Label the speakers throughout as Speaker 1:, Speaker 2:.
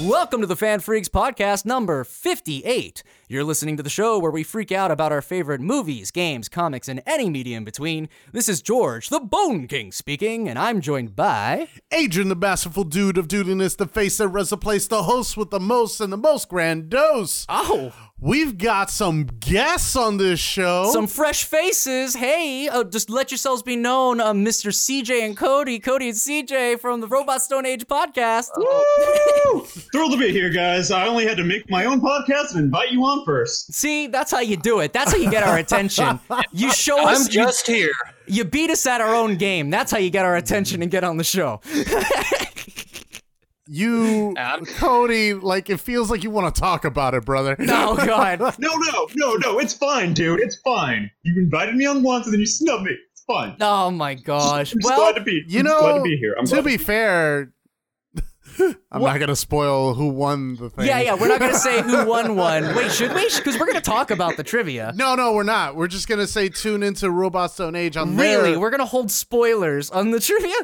Speaker 1: Welcome to the Fan Freaks podcast number 58. You're listening to the show where we freak out about our favorite movies, games, comics, and any medium between. This is George, the Bone King, speaking, and I'm joined by.
Speaker 2: Adrian, the masterful dude of dudiness, the face that rests the place, the host with the most and the most grand dose.
Speaker 1: Oh!
Speaker 2: We've got some guests on this
Speaker 3: oh.
Speaker 2: show.
Speaker 1: Some fresh faces. Hey, uh, just let yourselves be known, uh, Mr. CJ and Cody, Cody and CJ from the Robot Stone Age podcast.
Speaker 3: Oh.
Speaker 4: Woo! Thrilled to be here, guys. I only had to make my own podcast and invite you on first.
Speaker 1: See, that's how you do it. That's how you get our attention. You show us.
Speaker 3: I'm just here.
Speaker 1: You beat us at our own game. That's how you get our attention and get on the show.
Speaker 2: you,
Speaker 3: Adam?
Speaker 2: Cody, like it feels like you want to talk about it, brother.
Speaker 1: oh God.
Speaker 4: No, no, no, no. It's fine, dude. It's fine. You invited me on once and then you snubbed me. It's fine.
Speaker 1: Oh my gosh.
Speaker 4: I'm just
Speaker 1: Well,
Speaker 4: glad to be.
Speaker 2: You
Speaker 4: I'm
Speaker 2: know,
Speaker 4: just glad to be here. I'm
Speaker 2: to
Speaker 4: glad-
Speaker 2: be fair, I'm not gonna spoil who won the thing.
Speaker 1: yeah, yeah. We're not gonna say who won one. Wait, should we? Because we're gonna talk about the trivia.
Speaker 2: No, no, we're not. We're just gonna say tune into Robot Stone Age on their-
Speaker 1: Really, we're gonna hold spoilers on the trivia.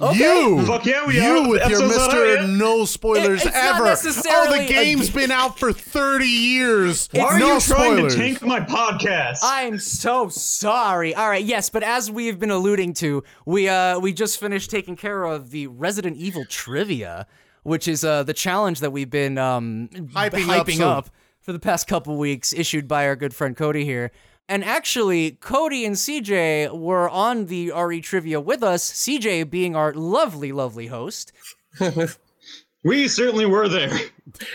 Speaker 1: Okay.
Speaker 2: You,
Speaker 4: Fuck yeah, we
Speaker 2: you
Speaker 4: are.
Speaker 2: with your
Speaker 4: Episode's not out
Speaker 2: Mister
Speaker 4: yet.
Speaker 2: No spoilers
Speaker 1: It- it's not
Speaker 2: ever.
Speaker 1: necessarily
Speaker 2: oh, the
Speaker 1: a
Speaker 2: game's
Speaker 1: game.
Speaker 2: been out for thirty years.
Speaker 4: Why are
Speaker 2: no
Speaker 4: you trying
Speaker 2: spoilers.
Speaker 4: to tank my podcast?
Speaker 1: I'm so sorry. All right, yes, but as we've been alluding to, we uh we just finished taking care of the Resident Evil trivia, which is uh the challenge that we've been um
Speaker 2: Hyping up
Speaker 1: hyping
Speaker 2: some.
Speaker 1: up for the past couple weeks, issued by our good friend Cody here. And actually, Cody and CJ were on the RE trivia with us. CJ being our lovely, lovely host.
Speaker 4: we certainly were there.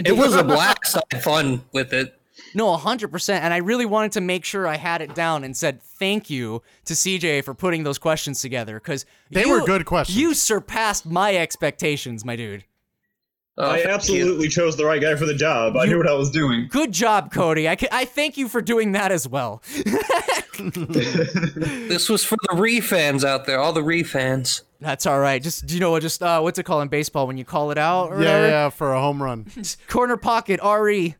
Speaker 3: It was a blast. I had fun with it.
Speaker 1: No, 100%. And I really wanted to make sure I had it down and said thank you to CJ for putting those questions together because
Speaker 2: They were good questions.
Speaker 1: You surpassed my expectations, my dude.
Speaker 3: Oh,
Speaker 4: I
Speaker 3: thank you.
Speaker 4: absolutely chose the right guy for the job. I knew what I was doing.
Speaker 1: Good job, Cody. I, ca- I thank you for doing that as well.
Speaker 3: This was for the Ree fans out there, all the Ree fans.
Speaker 1: That's all right. Just, you know, what? just, uh, what's it called in baseball when you call it out? Or
Speaker 2: Yeah,
Speaker 1: whatever?
Speaker 2: yeah, for a home run.
Speaker 1: Corner pocket, RE.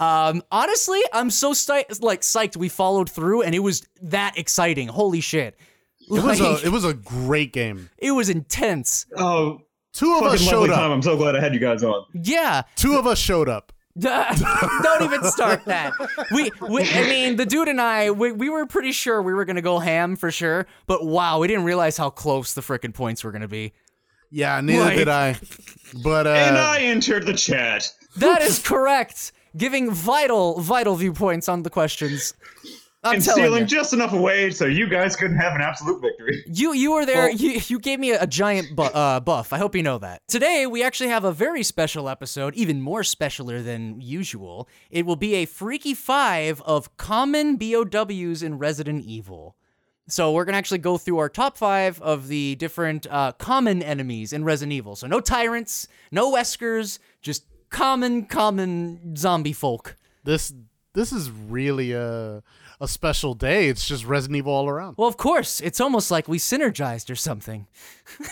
Speaker 1: Um, honestly, I'm so sty- like psyched we followed through and it was that exciting. Holy shit.
Speaker 2: It was
Speaker 1: Like,
Speaker 2: a it was a great game.
Speaker 1: it was intense.
Speaker 4: Oh,
Speaker 2: Two of us
Speaker 4: fucking lovely
Speaker 2: showed
Speaker 4: time.
Speaker 2: up.
Speaker 4: I'm so glad I had you guys on.
Speaker 1: Yeah.
Speaker 2: Two of us showed up.
Speaker 1: Don't even start that. We, we, I mean, the dude and I, we, we were pretty sure we were gonna go ham for sure, but wow, we didn't realize how close the frickin' points were gonna be.
Speaker 2: Yeah, neither
Speaker 1: Right.
Speaker 2: did I. But uh,
Speaker 4: and I entered the chat.
Speaker 1: That is correct. Giving vital, vital viewpoints on the questions. I'm
Speaker 4: and
Speaker 1: telling
Speaker 4: stealing
Speaker 1: you.
Speaker 4: just enough away so you guys couldn't have an absolute victory.
Speaker 1: You you were there.
Speaker 3: Well-
Speaker 1: you you gave me a, a giant bu- uh, buff. I hope you know that. Today we actually have a very special episode, even more specialer than usual. It will be a freaky five of common BOWs in Resident Evil. So we're gonna actually go through our top five of the different uh, common enemies in Resident Evil. So no tyrants, no Weskers, just common common zombie folk.
Speaker 2: this this is really a a special day. It's just Resident Evil all around.
Speaker 1: Well, of course, it's almost like we synergized or something.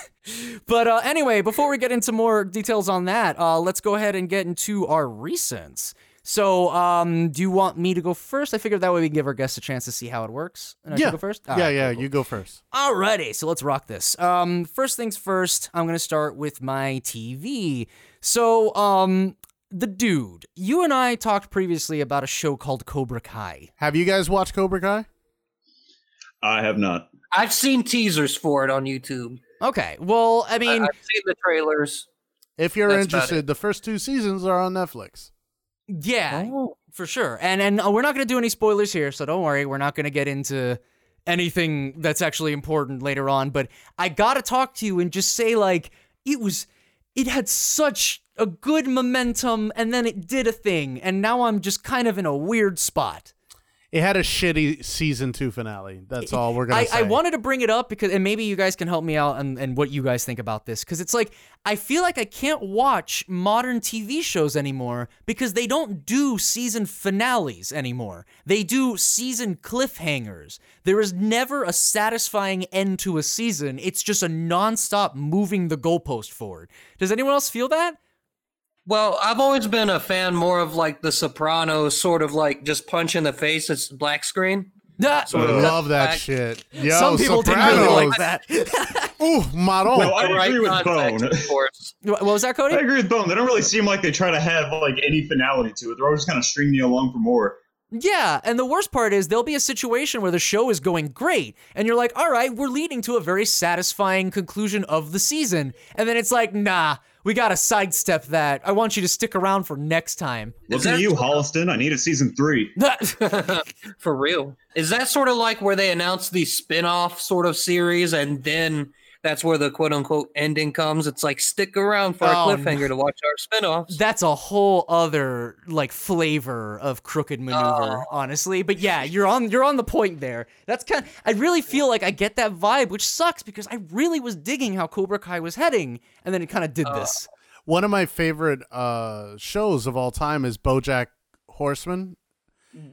Speaker 1: but uh, anyway, before we get into more details on that, uh, let's go ahead and get into our recents. So, um, do you want me to go first? I figured that way we can give our guests a chance to see how it works. And I should
Speaker 2: yeah.
Speaker 1: go first.
Speaker 2: Yeah,
Speaker 1: All right.
Speaker 2: yeah, you go first.
Speaker 1: Alrighty, so let's rock this. Um, first things first, I'm gonna start with my TV. So, um, the dude, you and I talked previously about a show called Cobra Kai.
Speaker 2: Have you guys watched Cobra Kai?
Speaker 4: I have not.
Speaker 3: I've seen teasers for it on YouTube.
Speaker 1: Okay, well, I
Speaker 3: I-
Speaker 1: mean,
Speaker 3: I've seen the trailers.
Speaker 2: If you're
Speaker 3: That's about
Speaker 2: interested, the first two seasons are on Netflix.
Speaker 3: Oh.
Speaker 1: yeah, for sure. And and uh, we're not going to do any spoilers here, so don't worry. We're not going to get into anything that's actually important later on. But I gotta talk to you and just say like it was, it had such a good momentum, and then it did a thing, and now I'm just kind of in a weird spot.
Speaker 2: It had a shitty season two finale. That's all we're gonna
Speaker 1: I,
Speaker 2: say.
Speaker 1: I wanted to bring it up because, and maybe you guys can help me out and, and what you guys think about this. Because it's like, I feel like I can't watch modern TV shows anymore because they don't do season finales anymore. They do season cliffhangers. There is never a satisfying end to a season, it's just a nonstop moving the goalpost forward. Does anyone else feel that?
Speaker 3: Well, I've always been a fan more of like the Sopranos, sort of like just punch in the face. It's black screen.
Speaker 1: Nah,
Speaker 2: I
Speaker 3: Well,
Speaker 2: love that
Speaker 3: I-
Speaker 2: shit. Yo,
Speaker 1: some people didn't really
Speaker 2: Sopranos.
Speaker 1: like that.
Speaker 2: Ooh, Maron.
Speaker 4: No, I agree with Bone.
Speaker 3: of course.
Speaker 1: What was that,
Speaker 4: I
Speaker 1: Cody?
Speaker 4: agree with Bone. They don't really seem like they try to have like any finality to it. They're always kind of stringing you along for more.
Speaker 1: Yeah, and the worst part is there'll be a situation where the show is going great, and you're like, all right, we're leading to a very satisfying conclusion of the season. And then it's like, nah, we gotta sidestep that. I want you to stick around for next time.
Speaker 4: Look
Speaker 3: Is
Speaker 4: at
Speaker 3: that-
Speaker 4: you, Holliston. I need a season three.
Speaker 3: For real. Is that sort of like where they announce the spin off sort of series and then that's where the quote unquote ending comes? It's like stick around for a
Speaker 1: Oh,
Speaker 3: cliffhanger to watch our spin offs.
Speaker 1: That's a whole other like flavor of crooked
Speaker 2: Oh.
Speaker 1: maneuver, honestly. But yeah, you're on you're on the point there. That's kind I really feel like I get that vibe, which sucks because I really was digging how Cobra Kai was heading, and then it kind of
Speaker 2: Uh,
Speaker 1: did this.
Speaker 2: One of my favorite uh, shows of all time is BoJack Horseman,
Speaker 1: Mm-hmm.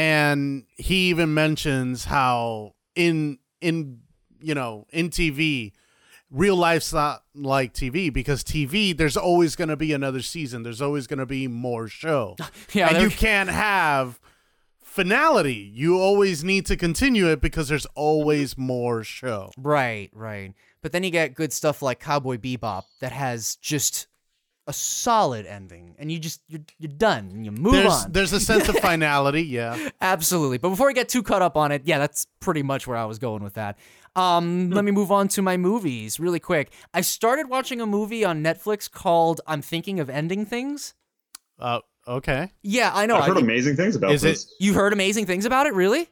Speaker 2: and he even mentions how in in you know in TV, real life's not like TV because TV there's always going to be another season. There's always going to be more show,
Speaker 1: Yeah,
Speaker 2: and
Speaker 1: there-
Speaker 2: you can't have finality. You always need to continue it because there's always more show.
Speaker 1: Right, right. But then you get good stuff like Cowboy Bebop that has just a solid ending, and you just you're, you're done. And you move
Speaker 2: There's
Speaker 1: on.
Speaker 2: there's a sense of finality, yeah.
Speaker 1: Absolutely. But before I get too caught up on it, yeah, that's pretty much where I was going with that. Um, let me move on to my movies really quick. I started watching a movie on Netflix called "I'm Thinking of Ending Things."
Speaker 2: Uh, okay.
Speaker 1: Yeah, I know.
Speaker 4: I've
Speaker 1: I
Speaker 4: heard
Speaker 1: think-
Speaker 4: amazing things about
Speaker 2: Is it-
Speaker 4: this.
Speaker 1: You've heard amazing things about it, really?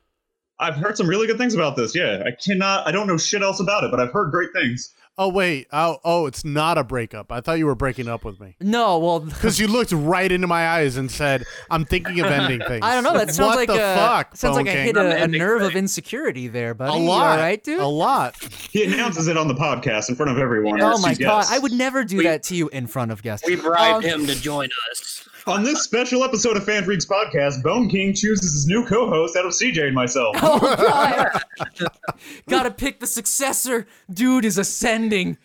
Speaker 4: I've heard some really good things about this. Yeah, I cannot. I don't know shit else about it, but I've heard great things.
Speaker 2: Oh wait. Oh, oh, it's not a breakup. I thought you were breaking up with me
Speaker 1: No. Well,
Speaker 2: because you looked right into my eyes and said, "I'm thinking of ending things."
Speaker 1: I don't know. That sounds
Speaker 2: what
Speaker 1: like
Speaker 2: the
Speaker 1: a
Speaker 2: fuck,
Speaker 1: sounds like I
Speaker 2: Bone Gang?
Speaker 1: hit a, a
Speaker 3: Ending
Speaker 1: nerve of
Speaker 3: Things.
Speaker 1: insecurity there, buddy.
Speaker 2: a
Speaker 1: You
Speaker 2: lot.
Speaker 1: all right, dude?
Speaker 2: A lot.
Speaker 4: He announces it on the podcast in front of everyone.
Speaker 1: Oh
Speaker 4: It's
Speaker 1: my
Speaker 4: just
Speaker 1: god,
Speaker 4: guests.
Speaker 1: I would never do that to you in front of guests.
Speaker 3: We bribed
Speaker 1: Um,
Speaker 3: him to join us.
Speaker 4: On this special episode of Fan Freaks Podcast, Bone King chooses his new co-host out of CJ and myself.
Speaker 1: Oh god. Gotta pick the successor. Dude is ascending.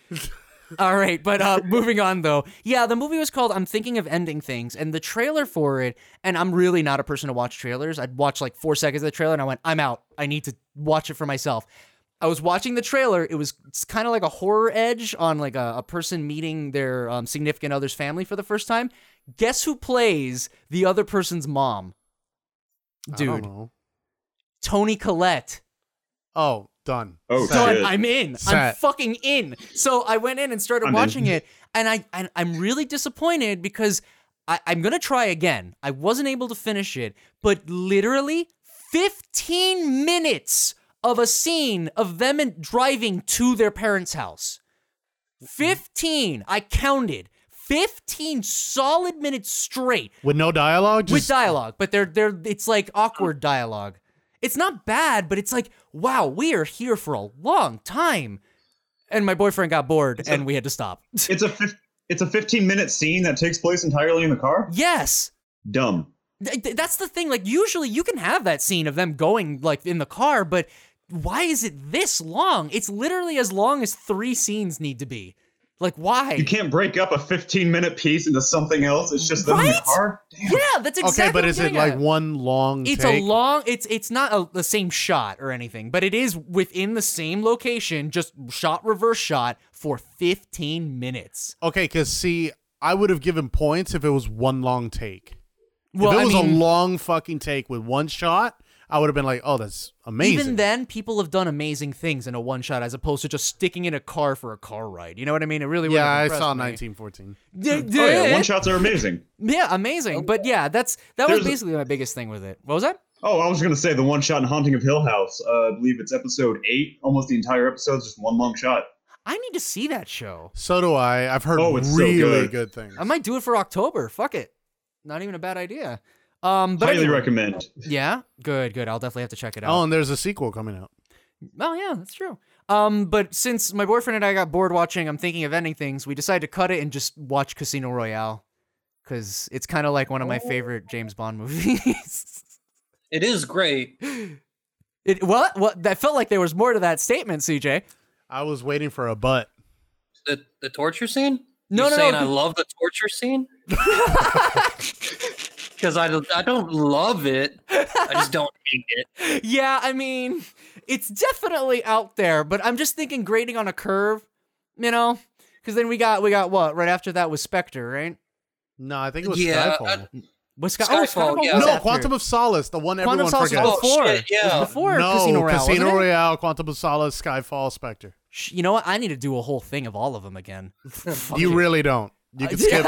Speaker 1: All right, but uh moving on though. Yeah, the movie was called I'm Thinking of Ending Things, and the trailer for it, and I'm really not a person to watch trailers. I'd watch like four seconds of the trailer and I went, I'm out. I need to watch it for myself. I was watching the trailer. It was kind of like a horror edge on like a, a person meeting their um, significant other's family for the first time. Guess who plays the other person's mom?
Speaker 2: I don't
Speaker 1: Dude,
Speaker 2: know.
Speaker 1: Tony Collette.
Speaker 2: Oh, done.
Speaker 4: Oh,
Speaker 2: Set.
Speaker 1: So
Speaker 4: done.
Speaker 1: I'm, I'm in. I'm
Speaker 2: Set.
Speaker 1: fucking in. So I went in and started
Speaker 4: I'm in.
Speaker 1: watching it, and I and I'm really disappointed because I, I'm gonna try again. I wasn't able to finish it, but literally 15 minutes of a scene of them in, driving to their parents' house. 15. I counted. 15 solid minutes straight
Speaker 2: With no dialogue. Just,
Speaker 1: with dialogue, but they're they're it's like awkward dialogue. It's not bad, but it's like, wow, we are here for a long time. And my boyfriend got bored and we had to stop.
Speaker 4: It's a fif- it's a 15 minute scene that takes place entirely in the car.
Speaker 1: yes.
Speaker 4: Dumb.
Speaker 1: Th- th- That's the thing. Like usually you can have that scene of them going like in the car, but why is it this long? It's literally as long as 3 scenes need to be. Like why?
Speaker 4: You can't break up a 15 minute piece into something else. It's just them in the
Speaker 1: Right?
Speaker 4: car.
Speaker 1: yeah, that's exactly
Speaker 2: okay,
Speaker 1: what
Speaker 2: but
Speaker 1: I'm
Speaker 2: is it
Speaker 1: getting
Speaker 2: like
Speaker 1: at.
Speaker 2: one long?
Speaker 1: It's
Speaker 2: take?
Speaker 1: a long. It's it's not a, the same shot or anything, but it is within the same location, just shot reverse shot for 15 minutes.
Speaker 2: Okay, because see, I would have given points if it was one long take.
Speaker 1: Well,
Speaker 2: if it
Speaker 1: I
Speaker 2: was
Speaker 1: mean,
Speaker 2: a long fucking take with one shot, I would have been like, "Oh, that's amazing."
Speaker 1: even then, people have done amazing things in a one shot, as opposed to just sticking in a car for a car ride. You know what I mean? It really
Speaker 2: yeah, I
Speaker 1: would've
Speaker 2: saw
Speaker 1: impressed
Speaker 2: 1914.
Speaker 1: me. D-
Speaker 4: Oh yeah,
Speaker 1: d-
Speaker 4: one shots are amazing.
Speaker 1: yeah, amazing. But yeah, that's that was
Speaker 4: There's a-
Speaker 1: basically my biggest thing with it. What was that?
Speaker 4: Oh, I was gonna say the one shot in Haunting of Hill House. Uh, I believe it's episode eight. Almost the entire episode is just one long shot.
Speaker 1: I need to see that show.
Speaker 2: So do I. I've heard
Speaker 4: Oh, it's so
Speaker 2: really
Speaker 4: good.
Speaker 2: good things.
Speaker 1: I might do it for October. Fuck it, not even a bad idea. Um, but
Speaker 4: Highly
Speaker 1: anyway-
Speaker 4: recommend.
Speaker 1: Yeah, good, good. I'll definitely have to check it out.
Speaker 2: Oh, and there's a sequel coming out.
Speaker 1: Oh yeah, that's true. Um, but since my boyfriend and I got bored watching, I'm thinking of ending things. We decided to cut it and just watch Casino Royale because it's kind of like one of my favorite James Bond movies.
Speaker 3: It is great.
Speaker 1: it what what that felt like there was more to that statement, CJ.
Speaker 2: I was waiting for a butt.
Speaker 3: The the torture scene?
Speaker 1: No,
Speaker 3: You're
Speaker 1: no,
Speaker 3: saying
Speaker 1: no.
Speaker 3: I love the torture scene? because I, don't- I don't love it. I just don't hate it.
Speaker 1: yeah, I mean, it's definitely out there, but I'm just thinking grading on a curve, you know? Because then we got we got what right after that was Spectre, right?
Speaker 2: No, I think it was
Speaker 3: Yeah,
Speaker 2: Skyfall.
Speaker 1: Was Sky-
Speaker 3: Skyfall,
Speaker 1: Oh, Skyfall
Speaker 3: yeah.
Speaker 1: was
Speaker 2: no,
Speaker 1: after.
Speaker 2: Quantum of Solace, the one
Speaker 1: Quantum
Speaker 2: everyone
Speaker 1: of Solace
Speaker 2: forgets.
Speaker 1: was before.
Speaker 3: Oh, shit, yeah.
Speaker 1: It was before
Speaker 2: no,
Speaker 1: Casino Royale. wasn't
Speaker 2: Casino
Speaker 1: it?
Speaker 2: Royale, Quantum of Solace, Skyfall, Spectre.
Speaker 1: Sh- You know what? I need to do a whole thing of all of them again. Fuck
Speaker 2: you
Speaker 1: it.
Speaker 2: really don't. You can skip.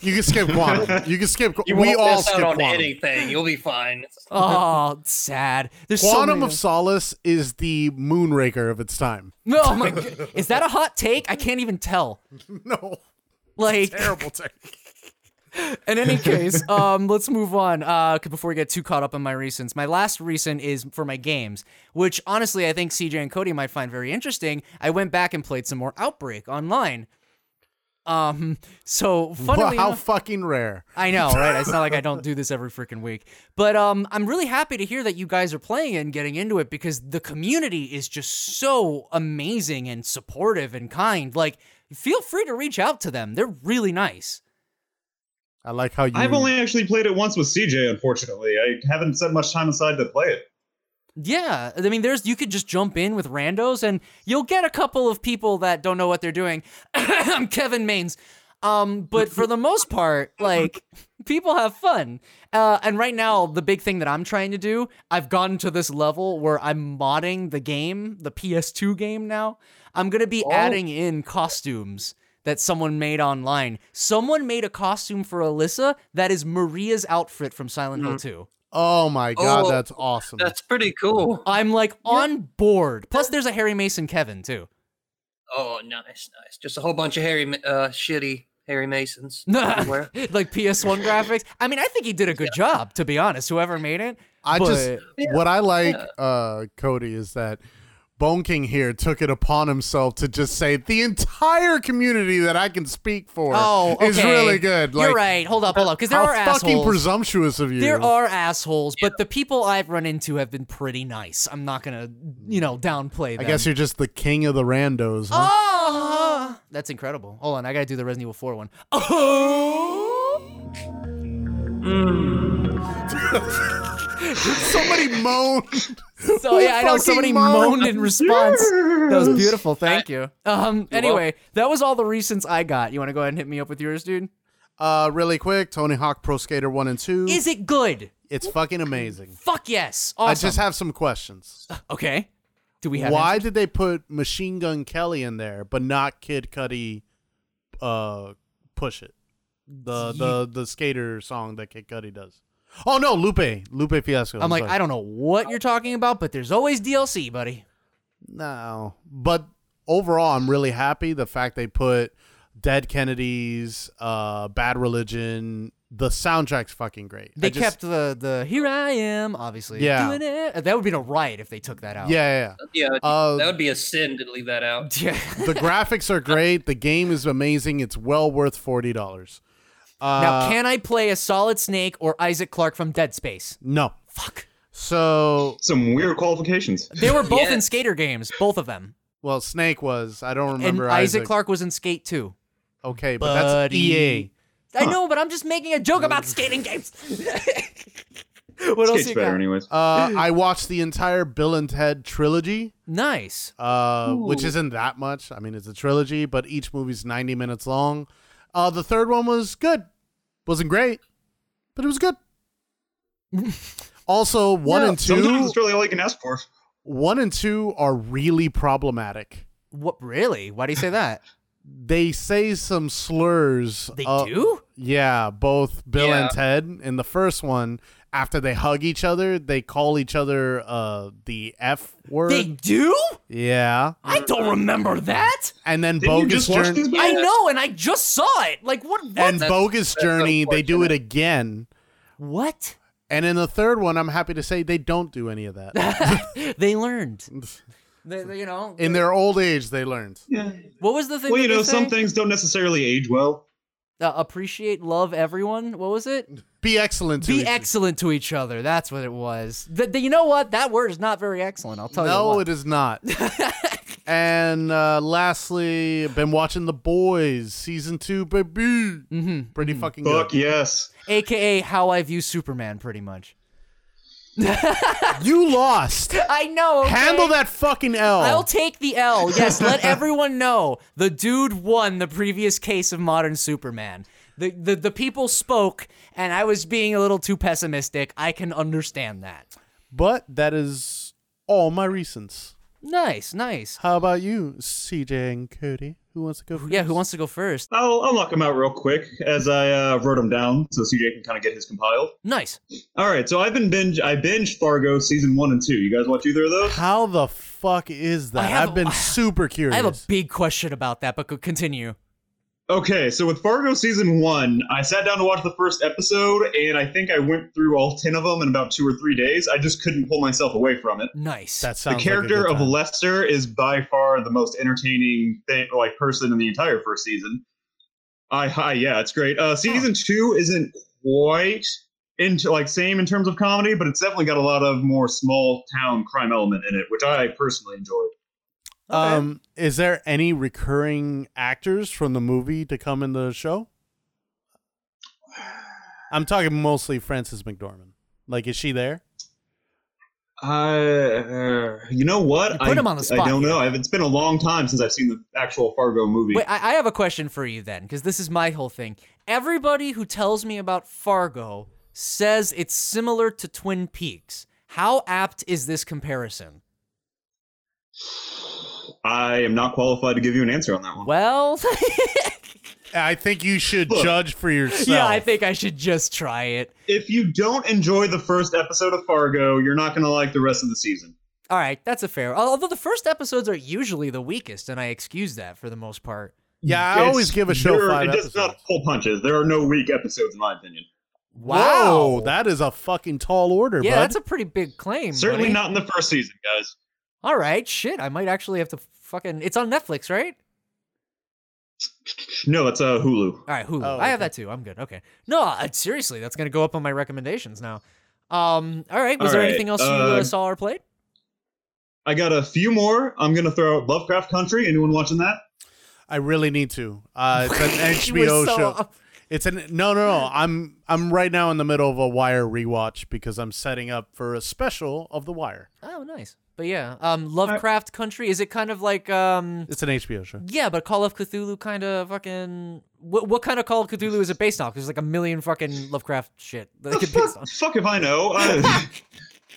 Speaker 2: You can skip Quantum. You can skip.
Speaker 3: You
Speaker 2: we
Speaker 3: won't
Speaker 2: all
Speaker 3: miss out
Speaker 2: skip
Speaker 3: on
Speaker 2: Quantum.
Speaker 3: anything. You'll be fine.
Speaker 1: oh, sad. There's so
Speaker 2: Quantum
Speaker 1: many
Speaker 2: of Solace is the Moonraker of its time.
Speaker 1: No, oh my god. Is that a hot take? I can't even tell.
Speaker 2: No,
Speaker 1: Like
Speaker 2: terrible take.
Speaker 1: in any case, um, let's move on. Uh, 'cause before we get too caught up on my recents, my last recent is for my games, which honestly I think CJ and Cody might find very interesting. I went back and played some more Outbreak online. Um, so
Speaker 2: Well,
Speaker 1: funnily
Speaker 2: how
Speaker 1: enough-
Speaker 2: fucking rare.
Speaker 1: I know, right? It's not like I don't do this every freaking week. But um, I'm really happy to hear that you guys are playing it and getting into it because the community is just so amazing and supportive and kind. Like, feel free to reach out to them. They're really nice.
Speaker 2: I like how you.
Speaker 4: I've only actually played it once with CJ, unfortunately. I haven't set much time aside to play it.
Speaker 1: Yeah, I mean, there's you could just jump in with randos and you'll get a couple of people that don't know what they're doing. I'm Kevin Maines. Um, but for the most part, like people have fun. Uh, and right now, the big thing that I'm trying to do, I've gotten to this level where I'm modding the game, the PS2 game now. I'm gonna be adding in costumes that someone made online. Someone made a costume for Alyssa that is Maria's outfit from Silent Hill 2.
Speaker 2: oh my god,
Speaker 3: Oh,
Speaker 2: that's awesome.
Speaker 3: That's pretty cool.
Speaker 1: I'm like on board. Plus, there's a Harry Mason Kevin too.
Speaker 3: Oh, nice, nice. Just a whole bunch of Harry, Ma- uh, shitty Harry Masons everywhere.
Speaker 1: like PS1 graphics. I mean, I think he did a good job, to be honest. Whoever made it.
Speaker 2: I just
Speaker 1: but-
Speaker 2: what I like, uh, Cody, is that Bone King here took it upon himself to just say the entire community that I can speak for
Speaker 1: Oh, okay.
Speaker 2: is really good. Like,
Speaker 1: You're right. Hold up, hold up, because there
Speaker 2: how
Speaker 1: are
Speaker 2: fucking
Speaker 1: assholes.
Speaker 2: presumptuous of you.
Speaker 1: there are assholes, but the people I've run into have been pretty nice. I'm not gonna, you know, downplay. Them.
Speaker 2: I guess you're just the king of the randos. huh?
Speaker 1: Oh, that's incredible. Hold on, I gotta do the Resident Evil 4 one. Oh,
Speaker 2: Mm. Somebody
Speaker 1: Oh.
Speaker 2: moan.
Speaker 1: so yeah, I know
Speaker 2: fucking
Speaker 1: somebody
Speaker 2: moaned?
Speaker 1: moaned in response. That was beautiful. Thank you. Um. Anyway, that was all the recents I got. You want to go ahead and hit me up with yours, dude?
Speaker 2: Uh, really quick, Tony Hawk Pro Skater One and Two.
Speaker 1: Is it good?
Speaker 2: it's fucking amazing.
Speaker 1: Fuck yes.
Speaker 2: I
Speaker 1: Awesome.
Speaker 2: just have some questions.
Speaker 1: okay. Do we have
Speaker 2: Why
Speaker 1: answers?
Speaker 2: did they put Machine Gun Kelly in there, but not Kid Cudi? Uh, push it. The the the skater song that Kid Cudi does. Oh no, Lupe Lupe Fiasco.
Speaker 1: I'm like, I don't know what you're talking about, but there's always DLC, buddy.
Speaker 2: No, but overall, I'm really happy the fact they put Dead Kennedys, uh, Bad Religion. The soundtrack's fucking great. I
Speaker 1: They
Speaker 2: just-
Speaker 1: kept the the here I am, obviously.
Speaker 2: Yeah.
Speaker 1: Doing it. Uh, That would be a riot if they took that out.
Speaker 2: Yeah, yeah. yeah.
Speaker 3: Yeah,
Speaker 2: Uh,
Speaker 3: that would be a sin to leave that out.
Speaker 1: Yeah.
Speaker 2: the graphics are great. The game is amazing. It's well worth forty dollars. Uh,
Speaker 1: now, can I play a Solid Snake or Isaac Clarke from Dead Space?
Speaker 2: no.
Speaker 1: Fuck.
Speaker 2: So
Speaker 4: Some weird qualifications.
Speaker 1: They were both in
Speaker 3: Yes.
Speaker 1: skater games, both of them.
Speaker 2: well, Snake was. I don't
Speaker 1: And
Speaker 2: remember
Speaker 1: Isaac Clarke was in Skate 2.
Speaker 2: Okay, but that's
Speaker 1: Buddy.
Speaker 2: E EA.
Speaker 1: I know, but I'm just making a joke about skating games. what else
Speaker 4: Skate's
Speaker 1: you
Speaker 4: better,
Speaker 1: got?
Speaker 4: anyways.
Speaker 2: Uh, I watched the entire Bill and Ted trilogy,
Speaker 1: Nice.
Speaker 2: uh, which isn't that much. I mean, it's a trilogy, but each movie's ninety minutes long. Uh, the third one was good. Wasn't great, but it was good. also, one
Speaker 4: Yeah,
Speaker 2: and
Speaker 4: Sometimes
Speaker 2: two,
Speaker 4: it's really all you can ask for.
Speaker 2: one and two are really problematic.
Speaker 1: What really? Why do you say that?
Speaker 2: they say some slurs.
Speaker 1: They
Speaker 2: uh,
Speaker 1: do?
Speaker 2: Yeah, both Bill
Speaker 3: Yeah.
Speaker 2: and Ted in the first one. After they hug each other, they call each other uh, the F word.
Speaker 1: They do?
Speaker 2: yeah,
Speaker 1: I don't remember that.
Speaker 2: and then
Speaker 4: Didn't you
Speaker 2: bogus
Speaker 4: just watch
Speaker 2: journey.
Speaker 4: these
Speaker 1: I
Speaker 4: movies?
Speaker 1: know, and I just saw it. Like what? What?
Speaker 2: And
Speaker 3: That's-
Speaker 2: bogus
Speaker 3: that's
Speaker 2: journey, they do it
Speaker 3: unfortunate.
Speaker 2: again.
Speaker 1: what?
Speaker 2: And in the third one, I'm happy to say they don't do any of that.
Speaker 1: they learned. They- they- you know.
Speaker 2: in their old age, they learned.
Speaker 4: Yeah.
Speaker 1: what was the thing?
Speaker 4: Well, you
Speaker 1: that
Speaker 4: know,
Speaker 1: they
Speaker 4: some
Speaker 1: say?
Speaker 4: things don't necessarily age well.
Speaker 1: Uh, appreciate, love everyone. What was it?
Speaker 2: Be excellent. To
Speaker 1: Be
Speaker 2: each-
Speaker 1: excellent to each other. That's what it was. Th- th- you know what? That word is not very excellent. I'll tell you.
Speaker 2: No,
Speaker 1: what.
Speaker 2: it is not. And uh, lastly, been watching The Boys season two, baby.
Speaker 1: hmm
Speaker 2: Pretty fucking
Speaker 4: Mm, Fuck
Speaker 2: good.
Speaker 4: yes.
Speaker 1: AKA how I view Superman, pretty much.
Speaker 2: You lost.
Speaker 1: I know. okay?
Speaker 2: Handle that fucking L.
Speaker 1: I'll take the L. Yes, let everyone know the dude won the previous case of modern Superman. The, the the people spoke, and I was being a little too pessimistic. I can understand that.
Speaker 2: but that is all my recents.
Speaker 1: Nice, nice.
Speaker 2: How about you, CJ and Cody? Who wants to go first?
Speaker 1: Yeah, who wants to go first?
Speaker 4: I'll, I'll knock them out real quick as I uh, wrote them down so CJ can kind of get his compiled.
Speaker 1: Nice.
Speaker 4: All right, so I've been binge. I binged Fargo season one and two. You guys watch either of those?
Speaker 2: How the fuck is that?
Speaker 1: I have
Speaker 2: I've
Speaker 1: a-
Speaker 2: been super curious.
Speaker 1: I have a big question about that, but co- continue.
Speaker 4: Okay, so with Fargo season one, I sat down to watch the first episode, and I think I went through all ten of them in about two or three days. I just couldn't pull myself away from it.
Speaker 1: Nice.
Speaker 2: that
Speaker 4: The
Speaker 2: sounds
Speaker 4: character
Speaker 2: like a
Speaker 4: of
Speaker 2: good time.
Speaker 4: Lester is by far the most entertaining thing, like person in the entire first season. I hi yeah, it's great. Uh, season two isn't quite into like same in terms of comedy, but it's definitely got a lot of more small town crime element in it, which I personally enjoyed.
Speaker 2: Um, is there any recurring actors from the movie to come in the show? I'm talking mostly Frances McDormand. Like, is she there?
Speaker 4: Uh, you know what?
Speaker 1: You put
Speaker 4: I,
Speaker 1: him on the spot
Speaker 4: I don't
Speaker 1: here.
Speaker 4: know. I've, it's been a long time since I've seen the actual Fargo movie.
Speaker 1: Wait, I, I have a question for you then, because this is my whole thing. Everybody who tells me about Fargo says it's similar to Twin Peaks. How apt is this comparison?
Speaker 4: I am not qualified to give you an answer on that one.
Speaker 1: Well,
Speaker 2: I think you should
Speaker 4: Look.
Speaker 2: judge for yourself.
Speaker 1: yeah, I think I should just try it.
Speaker 4: If you don't enjoy the first episode of Fargo, you're not going to like the rest of the season.
Speaker 1: All right, that's a fair. Although the first episodes are usually the weakest, and I excuse that for the most part.
Speaker 2: Yeah, I
Speaker 4: It's-
Speaker 2: always give a show
Speaker 4: there-
Speaker 2: five
Speaker 4: It does
Speaker 2: episodes.
Speaker 4: not pull punches. There are no weak episodes, in my opinion.
Speaker 2: Whoa, that is a fucking tall order,
Speaker 1: yeah,
Speaker 2: bud.
Speaker 1: that's a pretty big claim.
Speaker 4: Certainly
Speaker 1: buddy.
Speaker 4: not in the first season, guys.
Speaker 1: All right, shit. I might actually have to fucking. It's on Netflix, right?
Speaker 4: No, that's uh, Hulu.
Speaker 1: All right, Hulu.
Speaker 2: Oh,
Speaker 1: I have
Speaker 2: okay.
Speaker 1: that too. I'm good. Okay. No, uh, seriously, that's gonna go up on my recommendations now. Um. All right. Was
Speaker 4: All
Speaker 1: there
Speaker 4: right,
Speaker 1: anything else you
Speaker 4: uh,
Speaker 1: uh, saw or played?
Speaker 4: I got a few more. I'm going to throw out Lovecraft Country. Anyone watching that?
Speaker 2: I really need to. Uh, it's an
Speaker 1: You were
Speaker 2: HBO
Speaker 1: so
Speaker 2: show.
Speaker 1: up-
Speaker 2: It's an no, no, no. I'm I'm right now in the middle of a Wire rewatch because I'm setting up for a special of the Wire.
Speaker 1: Oh, nice. But yeah, um, Lovecraft Country. Is it kind of like um?
Speaker 2: It's an HBO show.
Speaker 1: Yeah, but Call of Cthulhu kind of fucking. What, what kind of Call of Cthulhu is it based on? 'Cause There's like a million fucking Lovecraft shit that it could be based on.
Speaker 4: fuck, fuck if I know. I,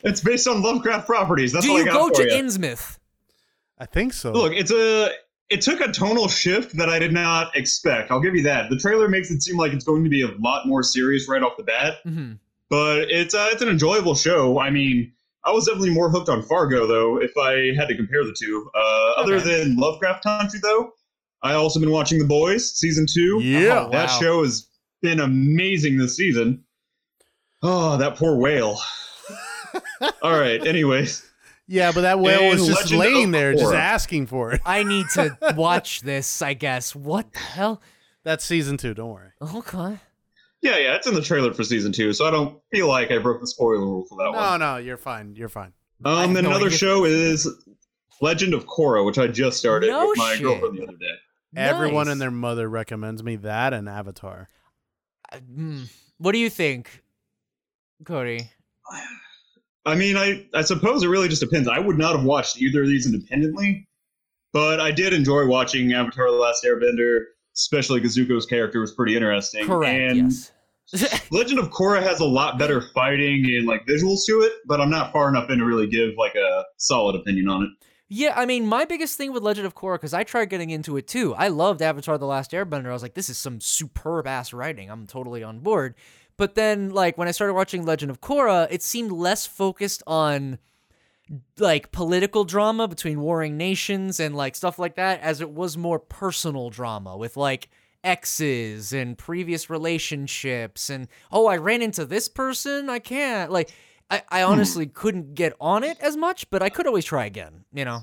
Speaker 4: it's based on Lovecraft properties. That's
Speaker 1: Do
Speaker 4: all
Speaker 1: you
Speaker 4: I got
Speaker 1: go
Speaker 4: for
Speaker 1: to
Speaker 4: ya.
Speaker 1: Innsmouth?
Speaker 2: I think so.
Speaker 4: Look, it's a it took a tonal shift that I did not expect. I'll give you that. The trailer makes it seem like it's going to be a lot more serious right off the bat,
Speaker 1: hmm
Speaker 4: but it's uh, it's an enjoyable show. I mean, I was definitely more hooked on Fargo though. If I had to compare the two, uh, other
Speaker 1: Okay.
Speaker 4: than Lovecraft Country though, I also been watching The Boys season two.
Speaker 2: yeah,
Speaker 1: Oh,
Speaker 4: That
Speaker 1: wow.
Speaker 4: show has been amazing this season. Oh, that poor whale. All right. Anyways,
Speaker 2: yeah, but that whale
Speaker 4: And
Speaker 2: was just
Speaker 4: Legend
Speaker 2: laying
Speaker 4: of
Speaker 2: there, just
Speaker 4: Korra.
Speaker 2: asking for it.
Speaker 1: I need to watch this. I guess. What the hell?
Speaker 2: That's season two. Don't worry.
Speaker 1: Okay.
Speaker 4: yeah, yeah, it's in the trailer for season two, so I don't feel like I broke the spoiler rule for that one.
Speaker 2: No, no, you're fine. You're fine.
Speaker 1: I have
Speaker 4: Um, and
Speaker 1: no
Speaker 4: another
Speaker 1: idea.
Speaker 4: show is Legend of Korra, which I just started
Speaker 1: No
Speaker 4: with my
Speaker 1: shit.
Speaker 4: girlfriend the other day.
Speaker 2: Everyone
Speaker 1: Nice.
Speaker 2: and their mother recommends me that and Avatar.
Speaker 1: Uh, mm. What do you think, Cody?
Speaker 4: I mean, I, I suppose it really just depends. I would not have watched either of these independently, but I did enjoy watching Avatar: The Last Airbender, especially Kazuko's character was pretty interesting.
Speaker 1: Correct.
Speaker 4: And
Speaker 1: yes.
Speaker 4: Legend of Korra has a lot better fighting and like visuals to it, but I'm not far enough in to really give like a solid opinion on it.
Speaker 1: Yeah, I mean, my biggest thing with Legend of Korra, because I tried getting into it too. I loved Avatar: The Last Airbender. I was like, this is some superb ass writing. I'm totally on board. But then, like, when I started watching Legend of Korra, it seemed less focused on like political drama between warring nations and like stuff like that, as it was more personal drama with like exes and previous relationships and oh, I ran into this person. I can't like. I, I
Speaker 4: Hmm.
Speaker 1: honestly couldn't get on it as much, but I could always try again, you know?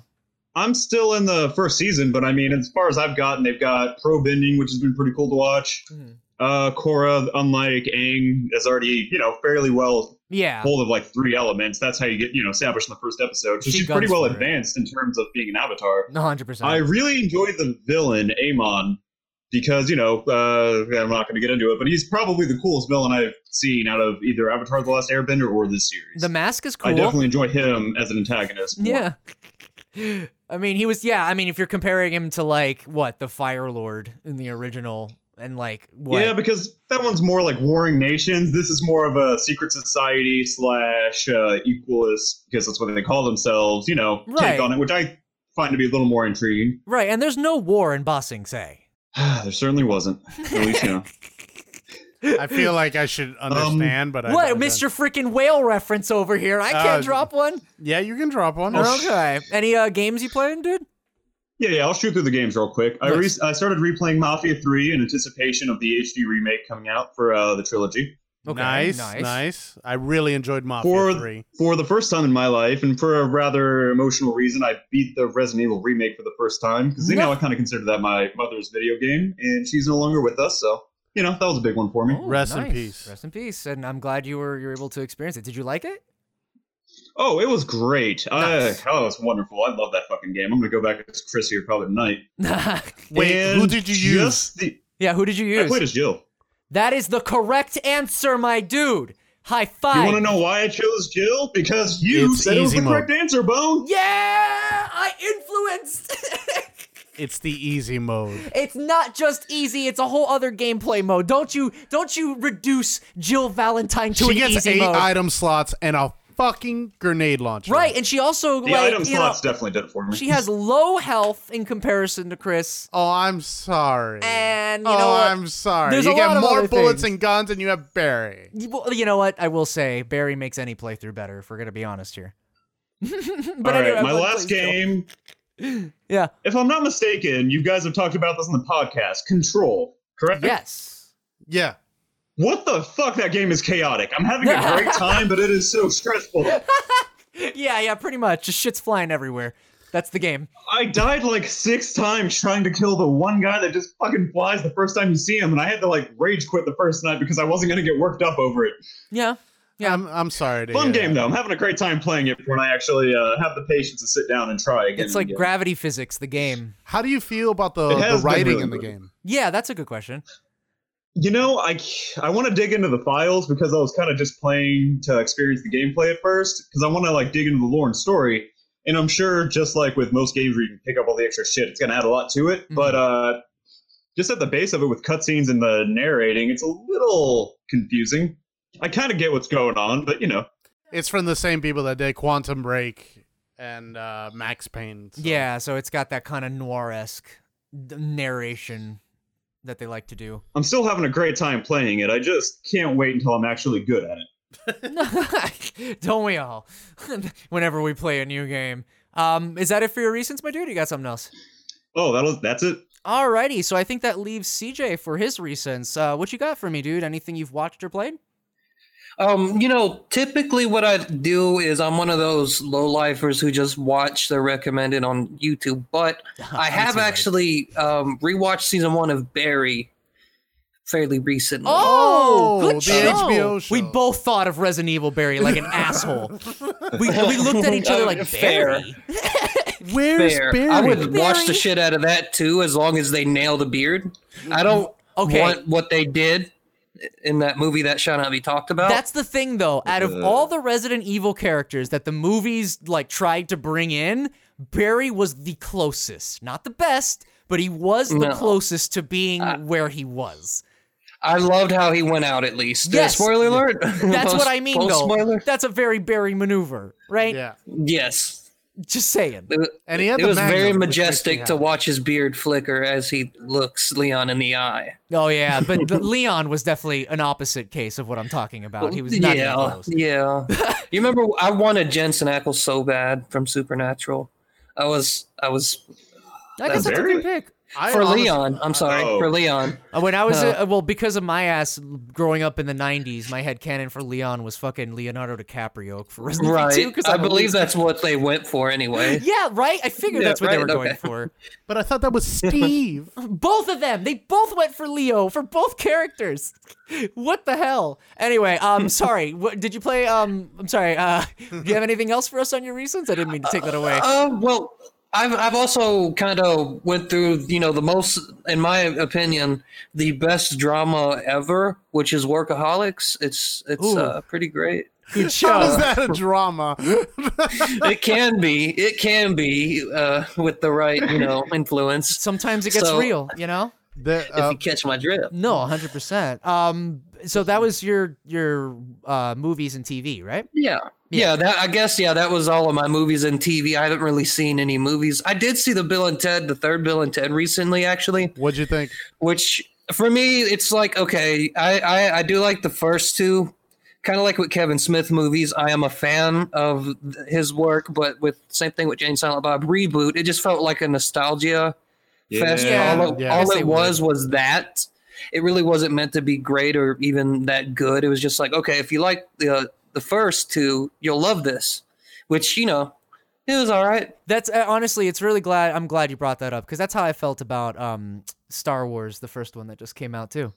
Speaker 4: I'm still in the first season, but I mean, as far as I've gotten, they've got Pro Bending, which has been pretty cool to watch.
Speaker 1: Mhm.
Speaker 4: Uh, Korra, unlike Aang, is already you know fairly well
Speaker 1: Yeah.
Speaker 4: hold of like three elements. That's how you get you know established in the first episode. So
Speaker 1: She
Speaker 4: she's pretty
Speaker 1: guns
Speaker 4: well
Speaker 1: for it.
Speaker 4: advanced in terms of being an avatar.
Speaker 1: 100%.
Speaker 4: I really enjoyed the villain Amon because you know uh, I'm not going to get into it, but he's probably the coolest villain I've seen out of either Avatar: The Last Airbender or this series.
Speaker 1: the mask is cool.
Speaker 4: I definitely enjoy him as an antagonist. more.
Speaker 1: Yeah. I mean, he was yeah, I mean if you're comparing him to like what, the Fire Lord in the original and like what
Speaker 4: Yeah, because that one's more like warring nations. This is more of a secret society slash uh, equalist, because that's what they call themselves. You know,
Speaker 1: Right.
Speaker 4: take on it, which I find to be a little more intriguing.
Speaker 1: Right, and there's no war in Ba Sing Se.
Speaker 4: there certainly wasn't. At least, you know.
Speaker 2: I feel like I should
Speaker 4: Um,
Speaker 2: understand, but I
Speaker 1: What,
Speaker 2: I don't.
Speaker 1: Mr. Freaking Whale reference over here? I can't
Speaker 2: Uh,
Speaker 1: drop one.
Speaker 2: Yeah, you can drop one.
Speaker 4: Oh, sh-
Speaker 1: Okay. Any uh, games you playing, dude?
Speaker 4: Yeah, yeah. I'll shoot through the games real quick. I, re-
Speaker 1: Nice.
Speaker 4: I started replaying Mafia Three in anticipation of the HD remake coming out for uh, the trilogy.
Speaker 1: Okay,
Speaker 2: nice,
Speaker 1: nice.
Speaker 2: nice, I really enjoyed Mafia
Speaker 4: For-
Speaker 2: Three.
Speaker 4: For the first time in my life, and for a rather emotional reason, I beat the Resident Evil remake for the first time because you
Speaker 1: No.
Speaker 4: know I kind of consider that my mother's video game, and she's no longer with us, so you know that was a big one for me.
Speaker 1: Oh,
Speaker 2: Rest in
Speaker 1: nice.
Speaker 2: peace.
Speaker 1: Rest in peace. And I'm glad you were you were able to experience it. Did you like it?
Speaker 4: Oh, it was great.
Speaker 1: Nice.
Speaker 4: Uh, oh, it was wonderful. I love that fucking game. I'm gonna go back as Chris here probably tonight.
Speaker 2: Wait, who
Speaker 4: And
Speaker 2: did you use?
Speaker 4: just The,
Speaker 1: yeah, who did you
Speaker 4: I
Speaker 1: use?
Speaker 4: played as Jill.
Speaker 1: That is the correct answer, my dude. High five.
Speaker 4: You want to know why I chose Jill? Because you
Speaker 2: It's
Speaker 4: said it was
Speaker 2: easy
Speaker 4: the
Speaker 2: mode.
Speaker 4: correct answer, Bone.
Speaker 1: Yeah, I influenced.
Speaker 2: It's the easy mode.
Speaker 1: it's not just easy; it's a whole other gameplay mode. Don't you? Don't you reduce Jill Valentine to
Speaker 2: she
Speaker 1: an
Speaker 2: gets
Speaker 1: easy
Speaker 2: eight
Speaker 1: mode?
Speaker 2: item slots and a fucking grenade launcher.
Speaker 1: right, and she also
Speaker 4: The
Speaker 1: like
Speaker 4: item
Speaker 1: you
Speaker 4: slots
Speaker 1: know,
Speaker 4: definitely did it for me.
Speaker 1: she has low health in comparison to Chris,
Speaker 2: Oh, I'm sorry.
Speaker 1: and you
Speaker 2: oh,
Speaker 1: know what?
Speaker 2: I'm sorry.
Speaker 1: There's
Speaker 2: you
Speaker 1: a
Speaker 2: get
Speaker 1: lot of
Speaker 2: more
Speaker 1: other
Speaker 2: bullets
Speaker 1: things.
Speaker 2: and guns, and you have Barry.
Speaker 1: You- well, you know what? I will say Barry makes any playthrough better. If we're gonna be honest here. but
Speaker 4: All right,
Speaker 1: anyway,
Speaker 4: my
Speaker 1: please,
Speaker 4: last
Speaker 1: please, Jill.
Speaker 4: game.
Speaker 1: Yeah.
Speaker 4: If I'm not mistaken, you guys have talked about this on the podcast. Control, correct?
Speaker 1: Yes.
Speaker 2: Yeah.
Speaker 4: What the fuck? That game is chaotic. I'm having a great time, but it is so stressful.
Speaker 1: Yeah, yeah, pretty much. Just shit's flying everywhere. That's the game.
Speaker 4: I died like six times trying to kill the one guy that just fucking flies the first time you see him, and I had to like rage quit the first night because I wasn't gonna get worked up over it.
Speaker 1: Yeah. Yeah.
Speaker 2: I'm, I'm sorry. To hear
Speaker 4: Fun game
Speaker 2: that.
Speaker 4: though. I'm having a great time playing it when I actually uh, have the patience to sit down and try again.
Speaker 1: It's
Speaker 4: and
Speaker 1: like
Speaker 4: again.
Speaker 1: gravity physics, the game.
Speaker 2: How do you feel about the,
Speaker 4: It
Speaker 2: the
Speaker 4: has been
Speaker 2: writing
Speaker 4: really
Speaker 2: in the
Speaker 4: good.
Speaker 2: game?
Speaker 1: Yeah, that's a good question.
Speaker 4: You know, I I want to dig into the files because I was kind of just playing to experience the gameplay at first because I want to like dig into the lore and story. And I'm sure, just like with most games where you can pick up all the extra shit, it's gonna add a lot to it.
Speaker 1: Mhm.
Speaker 4: But uh, just at the base of it with cutscenes and the narrating, it's a little confusing. I kind of get what's going on, but you know,
Speaker 2: It's from the same people that did Quantum Break and uh, Max Payne. so-
Speaker 1: Yeah, so it's got that kind of noir esque narration that they like to do.
Speaker 4: I'm still having a great time playing it. I just can't wait until I'm actually good at it.
Speaker 1: Don't we all? Whenever we play a new game. Um, is that it for your reasons, my dude? You got something else?
Speaker 4: Oh, that'll that's it.
Speaker 1: Alrighty, so I think that leaves CJ for his reasons. Uh, what you got for me, dude? Anything you've watched or played?
Speaker 3: Um, you know, typically what I do is I'm one of those low lifers who just watch the recommended on YouTube, but I have actually um, rewatched season one of Barry fairly recently.
Speaker 1: Oh,
Speaker 2: Oh,
Speaker 1: good
Speaker 2: the
Speaker 1: show.
Speaker 2: HBO show.
Speaker 1: We both thought of Resident Evil Barry like an asshole. We, we looked at each other like
Speaker 3: Fair.
Speaker 1: Barry.
Speaker 2: Where's
Speaker 3: Fair.
Speaker 2: Barry?
Speaker 3: I would watch
Speaker 1: Barry.
Speaker 3: the shit out of that too, as long as they nail the beard. I don't
Speaker 1: Okay.
Speaker 3: want what they did in that movie that shall not be talked about.
Speaker 1: That's the thing though. Out of
Speaker 4: Uh.
Speaker 1: all the Resident Evil characters that the movies like tried to bring in, Barry was the closest. Not the best, but he was the
Speaker 3: No.
Speaker 1: closest to being
Speaker 3: Uh,
Speaker 1: where he was.
Speaker 3: I loved how he went out. At least, Uh,
Speaker 1: Yes.
Speaker 3: spoiler alert.
Speaker 1: That's
Speaker 3: Post-
Speaker 1: what I mean
Speaker 3: post
Speaker 1: though.
Speaker 3: Spoiler.
Speaker 1: That's a very Barry maneuver, right?
Speaker 2: Yeah.
Speaker 3: Yes.
Speaker 1: Just saying.
Speaker 3: It was-
Speaker 2: And he had
Speaker 3: it
Speaker 2: the
Speaker 3: was
Speaker 2: magnum,
Speaker 3: very
Speaker 2: which makes me
Speaker 3: majestic
Speaker 2: happy.
Speaker 3: to watch his beard flicker as he looks Leon in the eye.
Speaker 1: Oh yeah, but the- Leon was definitely an opposite case of what I'm talking about. He was not even
Speaker 3: yeah,
Speaker 1: close.
Speaker 3: yeah. you remember I wanted Jensen Ackles so bad from Supernatural. I was, I was.
Speaker 1: I guess
Speaker 4: That's
Speaker 1: that's a
Speaker 4: very-
Speaker 1: good pick.
Speaker 2: I
Speaker 3: for
Speaker 2: honestly-
Speaker 3: Leon. I'm sorry
Speaker 4: Oh.
Speaker 3: for Leon.
Speaker 1: Uh, When I was
Speaker 3: Huh.
Speaker 1: uh, well, because of my ass growing up in the '90s, my head canon for Leon was fucking Leonardo DiCaprio for Resident Evil 2.
Speaker 3: Right.
Speaker 1: 'cause
Speaker 3: I
Speaker 1: I'm a
Speaker 3: believe
Speaker 1: loser.
Speaker 3: that's what they went for anyway.
Speaker 1: Yeah, right. I figured
Speaker 3: Yeah,
Speaker 1: that's what they
Speaker 3: right,
Speaker 1: were going
Speaker 3: okay.
Speaker 1: for.
Speaker 2: But I thought that was Steve.
Speaker 1: Both of them. They both went for Leo for both characters. What the hell? Anyway, um, sorry. What, did you play? Um, I'm sorry. Uh, do you have anything else for us on your reasons? I didn't mean to take that away.
Speaker 3: Uh, well, I've I've also kind of went through you know the most, in my opinion, the best drama ever, which is Workaholics. It's it's
Speaker 1: Ooh.
Speaker 3: uh, pretty great.
Speaker 1: Good
Speaker 2: How
Speaker 1: show.
Speaker 2: is that a drama?
Speaker 3: it can be. It can be uh, with the right you know influence.
Speaker 1: Sometimes it gets
Speaker 3: So-
Speaker 1: real, you know.
Speaker 2: The,
Speaker 3: If
Speaker 2: uh,
Speaker 3: you catch my drift.
Speaker 1: No, 100. percent Um, so that was your your uh movies and TV, right?
Speaker 3: Yeah.
Speaker 1: Yeah.
Speaker 3: Yeah, that I guess yeah, that was all of my movies and TV. I haven't really seen any movies. I did see the Bill and Ted, the third Bill and Ted recently actually,
Speaker 2: what'd you think?
Speaker 3: which for me it's like okay, I I, I do like the first two. Kind of like with Kevin Smith movies, I am a fan of th- his work, but with same thing with Jane Silent Bob reboot, it just felt like a nostalgia fest.
Speaker 1: Yeah.
Speaker 3: all it,
Speaker 2: Yeah.
Speaker 3: all
Speaker 1: Yes, they
Speaker 3: it was was that. It really wasn't meant to be great or even that good. It was just like, okay, if you like the uh, the first two, you'll love this. Which you know, it was all right.
Speaker 1: That's uh, honestly, it's really glad. I'm glad you brought that up because that's how I felt about um Star Wars, the first one that just came out too.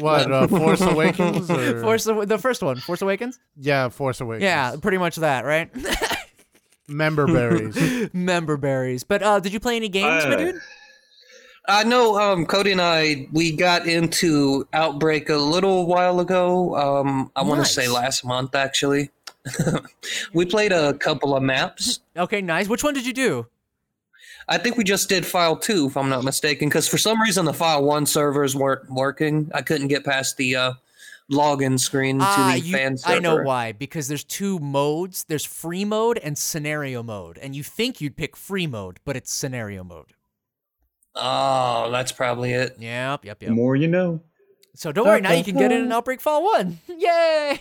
Speaker 2: What uh, Force Awakens? Or?
Speaker 1: Force, the first one, Force Awakens.
Speaker 2: yeah, Force Awakens.
Speaker 1: Yeah, pretty much that, right?
Speaker 2: member berries.
Speaker 1: Member berries. But uh, did you play any games, my
Speaker 4: Uh,
Speaker 1: dude?
Speaker 3: I know um, Cody and I we got into Outbreak a little while ago. Um, I want to
Speaker 1: Nice.
Speaker 3: say last month actually. we played a couple of maps.
Speaker 1: Okay, nice. Which one did you do?
Speaker 3: I think we just did file two, if I'm not mistaken, because for some reason the file one servers weren't working. I couldn't get past the uh, login screen to
Speaker 1: Ah,
Speaker 3: the
Speaker 1: you-
Speaker 3: fan server.
Speaker 1: I know why. Because there's two modes. There's free mode and scenario mode, and you think you'd pick free mode, but it's scenario mode.
Speaker 3: Oh, that's probably it.
Speaker 1: Yep, yep,
Speaker 4: The
Speaker 1: yep.
Speaker 4: more you know.
Speaker 1: So don't worry. Now you
Speaker 3: Okay.
Speaker 1: can get in an Outbreak Fall One. Yay!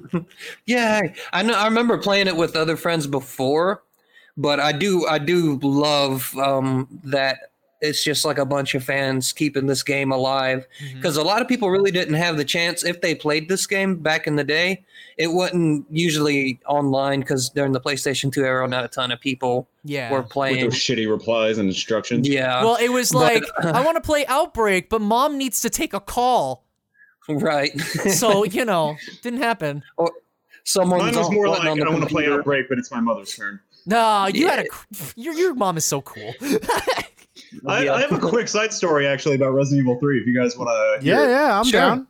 Speaker 3: Yay! I know. I remember playing it with other friends before, but I do. I do love um, that it's just like a bunch of fans keeping this game alive because a lot of people really didn't have the chance if they played this game back in the day it wasn't usually online because during the playstation 2 era not a ton of people
Speaker 1: Yeah.
Speaker 3: were
Speaker 4: With
Speaker 3: playing
Speaker 4: those shitty replies and instructions.
Speaker 3: yeah
Speaker 1: Well, it was
Speaker 3: Uh, but-
Speaker 1: like I want to play Outbreak, but mom needs to take a call.
Speaker 3: right
Speaker 1: So you know, didn't happen.
Speaker 3: someone's
Speaker 4: Mine was
Speaker 3: on-
Speaker 4: more
Speaker 3: wanting
Speaker 4: like,
Speaker 3: on the
Speaker 4: I want to play
Speaker 3: computer.
Speaker 4: Outbreak, but it's my mother's turn.
Speaker 1: No, you had a cr- your your mom is so cool.
Speaker 4: I,
Speaker 3: Yeah.
Speaker 4: I have a quick side story actually about Resident Evil 3 if you guys want to.
Speaker 2: yeah, yeah, I'm
Speaker 3: Sure.
Speaker 2: down.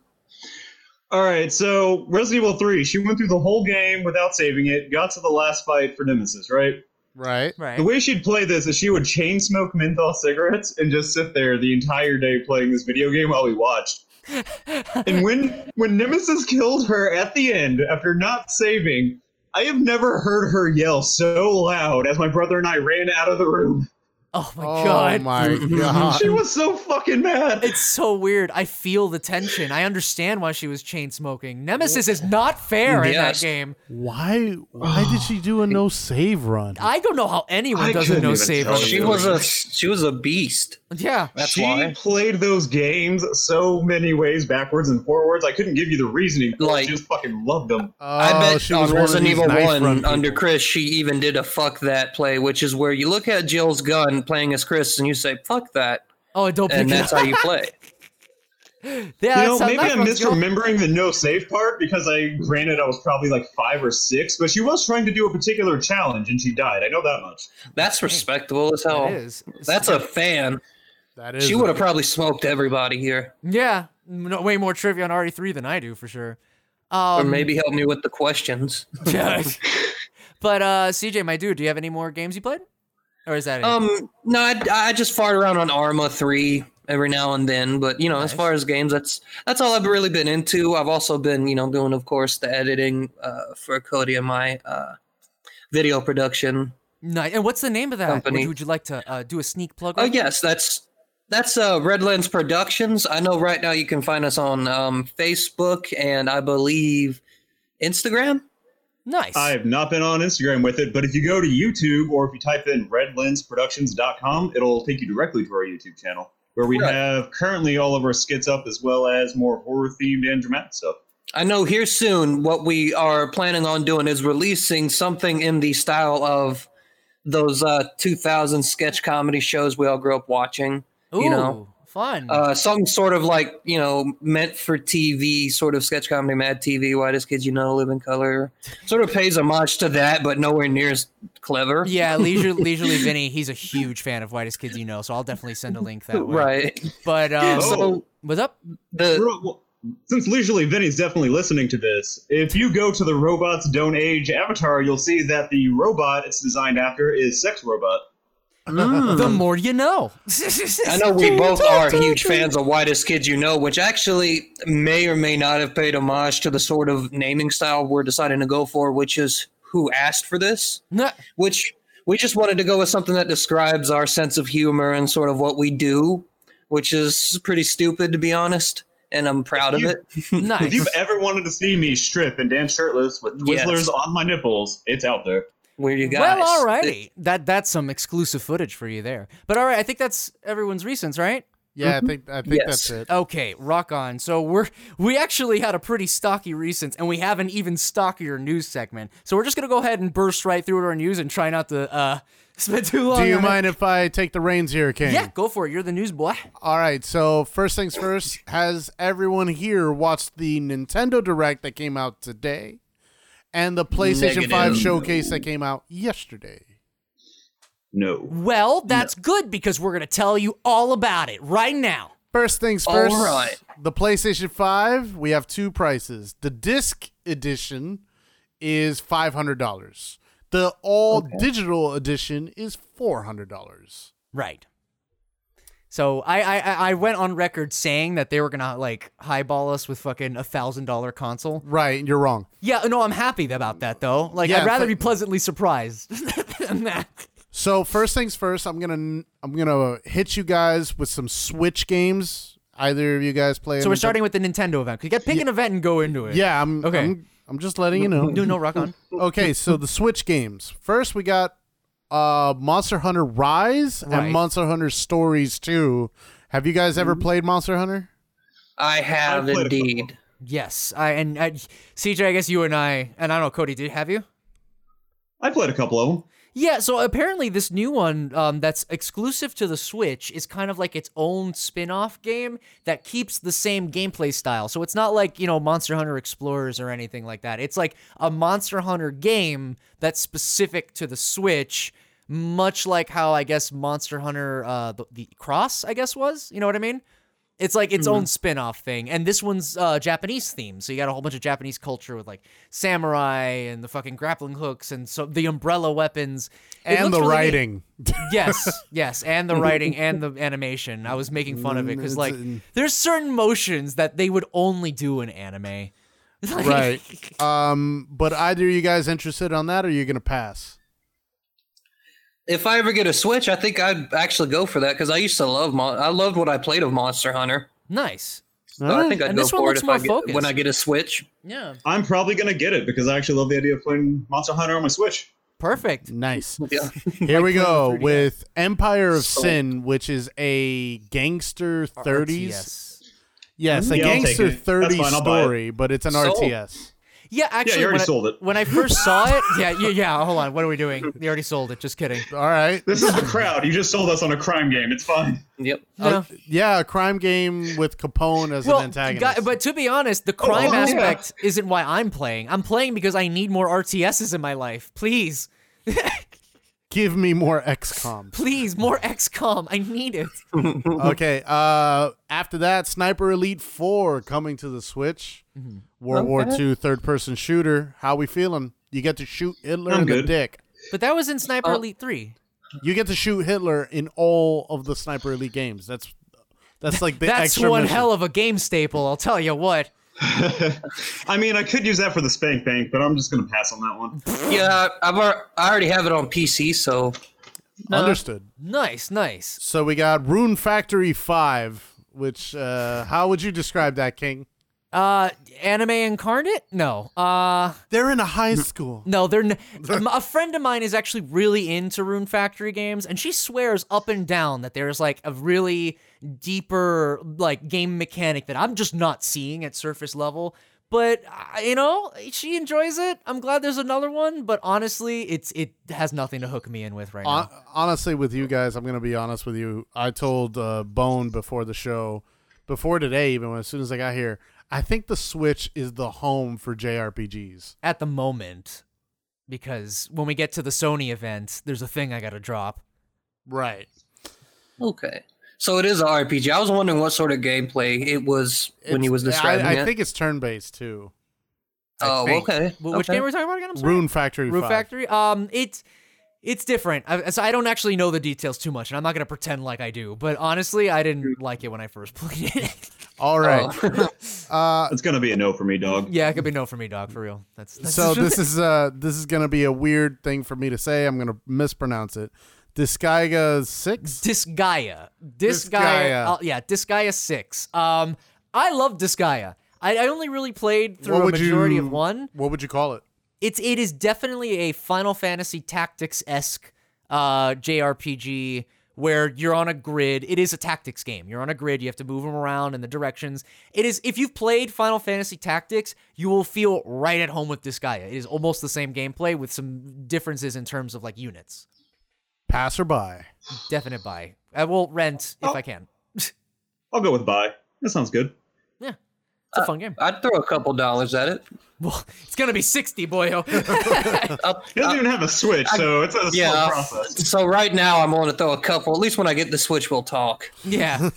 Speaker 4: All right, so Resident Evil 3, she went through the whole game without saving it, got to the last fight for Nemesis, right?
Speaker 2: Right.
Speaker 1: right.
Speaker 4: The way she'd play this is she would chain smoke menthol cigarettes and just sit there the entire day playing this video game while we watched. and when when Nemesis killed her at the end after not saving, I have never heard her yell so loud as my brother and I ran out of the room.
Speaker 1: Oh my
Speaker 2: oh
Speaker 1: god.
Speaker 2: my god.
Speaker 4: She was so fucking mad.
Speaker 1: It's so weird. I feel the tension. I understand why she was chain smoking. Nemesis is not fair in that
Speaker 3: Yes.
Speaker 1: game.
Speaker 2: Why? Why did she do a no save run?
Speaker 1: I don't know how anyone
Speaker 4: I
Speaker 1: doesn't
Speaker 4: couldn't
Speaker 1: know
Speaker 4: even
Speaker 1: save.
Speaker 4: tell
Speaker 1: on the
Speaker 4: you.
Speaker 3: she
Speaker 1: Wii.
Speaker 3: was a she was a beast
Speaker 1: yeah.
Speaker 3: that's
Speaker 4: she
Speaker 3: why
Speaker 4: played those games so many ways backwards and forwards. I couldn't give you the reasoning. for it.
Speaker 3: Like-
Speaker 4: she just fucking loved them.
Speaker 2: Oh,
Speaker 3: I bet
Speaker 2: she was
Speaker 3: on
Speaker 2: one of
Speaker 3: Resident
Speaker 2: these
Speaker 3: Evil
Speaker 2: knife run
Speaker 3: 1
Speaker 2: people.
Speaker 3: under Chris, she even did a fuck that play, which is where you look at Jill's gun playing as Chris and you say, fuck that.
Speaker 1: Oh, don't pick
Speaker 3: And
Speaker 1: it
Speaker 3: that's
Speaker 1: up.
Speaker 3: how you play.
Speaker 1: Yeah,
Speaker 4: you know,
Speaker 1: that's how
Speaker 4: maybe
Speaker 1: knife
Speaker 4: I'm
Speaker 1: runs go.
Speaker 4: misremembering the no save part because I granted I was probably like five or six, but she was trying to do a particular challenge and she died. I know that much.
Speaker 3: That's respectable as hell.
Speaker 1: It is.
Speaker 3: oh, That's a fan.
Speaker 2: That is
Speaker 3: She would have probably smoked everybody here,
Speaker 1: yeah. No, way more trivia on RE3 than I do for sure. Um,
Speaker 3: or maybe help me with the questions.
Speaker 1: Yeah. but uh, CJ, my dude, do you have any more games you played, or is that it?
Speaker 3: Um, no, I, I just fart around on Arma three every now and then, but you know, as
Speaker 1: Nice.
Speaker 3: far as games, that's that's all I've really been into. I've also been, you know, doing, of course, the editing uh, for Cody and my uh, video production
Speaker 1: Nice. And what's the name of that? Would-
Speaker 3: Company.
Speaker 1: Would, you like to uh, do a sneak plug?
Speaker 3: Oh
Speaker 1: on?
Speaker 3: yes, that's that's uh, Redlands Productions. I know right now you can find us on um, Facebook and I believe Instagram.
Speaker 1: Nice.
Speaker 4: I have not been on Instagram with it, but if you go to YouTube or if you type in redlensproductions.com, it'll take you directly to our YouTube channel where we
Speaker 3: Right.
Speaker 4: have currently all of our skits up as well as more horror themed and dramatic stuff.
Speaker 3: I know here soon what we are planning on doing is releasing something in the style of those uh 2000 sketch comedy shows we all grew up watching.
Speaker 1: Ooh,
Speaker 3: you know,
Speaker 1: fun.
Speaker 3: Uh some sort of like, you know, meant for TV sort of sketch comedy mad TV, why does kids you know live in color. Sort of pays homage to that but nowhere near as clever.
Speaker 1: yeah, leisure, leisurely Vinny. He's a huge fan of Whitest Kids You Know, so I'll definitely send a link that way.
Speaker 3: Right.
Speaker 1: But um,
Speaker 3: So
Speaker 1: what's up?
Speaker 3: the
Speaker 4: Ro- well, Since leisurely Vinny's definitely listening to this, if you go to the robots don't age avatar, you'll see that the robot it's designed after is sex robot.
Speaker 3: Mm.
Speaker 1: The more you know.
Speaker 3: I know we both are huge fans of Whitest Kids You Know, which actually may or may not have paid homage to the sort of naming style we're deciding to go for, which is who asked for this,
Speaker 1: No,
Speaker 3: which we just wanted to go with something that describes our sense of humor and sort of what we do, which is pretty stupid, to be honest. And I'm proud of
Speaker 4: You-
Speaker 3: it.
Speaker 1: nice.
Speaker 4: If you've ever wanted to see me strip and dance shirtless with
Speaker 3: Yes.
Speaker 4: Twizzlers on my nipples, it's out there.
Speaker 3: Where you guys?
Speaker 1: Well, alrighty. That that's some exclusive footage for you there. But all right, I think that's everyone's recents, right?
Speaker 2: Yeah, I think I think
Speaker 3: Yes.
Speaker 2: that's it.
Speaker 1: Okay, rock on. So we're we actually had a pretty stocky recents, and we have an even stockier news segment. So we're just gonna go ahead and burst right through our news and try not to uh, spend too long.
Speaker 2: Do you
Speaker 1: on it.
Speaker 2: mind if I take the reins here, King?
Speaker 1: Yeah, go for it. You're the news boy.
Speaker 2: All right. So first things first, has everyone here watched the Nintendo Direct that came out today, and the PlayStation Five
Speaker 3: Negative.
Speaker 2: showcase that came out yesterday?
Speaker 4: No.
Speaker 1: Well, that's good because we're gonna tell you all about it right now.
Speaker 2: First things
Speaker 3: All
Speaker 2: first.
Speaker 3: right.
Speaker 2: The PlayStation 5, we have two prices. The disc edition is $500. The all digital edition is $400.
Speaker 1: Right. So I, I I- I went on record saying that they were gonna like highball us with fucking a thousand dollar console.
Speaker 2: Right, you're wrong.
Speaker 1: Yeah, no, I'm happy about that though. Like
Speaker 2: Yeah,
Speaker 1: I'd rather
Speaker 2: but-
Speaker 1: be pleasantly surprised than that.
Speaker 2: So first things first, I'm going to I'm going to hit you guys with some Switch games. Either of you guys play
Speaker 1: So we're
Speaker 2: Nintendo-
Speaker 1: starting with the Nintendo event. Cause you got pick an event and go into it.
Speaker 2: Yeah, I'm
Speaker 1: Okay.
Speaker 2: I'm, I'm just letting you know.
Speaker 1: No, no, rock on.
Speaker 2: Okay, so the Switch games. First, we got uh Monster Hunter Rise
Speaker 1: Right. Mm-hmm.
Speaker 2: and Monster Hunter Stories 2. Have you guys ever played Monster Hunter?
Speaker 3: I have
Speaker 4: I've played a couple.
Speaker 3: indeed.
Speaker 1: Yes, I and I, CJ. I guess you and I and I don't know, Cody. Did have you?
Speaker 4: I played a couple of them.
Speaker 1: Yeah, so apparently this new one um, that's exclusive to the Switch is kind of like its own spin-off game that keeps the same gameplay style. So it's not like, you know, Monster Hunter Explorers or anything like that. It's like a Monster Hunter game that's specific to the Switch, much like how I guess Monster Hunter uh, the, the Cross, I guess was, you know what I mean? It's like its
Speaker 2: Mm-hmm.
Speaker 1: own spin-off thing. And this one's uh, Japanese themed. So you got a whole bunch of Japanese culture with like samurai and the fucking grappling hooks and so the umbrella weapons It looks
Speaker 2: and the
Speaker 1: really neat.
Speaker 2: writing.
Speaker 1: Yes, yes, and the writing and the animation. I was making fun of it cuz
Speaker 2: It's
Speaker 1: like
Speaker 2: in-
Speaker 1: there's certain motions that they would only do in anime. Like-
Speaker 2: right. Um but either you guys interested on that or you're going to pass.
Speaker 3: If I ever get a Switch, I think I'd actually go for that because I used to love. Mon- I loved what I played of Monster Hunter.
Speaker 1: Nice.
Speaker 3: So I think I'd
Speaker 1: Ah, And
Speaker 3: go
Speaker 1: this one
Speaker 3: for it
Speaker 1: looks
Speaker 3: if I
Speaker 1: more
Speaker 3: get, when
Speaker 1: focused.
Speaker 3: I get a Switch.
Speaker 1: Yeah.
Speaker 4: I'm probably gonna get it because I actually love the idea of playing Monster Hunter on my Switch.
Speaker 1: Perfect.
Speaker 2: Nice.
Speaker 3: Yeah.
Speaker 2: Here we go
Speaker 1: 3DS.
Speaker 2: with Empire of
Speaker 3: So-
Speaker 2: Sin, which is a gangster 30s.
Speaker 1: RTS.
Speaker 2: Yes, a
Speaker 4: Yeah, I'll take
Speaker 2: gangster
Speaker 4: it. That's
Speaker 2: 30s
Speaker 4: fine, I'll buy it.
Speaker 2: story, but it's an
Speaker 3: Sold.
Speaker 2: RTS.
Speaker 1: Yeah, actually
Speaker 4: already
Speaker 1: when I-
Speaker 4: sold it.
Speaker 1: When I first saw it, yeah, yeah, yeah, hold on. What are we doing? They already sold it. Just kidding.
Speaker 2: All right.
Speaker 4: This is the crowd. You just sold us on a crime game. It's fine.
Speaker 3: Yep. Um,
Speaker 1: No.
Speaker 2: Uh, yeah, a crime game with Capone as
Speaker 1: well,
Speaker 2: an antagonist.
Speaker 1: guy- but to be honest, the crime
Speaker 4: oh, yeah.
Speaker 1: aspect isn't why I'm playing. I'm playing because I need more RTSs in my life. Please,
Speaker 2: Give me more XCOM.
Speaker 1: please, more XCOM. I need it.
Speaker 2: okay. Uh, after that, Sniper Elite Four coming to the Switch.
Speaker 4: Mm-hmm.
Speaker 2: World War II third-person shooter. How we feeling? You get to shoot Hitler
Speaker 4: I'm
Speaker 2: in the
Speaker 4: good.
Speaker 2: dick.
Speaker 1: But that was in Sniper
Speaker 3: Uh,
Speaker 1: Elite
Speaker 2: e-,
Speaker 1: Three.
Speaker 2: You get to shoot Hitler in all of the Sniper Elite games. That's that's like the
Speaker 1: That's
Speaker 2: extra
Speaker 1: one
Speaker 2: mission.
Speaker 1: hell of a game staple. I'll tell you what.
Speaker 4: I mean, I could use that for the spank bank, but I'm just gonna pass on that one.
Speaker 3: Yeah, I've al- I already have it on PC, so
Speaker 2: Understood.
Speaker 1: Nice, nice.
Speaker 2: So we got Rune Factory Five, which uh, how would you describe that, King?
Speaker 1: Uh, anime incarnate? No. Uh,
Speaker 2: They're in a high school.
Speaker 1: no, they're. N- a friend of mine is actually really into Rune Factory games, and she swears up and down that there's like a really deeper like game mechanic that I'm just not seeing at surface level. But uh, you know, she enjoys it. I'm glad there's another one, but honestly, it's it has nothing to hook me in with right now.
Speaker 2: Hon- honestly, with you guys, I'm gonna be honest with you. I told uh, Bone before the show, before today, even when, as soon as I got here, I think the Switch is the home for JRPGs.
Speaker 1: at the moment because when we get to the Sony event, there's a thing I got to drop.
Speaker 2: Right.
Speaker 3: Okay. So it is a RPG. I was wondering what sort of gameplay it was when he was describing
Speaker 2: I,
Speaker 3: it.
Speaker 2: I think it's turn-based too. I
Speaker 3: oh,
Speaker 2: think.
Speaker 3: okay.
Speaker 1: Wh- Which
Speaker 3: okay.
Speaker 1: game were we talking about again? I'm sorry.
Speaker 2: Rune Factory.
Speaker 1: Rune
Speaker 2: 5.
Speaker 1: Factory. Um, it's it's different. I, so I don't actually know the details too much, and I'm not gonna pretend like I do. But honestly, I didn't like it when I first played it.
Speaker 2: All right.
Speaker 3: Oh.
Speaker 2: Uh,
Speaker 4: It's gonna be a no for me, dog.
Speaker 1: yeah, it could be no for me, dog. For real. That's, that's
Speaker 2: so this is uh this is gonna be a weird thing for me to say. I'm gonna mispronounce it. Discaiga six.
Speaker 1: Disgaea. Disgaea.
Speaker 2: Disgaea.
Speaker 1: uh, yeah, Disgaea six. Um, I love Disgaea. I, I only really played through
Speaker 2: What
Speaker 1: a
Speaker 2: would
Speaker 1: majority
Speaker 2: you-
Speaker 1: of one.
Speaker 2: What would you call it?
Speaker 1: it's it is definitely a Final Fantasy Tactics esque uh, JRPG where you're on a grid. It is a tactics game. You're on a grid. You have to move them around in the directions. It is if you've played Final Fantasy Tactics, you will feel right at home with this guy. It is almost the same gameplay with some differences in terms of like units.
Speaker 2: Passerby.
Speaker 1: Definite buy. I will rent if I can.
Speaker 4: I'll go with bye. That sounds good.
Speaker 1: It's a fun game.
Speaker 3: I'd throw a couple dollars at it.
Speaker 1: Well, it's gonna be sixty, boyo.
Speaker 3: Up-
Speaker 4: He doesn't
Speaker 3: up-
Speaker 4: even have a switch, so it's a slow
Speaker 3: yeah.
Speaker 4: process.
Speaker 3: So right now I'm willing to throw a couple. At least when I get the Switch, we'll talk.
Speaker 1: yeah.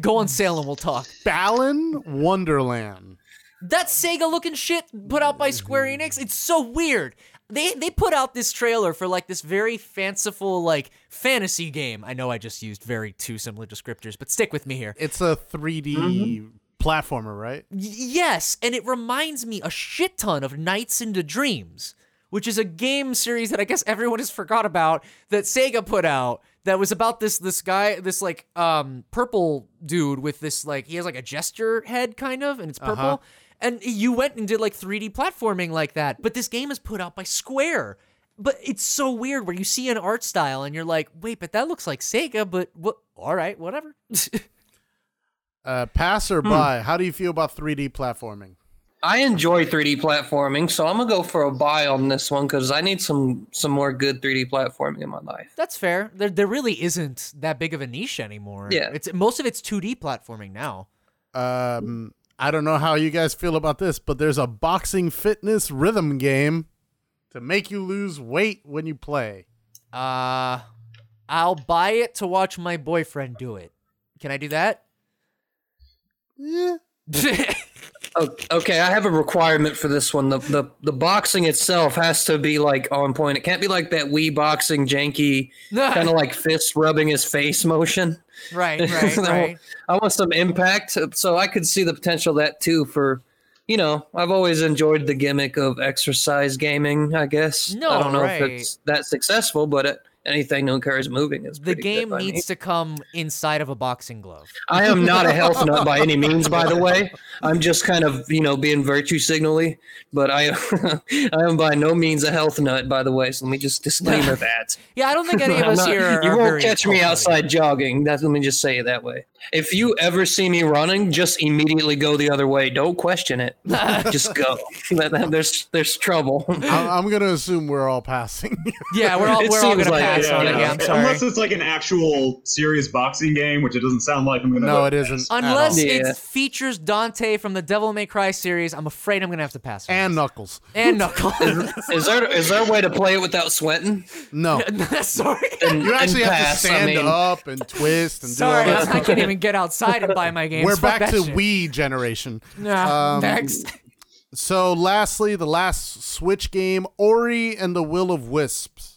Speaker 1: Go on sale and we'll talk.
Speaker 2: Balan Wonderland.
Speaker 1: That Sega looking shit put out by Square Enix, it's so weird. They they put out this trailer for like this very fanciful like fantasy game. I know I just used very two similar descriptors, but stick with me here.
Speaker 2: It's a 3D platformer, right?
Speaker 1: Mm-hmm. Y- yes, and it reminds me a shit ton of Nights into Dreams, which is a game series that I guess everyone has forgot about that Sega put out that was about this this guy this like um purple dude with this like he has like a gesture head kind of and it's purple. And you went and did like 3D platforming like that, but this game is put out by Square. But it's so weird where you see an art style and you're like, wait, but that looks like Sega, but what? All right, whatever.
Speaker 2: Uh, passerby.
Speaker 1: Hmm.
Speaker 2: How do you feel about 3D platforming?
Speaker 3: I enjoy 3D platforming, so I'm gonna go for a buy on this one because I need some some more good 3D platforming in my life.
Speaker 1: That's fair. There, there really isn't that big of a niche anymore.
Speaker 3: Yeah.
Speaker 1: it's most of it's 2D platforming now.
Speaker 2: Um, I don't know how you guys feel about this, but there's a boxing fitness rhythm game to make you lose weight when you play.
Speaker 1: Uh, I'll buy it to watch my boyfriend do it. Can I do that?
Speaker 2: Eh,
Speaker 3: O- Okay, I have a requirement for this one. The, the the boxing itself has to be like on point. It can't be like that Wii boxing janky kind of like fist rubbing his face motion.
Speaker 1: right, right,
Speaker 3: No.
Speaker 1: right.
Speaker 3: I want some impact, so I could see the potential of that too. For you know, I've always enjoyed the gimmick of exercise gaming. I guess
Speaker 1: No,
Speaker 3: I don't know
Speaker 1: right.
Speaker 3: if it's that successful, but it, anything to encourage moving is
Speaker 1: The
Speaker 3: pretty
Speaker 1: game
Speaker 3: good by me.
Speaker 1: needs to come inside of a boxing glove.
Speaker 3: I am not a health nut by any means, by the way. I'm just kind of, you know, being virtue signally, but I, I am by no means a health nut, by the way. So let me just disclaimer that.
Speaker 1: Yeah, I don't think any of
Speaker 3: I'm
Speaker 1: us
Speaker 3: not-
Speaker 1: here. Are very
Speaker 3: you won't catch me
Speaker 1: health-minded.
Speaker 3: outside jogging. That's let me just say it that way. If you ever see me running, just immediately go the other way. Don't question it. just go. there's there's trouble.
Speaker 2: I- I'm gonna assume we're all passing.
Speaker 1: Yeah, we're all
Speaker 3: It
Speaker 1: we're all
Speaker 3: seems
Speaker 1: gonna
Speaker 3: like it,
Speaker 1: pass on it. Yeah, I'm sorry.
Speaker 4: Unless it's like an actual serious boxing game, which it doesn't sound like I'm gonna.
Speaker 2: no, it isn't. at
Speaker 1: Unless
Speaker 2: all.
Speaker 1: it
Speaker 3: Yeah.
Speaker 1: features Dante from the Devil May Cry series, I'm afraid I'm gonna have to pass. on
Speaker 2: and
Speaker 1: this.
Speaker 2: Knuckles.
Speaker 1: and Knuckles.
Speaker 3: Is there is there a way to play it without sweating?
Speaker 2: No,
Speaker 1: Sorry.
Speaker 3: And,
Speaker 2: you actually
Speaker 3: and
Speaker 2: have
Speaker 3: pass,
Speaker 2: to
Speaker 3: I
Speaker 2: stand
Speaker 3: mean.
Speaker 2: up and twist and
Speaker 1: Sorry,
Speaker 2: do all
Speaker 1: I,
Speaker 2: that.
Speaker 1: I can't even get outside and buy my games.
Speaker 2: We're
Speaker 1: Fuck
Speaker 2: back
Speaker 1: that
Speaker 2: to
Speaker 1: shit.
Speaker 2: Wii generation.
Speaker 1: Nah,
Speaker 2: um,
Speaker 1: next.
Speaker 2: So, lastly, the last Switch game, Ori and the Will of Wisps.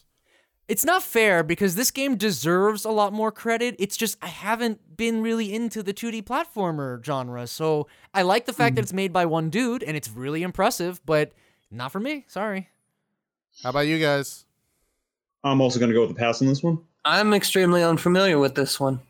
Speaker 1: It's not fair because this game deserves a lot more credit. It's just I haven't been really into the 2D platformer genre. So I like the
Speaker 2: Hmm.
Speaker 1: fact that it's made by one dude and it's really impressive, but not for me. Sorry.
Speaker 2: How about you guys?
Speaker 4: I'm also gonna go with the pass on this one.
Speaker 3: I'm extremely unfamiliar with this one.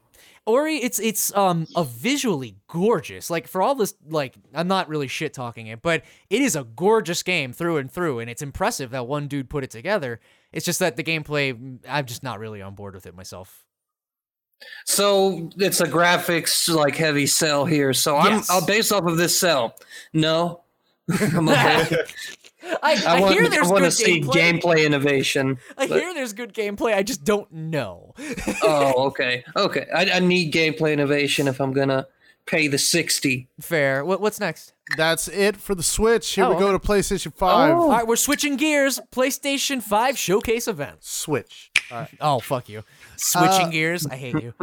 Speaker 1: Ori, it's it's um a visually gorgeous. Like for all this, like I'm not really shit talking it, but it is a gorgeous game through and through, and it's impressive that one dude put it together. It's just that the gameplay, mm, I'm just not really on board with it myself.
Speaker 3: So it's a graphics like heavy sell here. So
Speaker 1: Yes.
Speaker 3: I'm I'll based off of this sell. No, I'm okay.
Speaker 1: I, I,
Speaker 3: I want,
Speaker 1: hear there's
Speaker 3: I want to
Speaker 1: good
Speaker 3: see
Speaker 1: gameplay.
Speaker 3: gameplay innovation.
Speaker 1: I
Speaker 3: but-
Speaker 1: hear there's good gameplay. I just don't know.
Speaker 3: oh, okay, okay. I, I need gameplay innovation if I'm gonna pay the sixty.
Speaker 1: Fair. What, what's next?
Speaker 2: That's it for the Switch. Here we
Speaker 1: Oh,
Speaker 2: go to PlayStation 5.
Speaker 1: All right, we're switching gears. PlayStation 5 showcase events.
Speaker 2: Switch. All right.
Speaker 1: Oh, fuck you. Switching
Speaker 2: Uh,
Speaker 1: gears. I hate you.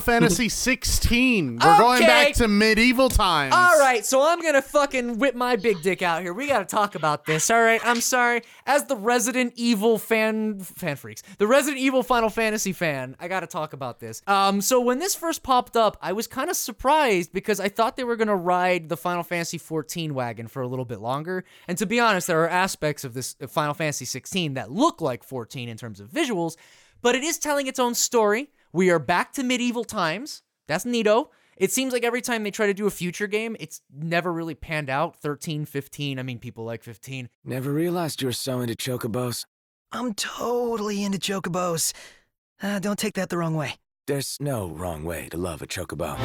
Speaker 2: Fantasy 16. We're going
Speaker 1: Okay.
Speaker 2: back to medieval times.
Speaker 1: All right, so I'm gonna fucking whip my big dick out here. We gotta talk about this. All right, I'm sorry. As the Resident Evil fan fan freaks, the Resident Evil Final Fantasy fan, I gotta talk about this. Um, so when this first popped up, I was kind of surprised because I thought they were gonna ride the Final Fantasy 14 wagon for a little bit longer. And to be honest, there are aspects of this of Final Fantasy 16 that look like 14 in terms of visuals, but it is telling its own story. We are back to medieval times. That's neato. It seems like every time they try to do a future game, it's never really panned out. 13, 15, I mean, people like 15.
Speaker 5: Never realized you were so into chocobos.
Speaker 6: I'm totally into chocobos. Uh, don't take that the wrong way.
Speaker 5: There's no wrong way to love a chocobo.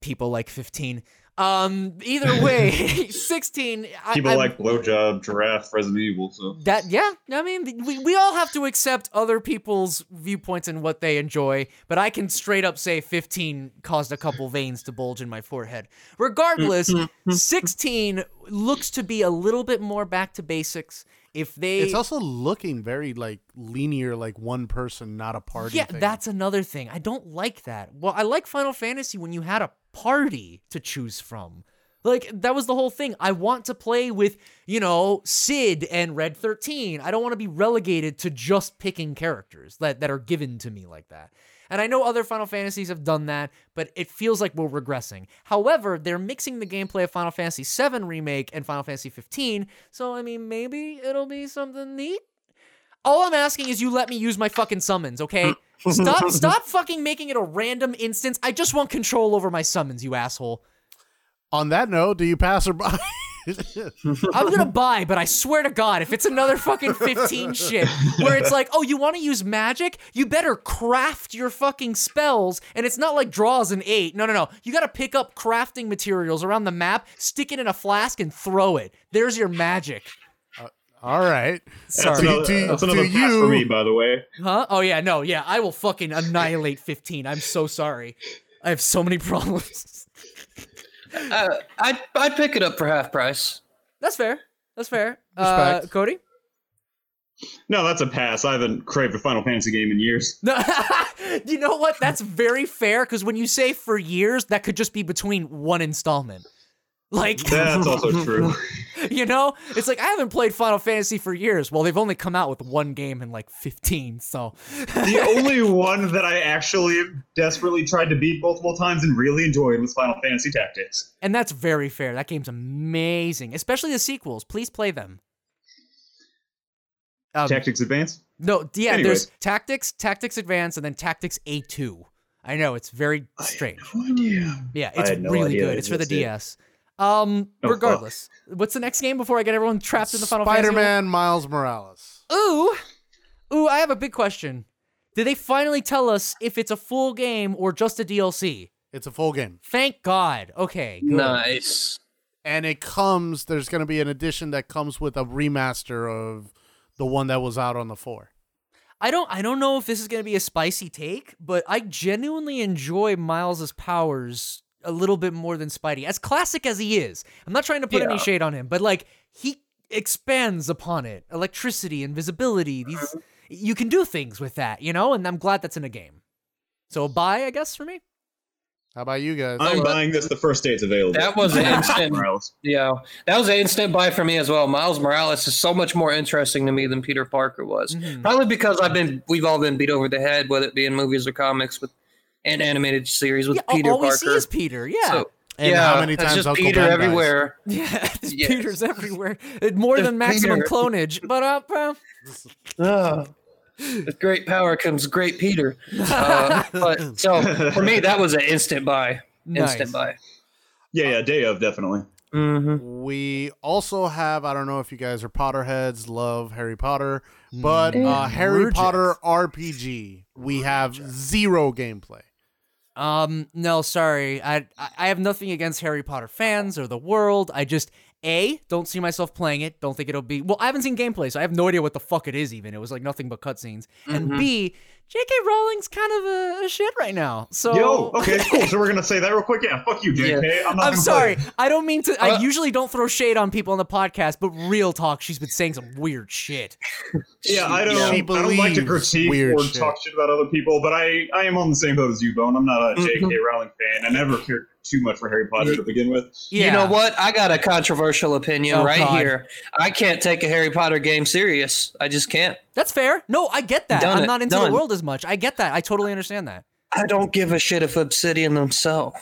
Speaker 1: People like 15. Um, either way, 16. I-
Speaker 4: People
Speaker 1: I'm-
Speaker 4: like blowjob, giraffe, Resident Evil. So
Speaker 1: that. Yeah, I mean, we, we all have to accept other people's viewpoints and what they enjoy, but I can straight up say 15 caused a couple veins to bulge in my forehead. Regardless, 16 looks to be a little bit more back to basics. If they.
Speaker 2: It's also looking very like linear, like one person, not a party.
Speaker 1: Yeah,
Speaker 2: thing.
Speaker 1: that's another thing. I don't like that. Well, I like Final Fantasy when you had a party to choose from. Like that was the whole thing. I want to play with, you know, Sid and Red 13. I don't want to be relegated to just picking characters that, that are given to me like that. And I know other Final Fantasies have done that, but it feels like we're regressing. However, they're mixing the gameplay of Final Fantasy VII Remake and Final Fantasy 15, so I mean, maybe it'll be something neat. All I'm asking is you let me use my fucking summons, okay? Stop stop fucking making it a random instance. I just want control over my summons, you asshole.
Speaker 2: On that note, do you pass her by?
Speaker 1: I'm gonna buy, but I swear to God, if it's another fucking 15 shit where it's like, oh, you wanna use magic? You better craft your fucking spells. And it's not like draws an eight. No, no, no. You gotta pick up crafting materials around the map, stick it in a flask, and throw it. There's your magic.
Speaker 2: All right.
Speaker 4: that's
Speaker 1: Sorry.
Speaker 2: Do-
Speaker 4: another,
Speaker 2: do-
Speaker 4: that's another
Speaker 2: do
Speaker 4: pass
Speaker 2: you-
Speaker 4: for me, by the way.
Speaker 1: Huh? Oh yeah, no, yeah. I will fucking annihilate 15. I'm so sorry. I have so many problems.
Speaker 3: Uh, I'd I'd pick it up for half price.
Speaker 1: That's fair. That's fair. Uh,
Speaker 2: Respect.
Speaker 1: Cody?
Speaker 4: No, that's a pass. I haven't craved a Final Fantasy game in years.
Speaker 1: No, you know what? That's very fair because when you say for years, that could just be between one installment. Like,
Speaker 4: That's also true.
Speaker 1: you know, it's like I haven't played Final Fantasy for years. Well, they've only come out with one game in like 15, so
Speaker 4: the only one that I actually desperately tried to beat multiple times and really enjoyed was Final Fantasy Tactics.
Speaker 1: and that's very fair. That game's amazing, especially the sequels. Please play them. Um,
Speaker 4: Tactics Advance.
Speaker 1: no, yeah,
Speaker 4: Anyway.
Speaker 1: there's Tactics, Tactics Advance, and then Tactics A2. I know it's very strange.
Speaker 4: No idea.
Speaker 1: Yeah,
Speaker 4: I
Speaker 1: it's
Speaker 4: had no
Speaker 1: really
Speaker 4: idea
Speaker 1: good.
Speaker 4: it
Speaker 1: It's for the
Speaker 4: existed.
Speaker 1: DS. Um,
Speaker 4: Oh, fuck.
Speaker 1: regardless, what's the next game before I get everyone trapped in the Final
Speaker 2: Spider
Speaker 1: Fantasy?
Speaker 2: Man Miles Morales.
Speaker 1: Ooh, ooh, I have a big question. Did they finally tell us if it's a full game or just a DLC?
Speaker 2: It's a full game.
Speaker 1: Thank God. Okay. good.
Speaker 3: Nice.
Speaker 2: And it comes, there's going to be an edition that comes with a remaster of the one that was out on the 4.
Speaker 1: I don't. I don't know if this is gonna be a spicy take, but I genuinely enjoy Miles's powers a little bit more than Spidey. As classic as he is, I'm not trying to put any
Speaker 3: Yeah.
Speaker 1: shade on him, but like he expands upon it. Electricity, invisibility.
Speaker 3: Uh-huh.
Speaker 1: These you can do things with that, you know. And I'm glad that's in a game. So a buy, I guess, for me.
Speaker 2: How about you guys?
Speaker 3: Uh,
Speaker 4: I'm buying this the first day it's available.
Speaker 3: That was an instant.
Speaker 4: Morales.
Speaker 3: Yeah, that was an instant buy for me as well. Miles Morales is so much more interesting to me than Peter Parker
Speaker 1: Mm-hmm.
Speaker 3: was. Mm-hmm. Probably because I've been, we've all been beat over the head, whether it be in movies or comics, with an animated series with
Speaker 1: Yeah, all-
Speaker 3: Peter
Speaker 1: all we
Speaker 3: Parker.
Speaker 1: see is Peter. Yeah.
Speaker 3: So
Speaker 2: And
Speaker 3: yeah,
Speaker 2: how many
Speaker 3: it's
Speaker 2: times
Speaker 3: just
Speaker 2: Uncle
Speaker 3: Peter
Speaker 2: Ben dies.
Speaker 3: everywhere.
Speaker 1: Yeah, there's
Speaker 3: Yes.
Speaker 1: Peter's everywhere. Uh, More
Speaker 3: There's
Speaker 1: than maximum
Speaker 3: Peter.
Speaker 1: clonage. But uh, well,
Speaker 3: Ugh.
Speaker 1: Hmm.
Speaker 3: With great power comes great Peter. Uh, but so for me, that was an instant buy.
Speaker 1: nice.
Speaker 3: Instant buy.
Speaker 4: Yeah, yeah, day of definitely.
Speaker 3: Mm-hmm.
Speaker 2: We also have, I don't know if you guys are Potterheads, love Harry Potter, but uh, Harry
Speaker 1: Gorgeous.
Speaker 2: Potter RPG, we have zero gameplay.
Speaker 1: Um, no, sorry. I I I have nothing against Harry Potter fans or the world. I just a don't see myself playing it. Don't think it'll be well. I haven't seen gameplay, so I have no idea what the fuck it is. Even it was like nothing but cutscenes.
Speaker 3: Mm-hmm.
Speaker 1: And b J.K. Rowling's kind of a, a shit right now. So
Speaker 4: Yo, okay, cool. So we're gonna say that real quick. Yeah, fuck you, JK. I'm not.
Speaker 1: I'm
Speaker 4: gonna
Speaker 1: sorry.
Speaker 4: play
Speaker 1: I don't mean to. I
Speaker 3: Uh,
Speaker 1: usually don't throw shade on people on the podcast, but real talk, she's been saying some weird shit.
Speaker 4: it. Yeah, I don't.
Speaker 2: She
Speaker 4: I don't like to
Speaker 2: believes
Speaker 4: critique
Speaker 2: weird
Speaker 4: or
Speaker 2: shit.
Speaker 4: talk shit about other people, but I, I am on the same boat as you, Bone. I'm not a JK Rowling fan. I never cared too much for Harry Potter to begin with.
Speaker 1: Yeah.
Speaker 3: You know what? I got a controversial opinion
Speaker 1: Oh,
Speaker 3: right
Speaker 1: God.
Speaker 3: here. I can't take a Harry Potter game serious. I just can't.
Speaker 1: That's fair. No, I get that.
Speaker 3: Done
Speaker 1: I'm
Speaker 3: it.
Speaker 1: not into
Speaker 3: Done.
Speaker 1: the world as much. I get that. I totally understand that.
Speaker 3: I don't give a shit if Obsidian themselves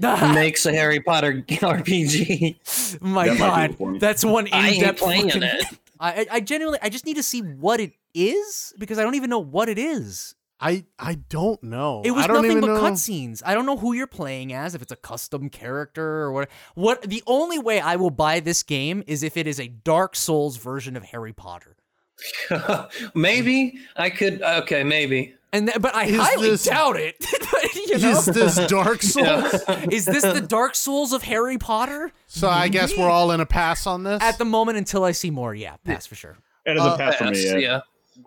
Speaker 3: makes a Harry Potter RPG.
Speaker 1: My
Speaker 4: That might do it for
Speaker 1: God,
Speaker 4: me.
Speaker 1: that's one
Speaker 3: I ain't
Speaker 1: in-depth
Speaker 3: playing
Speaker 1: fucking-
Speaker 3: it.
Speaker 1: I, I- I genuinely, I just need to see what it is because I don't even know what it is.
Speaker 2: I I don't know.
Speaker 1: It was
Speaker 2: Oh, I don't
Speaker 1: nothing
Speaker 2: even
Speaker 1: but
Speaker 2: know.
Speaker 1: cutscenes. I don't know who you're playing as, if it's a custom character or what. What the only way I will buy this game is if it is a Dark Souls version of Harry Potter.
Speaker 3: maybe I could. Okay, maybe.
Speaker 1: And th- but I
Speaker 2: Is
Speaker 1: highly
Speaker 2: this-
Speaker 1: doubt it. But, you know,
Speaker 2: Is this Dark Souls?
Speaker 1: is this the Dark Souls of Harry Potter?
Speaker 2: So I guess we're all in a pass on this.
Speaker 1: At the moment, until I see more, yeah, pass for sure.
Speaker 4: That is a pass for me.
Speaker 3: Yes,
Speaker 4: Yeah.
Speaker 3: yeah.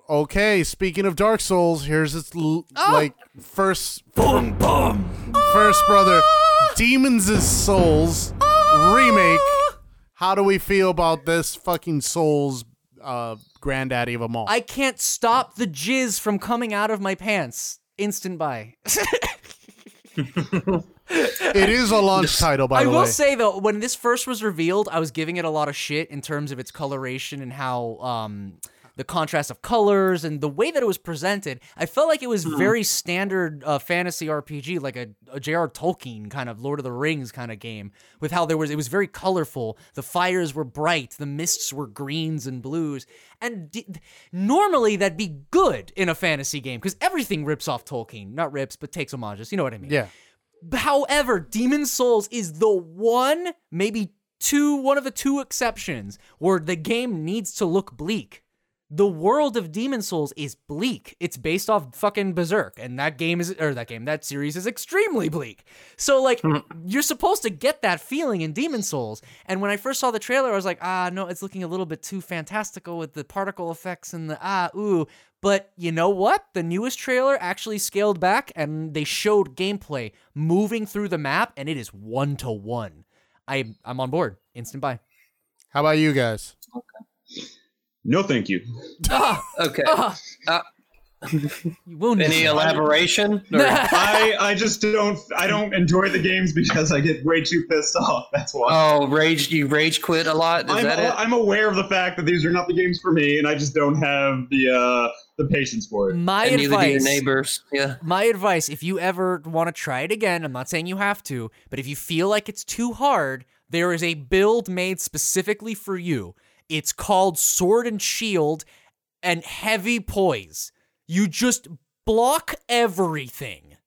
Speaker 2: okay, speaking of Dark Souls, here's its l-
Speaker 1: Oh!
Speaker 2: like first
Speaker 1: Boom, boom.
Speaker 2: first brother,
Speaker 1: Oh!
Speaker 2: Demons is Souls remake. How do we feel about this fucking Souls uh granddaddy of them all?
Speaker 1: I can't stop the jizz from coming out of my pants. Instant buy.
Speaker 2: it is a launch title by
Speaker 1: I
Speaker 2: the
Speaker 1: will
Speaker 2: way.
Speaker 1: say though, when this first was revealed, I was giving it a lot of shit in terms of its coloration and how um, the contrast of colors and the way that it was presented. I felt like it was
Speaker 2: Hmm.
Speaker 1: very standard uh, fantasy RPG, like a, a J.R. Tolkien kind of Lord of the Rings kind of game, with how there was it was very colorful. The fires were bright, the mists were greens and blues, and d- normally that'd be good in a fantasy game because everything rips off Tolkien, not rips, but takes homages. You know what I mean?
Speaker 2: yeah.
Speaker 1: However, Demon Souls is the one, maybe two, one of the two exceptions where the game needs to look bleak. The world of Demon Souls is bleak. It's based off fucking Berserk, and that game is, or that game, that series is extremely bleak. So, like, you're supposed to get that feeling in Demon Souls. And when I first saw the trailer, I was like, ah, no, it's looking a little bit too fantastical with the particle effects and the ah, ooh. But you know what? The newest trailer actually scaled back and they showed gameplay moving through the map and it is one to one. I I'm on board. Instant buy.
Speaker 2: How about you guys?
Speaker 4: No, thank you.
Speaker 3: Okay.
Speaker 1: Ah.
Speaker 3: Uh,
Speaker 1: You will
Speaker 3: Any
Speaker 1: need
Speaker 3: elaboration? Or-
Speaker 4: I, I just don't. I don't enjoy the games because I get way too pissed off. That's why.
Speaker 3: oh, rage! You rage quit a lot. Is
Speaker 4: I'm,
Speaker 3: that it?
Speaker 4: I'm aware of the fact that these are not the games for me, and I just don't have the uh, the patience for it.
Speaker 1: my
Speaker 3: and neither do your
Speaker 1: advice.
Speaker 3: neighbors. Yeah.
Speaker 1: My advice, if you ever want to try it again, I'm not saying you have to, but if you feel like it's too hard, there is a build made specifically for you. It's called Sword and Shield and Heavy Poise. You just block everything.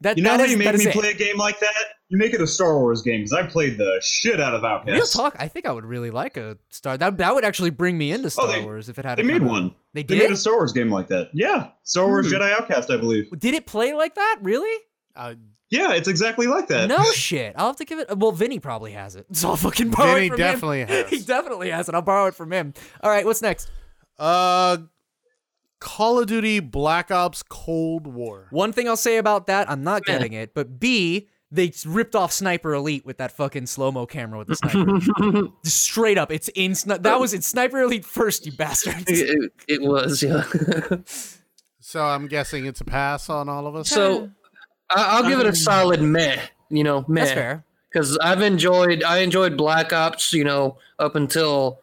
Speaker 1: that,
Speaker 4: You know
Speaker 1: that
Speaker 4: how
Speaker 1: is-
Speaker 4: you
Speaker 1: that
Speaker 4: make
Speaker 1: is
Speaker 4: me
Speaker 1: it.
Speaker 4: play a game like that? You make it a Star Wars game because I played the shit out of Outcast.
Speaker 1: Real talk, I think I would really like a Star. That that would actually bring me into Star
Speaker 4: Oh, they-
Speaker 1: Wars if it had.
Speaker 4: They
Speaker 1: a
Speaker 4: made
Speaker 1: kind of-
Speaker 4: one.
Speaker 1: They did.
Speaker 4: They
Speaker 1: Hmm.
Speaker 4: made a Star Wars game like that. Yeah, Star Wars Jedi Outcast, I believe.
Speaker 1: did it play like that? Really?
Speaker 2: Uh,
Speaker 4: Yeah, it's exactly like that.
Speaker 1: No shit. I'll have to give it. Well, Vinny probably has it. So I'll fucking borrow
Speaker 2: Vinny
Speaker 1: it from
Speaker 2: definitely
Speaker 1: him.
Speaker 2: has.
Speaker 1: he definitely has it. I'll borrow it from him. All right, what's next?
Speaker 2: uh Call of Duty Black Ops Cold War.
Speaker 1: One thing I'll say about that, I'm not getting it. But B, they s- ripped off Sniper Elite with that fucking slow mo camera with the sniper. Just Straight up, it's in. Sni- That was in Sniper Elite first, you bastards.
Speaker 3: It, it- it was. Yeah.
Speaker 2: So I'm guessing it's a pass on all of us.
Speaker 3: so I, I'll give it a solid meh. You know, meh.
Speaker 1: Um, That's fair.
Speaker 3: because I've enjoyed I enjoyed Black Ops, you know, up until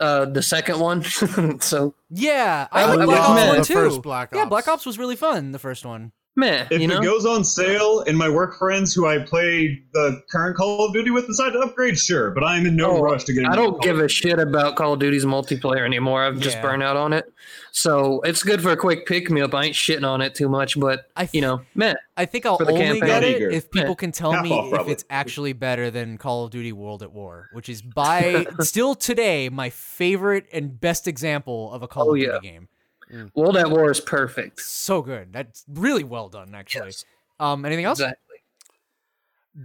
Speaker 3: uh the second one. so
Speaker 1: Yeah, I, like
Speaker 3: was
Speaker 1: Black Ops
Speaker 3: meh.
Speaker 1: one
Speaker 2: The
Speaker 1: too.
Speaker 2: first Black
Speaker 1: Yeah, Black
Speaker 2: Ops.
Speaker 1: Ops was really fun. The first one.
Speaker 3: meh.
Speaker 4: If
Speaker 3: you know?
Speaker 4: it goes on sale and my work friends who I play the current Call of Duty with decide to upgrade, sure, but I'm in no
Speaker 3: Oh,
Speaker 4: rush to get.
Speaker 3: I
Speaker 4: another
Speaker 3: don't
Speaker 4: Call
Speaker 3: give
Speaker 4: of
Speaker 3: a
Speaker 4: Duty.
Speaker 3: shit about Call of Duty's multiplayer anymore. I've just
Speaker 1: Yeah.
Speaker 3: burned out on it. So it's good for a quick pick me up. I ain't shitting on it too much, but
Speaker 1: I f-
Speaker 3: you know, meh.
Speaker 1: I think I'll
Speaker 3: for the
Speaker 1: only
Speaker 3: campaign.
Speaker 1: get
Speaker 4: Not
Speaker 1: it
Speaker 4: eager.
Speaker 1: if people
Speaker 3: Yeah.
Speaker 1: can tell
Speaker 4: Half
Speaker 1: me
Speaker 4: off,
Speaker 1: if
Speaker 4: probably.
Speaker 1: it's actually better than Call of Duty World at War, which is by still today my favorite and best example of a Call
Speaker 3: Oh,
Speaker 1: of Duty
Speaker 3: yeah.
Speaker 1: game.
Speaker 3: World at War is perfect.
Speaker 1: So good. That's really well done, actually. Um, anything else?
Speaker 3: Exactly.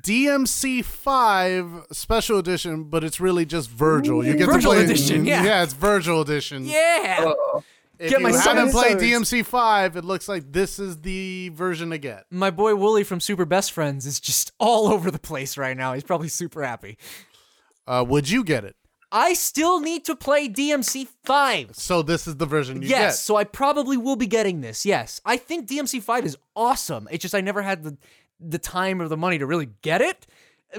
Speaker 2: DMC five special edition, but it's really just Virgil. You get
Speaker 1: Virgil
Speaker 2: to play,
Speaker 1: edition, yeah.
Speaker 2: yeah, it's Virgil edition.
Speaker 1: Yeah.
Speaker 3: Oh,
Speaker 2: if
Speaker 1: get
Speaker 2: you
Speaker 1: my
Speaker 2: haven't
Speaker 1: swords.
Speaker 2: played DMC five, it looks like this is the version to get.
Speaker 1: my boy Wooly from Super Best Friends is just all over the place right now. He's probably super happy.
Speaker 2: Uh, would you get it?
Speaker 1: I still need to play DMC 5.
Speaker 2: So this is the version you
Speaker 1: Yes, so I probably will be getting this. Yes. I think DMC 5 is awesome. It's just I never had the the time or the money to really get it,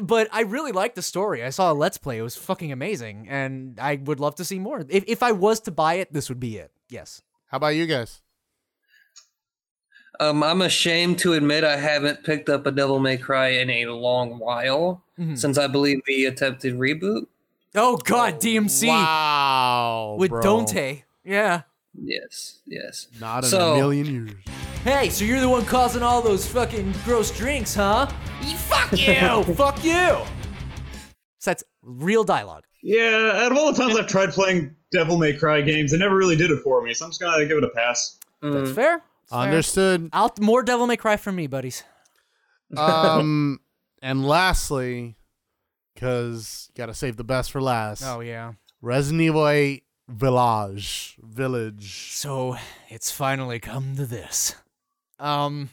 Speaker 1: but I really liked the story. I saw a let's play. It was fucking amazing and I would love to see more. If if I was to buy it, this would be it. Yes.
Speaker 2: get. How about you guys?
Speaker 3: um, I'm ashamed to admit I haven't picked up a Devil May Cry in a long while
Speaker 1: Mhm.
Speaker 3: since I believe the attempted reboot.
Speaker 1: Oh god, DMC
Speaker 2: Wow,
Speaker 1: with
Speaker 2: bro.
Speaker 1: Dante. Yeah.
Speaker 3: Yes, yes.
Speaker 2: Not in
Speaker 3: So-
Speaker 2: a million years.
Speaker 1: Hey, so you're the one causing all those fucking gross drinks, huh? Ye- Fuck you! Fuck you! So that's real dialogue.
Speaker 4: Yeah, out of all the times I've tried playing Devil May Cry games, they never really did it for me, so I'm just gonna give it a pass.
Speaker 1: That's fair.
Speaker 2: Mm-hmm.
Speaker 1: That's fair.
Speaker 2: Understood.
Speaker 1: I'll, more Devil May Cry for me, buddies.
Speaker 2: Um, and lastly, because gotta save the best for last.
Speaker 1: yeah.
Speaker 2: Resident Evil 8 Village. Village.
Speaker 1: So it's finally come to this. Um.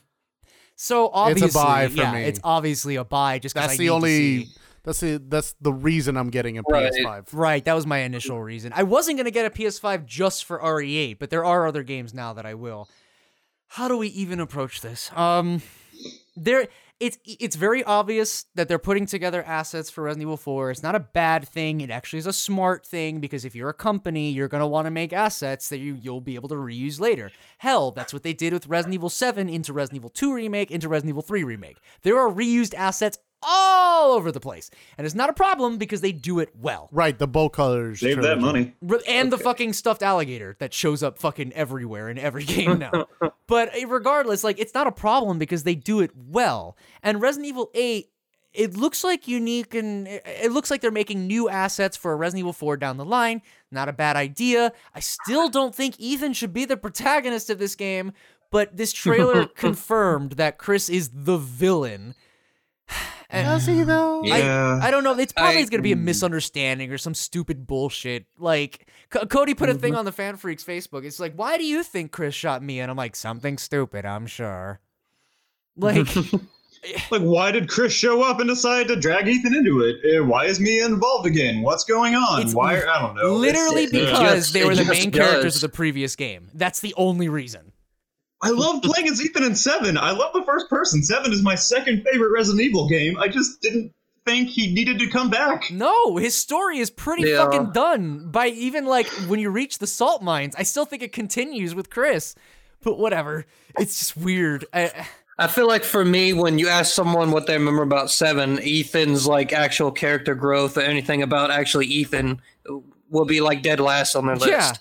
Speaker 1: So obviously,
Speaker 2: buy for
Speaker 1: yeah,
Speaker 2: me.
Speaker 1: it's obviously a buy. Just 'cause
Speaker 2: That's
Speaker 1: I
Speaker 2: the
Speaker 1: need to
Speaker 2: only.
Speaker 1: see-
Speaker 2: That's the that's the reason I'm getting a
Speaker 3: Right.
Speaker 2: PS5.
Speaker 1: Right, that was my initial reason. I wasn't gonna get a PS5 just for RE8, but there are other games now that I will. How do we even approach this? Um, there, it's it's very obvious that they're putting together assets for Resident Evil 4. It's not a bad thing. It actually is a smart thing because if you're a company, you're gonna want to make assets that you you'll be able to reuse later. Hell, that's what they did with Resident Evil 7 into Resident Evil 2 remake into Resident Evil 3 remake. There are reused assets all over the place, and it's not a problem because they do it well.
Speaker 2: Right, the bow colors.
Speaker 4: Save that
Speaker 2: trilogy.
Speaker 4: money.
Speaker 1: Re- And the fucking stuffed alligator that shows up fucking everywhere in every game now. but eh, regardless, like it's not a problem because they do it well. And Resident Evil 8, it looks like unique and it- it looks like they're making new assets for Resident Evil 4 down the line. Not a bad idea. I still don't think Ethan should be the protagonist of this game, but this trailer confirmed that Chris is the villain.
Speaker 2: Does he though?
Speaker 1: I-
Speaker 4: Yeah. mm.
Speaker 1: I, don't know. It's probably
Speaker 3: I-
Speaker 1: going to be a misunderstanding or some stupid bullshit. Like C- Cody put a thing
Speaker 4: Mm-hmm.
Speaker 1: on the Fan Freaks Facebook. It's like, why do you think Chris shot me? And I'm like, something stupid. I'm sure. Like,
Speaker 4: Like, why did Chris show up and decide to drag Ethan into it? Eh, Why is Mia involved again? What's going on?
Speaker 1: It's
Speaker 4: why? I don't know.
Speaker 1: literally
Speaker 4: It's-
Speaker 3: it
Speaker 1: because
Speaker 3: just-
Speaker 1: they were
Speaker 3: it
Speaker 1: the
Speaker 3: just
Speaker 1: main characters
Speaker 3: does.
Speaker 1: of the previous game. That's the only reason.
Speaker 4: I love playing as Ethan in Seven. I love the first person. Seven is my second favorite Resident Evil game. I just didn't think he needed to come back.
Speaker 1: No, his story is pretty
Speaker 3: Yeah.
Speaker 1: fucking done. By even like when you reach the salt mines, I still think it continues with Chris. But whatever, it's just weird. I,
Speaker 3: I feel like for me, when you ask someone what they remember about Seven, Ethan's like actual character growth or anything about actually Ethan will be like dead last on their
Speaker 1: yeah,
Speaker 3: list.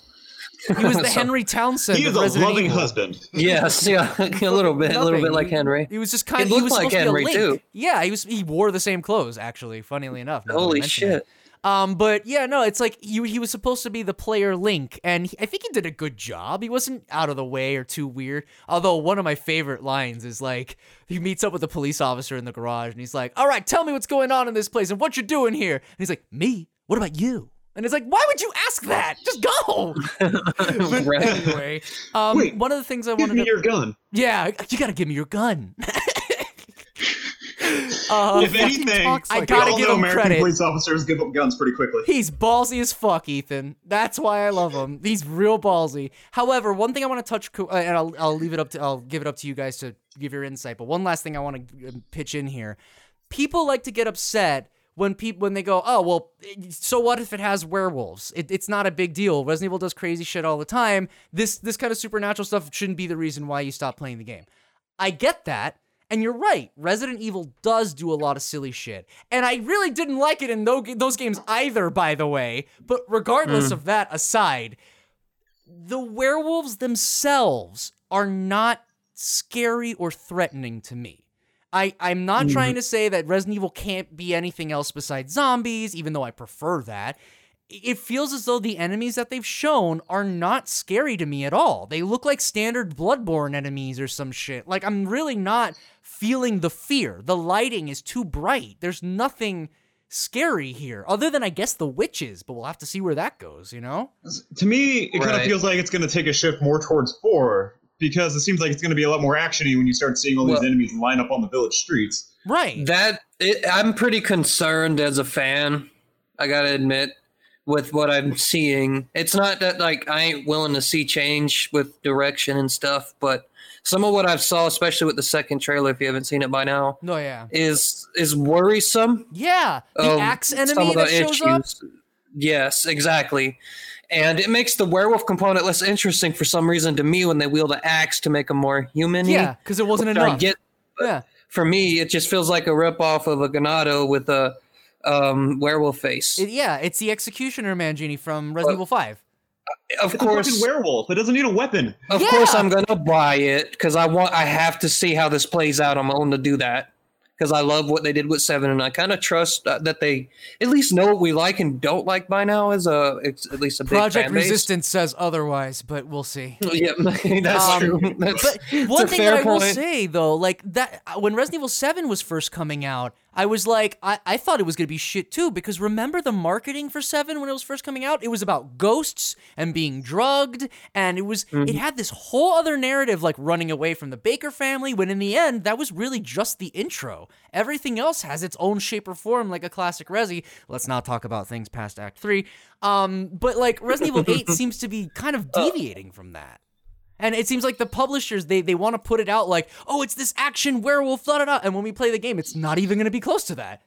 Speaker 1: he was the
Speaker 3: So-
Speaker 1: Henry Townsend.
Speaker 4: He is
Speaker 1: of
Speaker 4: a
Speaker 1: Resident
Speaker 4: loving
Speaker 1: Evil.
Speaker 4: husband.
Speaker 3: Yes, yeah, a little bit, a little
Speaker 1: Nothing.
Speaker 3: bit like Henry.
Speaker 1: He was just kind of. He
Speaker 3: It looked
Speaker 1: was
Speaker 3: like
Speaker 1: supposed to be a
Speaker 3: Henry,
Speaker 1: link.
Speaker 3: too.
Speaker 1: Yeah, he was. He wore the same clothes, actually. Funnily enough. now that I
Speaker 3: Holy
Speaker 1: mention it.
Speaker 3: shit!
Speaker 1: Um, but yeah, no, it's like you. He was supposed to be the player Link, and he, I think he did a good job. He wasn't out of the way or too weird. Although one of my favorite lines is like he meets up with a police officer in the garage, and he's like, "All right, tell me what's going on in this place and what you're doing here." And he's like, "Me? What about you?" And it's like, why would you ask that? Just go.
Speaker 3: Right.
Speaker 1: anyway, um,
Speaker 4: Wait,
Speaker 1: one of the things I
Speaker 4: Give
Speaker 1: wanted
Speaker 4: me
Speaker 1: to
Speaker 4: your gun.
Speaker 1: yeah, you gotta give me your gun. uh,
Speaker 4: if anything,
Speaker 2: talks
Speaker 1: I
Speaker 2: like-
Speaker 1: gotta
Speaker 4: we all
Speaker 1: give
Speaker 4: know
Speaker 1: him
Speaker 4: American
Speaker 1: credit.
Speaker 4: police officers give up guns pretty quickly.
Speaker 1: He's ballsy as fuck, Ethan. That's why I love him. He's real ballsy. However, one thing I want to touch, co- uh, and I'll, I'll leave it up to I'll give it up to you guys to give your insight. But one last thing I want to pitch in here: people like to get upset when people when they go, oh well, so what if it has werewolves? It, it's not a big deal. Resident Evil does crazy shit all the time. This this kind of supernatural stuff shouldn't be the reason why you stop playing the game. I get that. And you're right. Resident Evil does do a lot of silly shit. And I really didn't like it in tho- those games either, by the way. But regardless of that aside, the werewolves themselves are not scary or threatening to me. I, I'm not trying to say that Resident Evil can't be anything else besides zombies, even though I prefer that. It feels as though the enemies that they've shown are not scary to me at all. They look like standard Bloodborne enemies or some shit. Like, I'm really not feeling the fear. The lighting is too bright. There's nothing scary here, other than, I guess, the witches, but we'll have to see where that goes, you know?
Speaker 4: To me, it kind of
Speaker 3: Right.
Speaker 4: feels like it's going to take a shift more towards four because it seems like it's going to be a lot more actiony when you start seeing all
Speaker 3: Well-
Speaker 4: these enemies line up on the village streets.
Speaker 1: Right.
Speaker 3: That it, I'm pretty concerned as a fan. I gotta admit, with what I'm seeing, it's not that like I ain't willing to see change with direction and stuff, but some of what I've saw, especially with the second trailer, if you haven't seen it by now,
Speaker 1: No, Oh, yeah.
Speaker 3: is is worrisome.
Speaker 1: Yeah. The
Speaker 3: of
Speaker 1: axe
Speaker 3: Um, some
Speaker 1: enemy
Speaker 3: of the
Speaker 1: that shows up.
Speaker 3: Yes, exactly. And it makes the werewolf component less interesting for some reason to me when they wield an axe to make them more human.
Speaker 1: Yeah, because it wasn't
Speaker 3: I
Speaker 1: enough.
Speaker 3: get
Speaker 1: yeah.
Speaker 3: for me, it just feels like a ripoff of a Ganado with a um, werewolf face.
Speaker 1: It- yeah, it's the Executioner Mangini from Resident Evil
Speaker 3: Well,
Speaker 1: 5.
Speaker 4: It's
Speaker 3: of
Speaker 4: a
Speaker 3: course,
Speaker 4: fucking werewolf. It doesn't need a weapon.
Speaker 3: of
Speaker 1: Yeah.
Speaker 3: course, I'm gonna buy it because I want. I have to see how this plays out. I'm going to do that because I love what they did with Seven, and I kind of trust uh, that they at least know what we like and don't like by now. As a it's at least a big
Speaker 1: Project
Speaker 3: fan base.
Speaker 1: Resistance says otherwise, but we'll see.
Speaker 3: Yeah, that's
Speaker 1: Um,
Speaker 3: true. That's,
Speaker 1: But
Speaker 3: it's
Speaker 1: one
Speaker 3: a
Speaker 1: thing
Speaker 3: fair
Speaker 1: that I will
Speaker 3: point.
Speaker 1: say though, like that when Resident Evil 7 was first coming out, I was like, I, I thought it was gonna be shit too, because remember the marketing for 7 when it was first coming out? It was about ghosts and being drugged, and it was
Speaker 3: Mm-hmm.
Speaker 1: it had this whole other narrative like running away from the Baker family, when in the end, that was really just the intro. Everything else has its own shape or form, like a classic Resi. Let's not talk about things past Act 3. Um, but like Resident Evil 8 seems to be kind of
Speaker 3: Uh,
Speaker 1: deviating from that. And it seems like the publishers they they want to put it out like, oh, it's this action werewolf, da da da. And when we play the game, it's not even going to be close to that.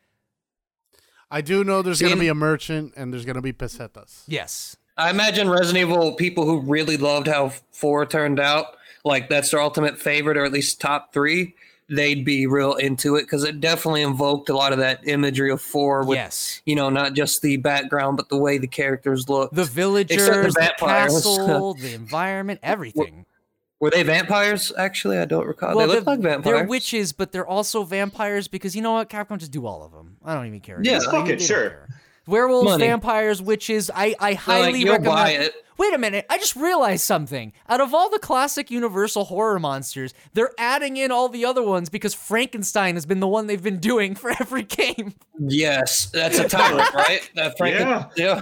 Speaker 2: I do know there's going to
Speaker 3: See,
Speaker 2: be a merchant and there's going to be pesetas.
Speaker 1: Yes.
Speaker 3: I imagine Resident Evil people who really loved how four turned out, like that's their ultimate favorite or at least top three, they'd be real into it because it definitely invoked a lot of that imagery of four with
Speaker 1: yes.
Speaker 3: you know not just the background but the way the characters look.
Speaker 1: The villagers, the,
Speaker 3: vampires.
Speaker 1: castle, the environment, everything.
Speaker 3: Were they vampires? Actually, I don't recall. Oh, they look
Speaker 1: they're-
Speaker 3: like vampires.
Speaker 1: They're witches, but they're also vampires because you know what? Capcom just do all of them. I don't even care.
Speaker 3: Yeah,
Speaker 1: They-
Speaker 4: fuck
Speaker 1: they
Speaker 4: it,
Speaker 1: don't
Speaker 4: sure.
Speaker 1: care. Werewolves,
Speaker 3: Money.
Speaker 1: vampires, witches. I, I
Speaker 3: They're
Speaker 1: highly
Speaker 3: like, you'll
Speaker 1: recommend.
Speaker 3: buy it.
Speaker 1: Wait a minute, I just realized something. Out of all the classic Universal horror monsters, they're adding in all the other ones because Frankenstein has been the one they've been doing for every game.
Speaker 3: Yes, that's a tyrant, right? That
Speaker 4: Yeah.
Speaker 3: yeah.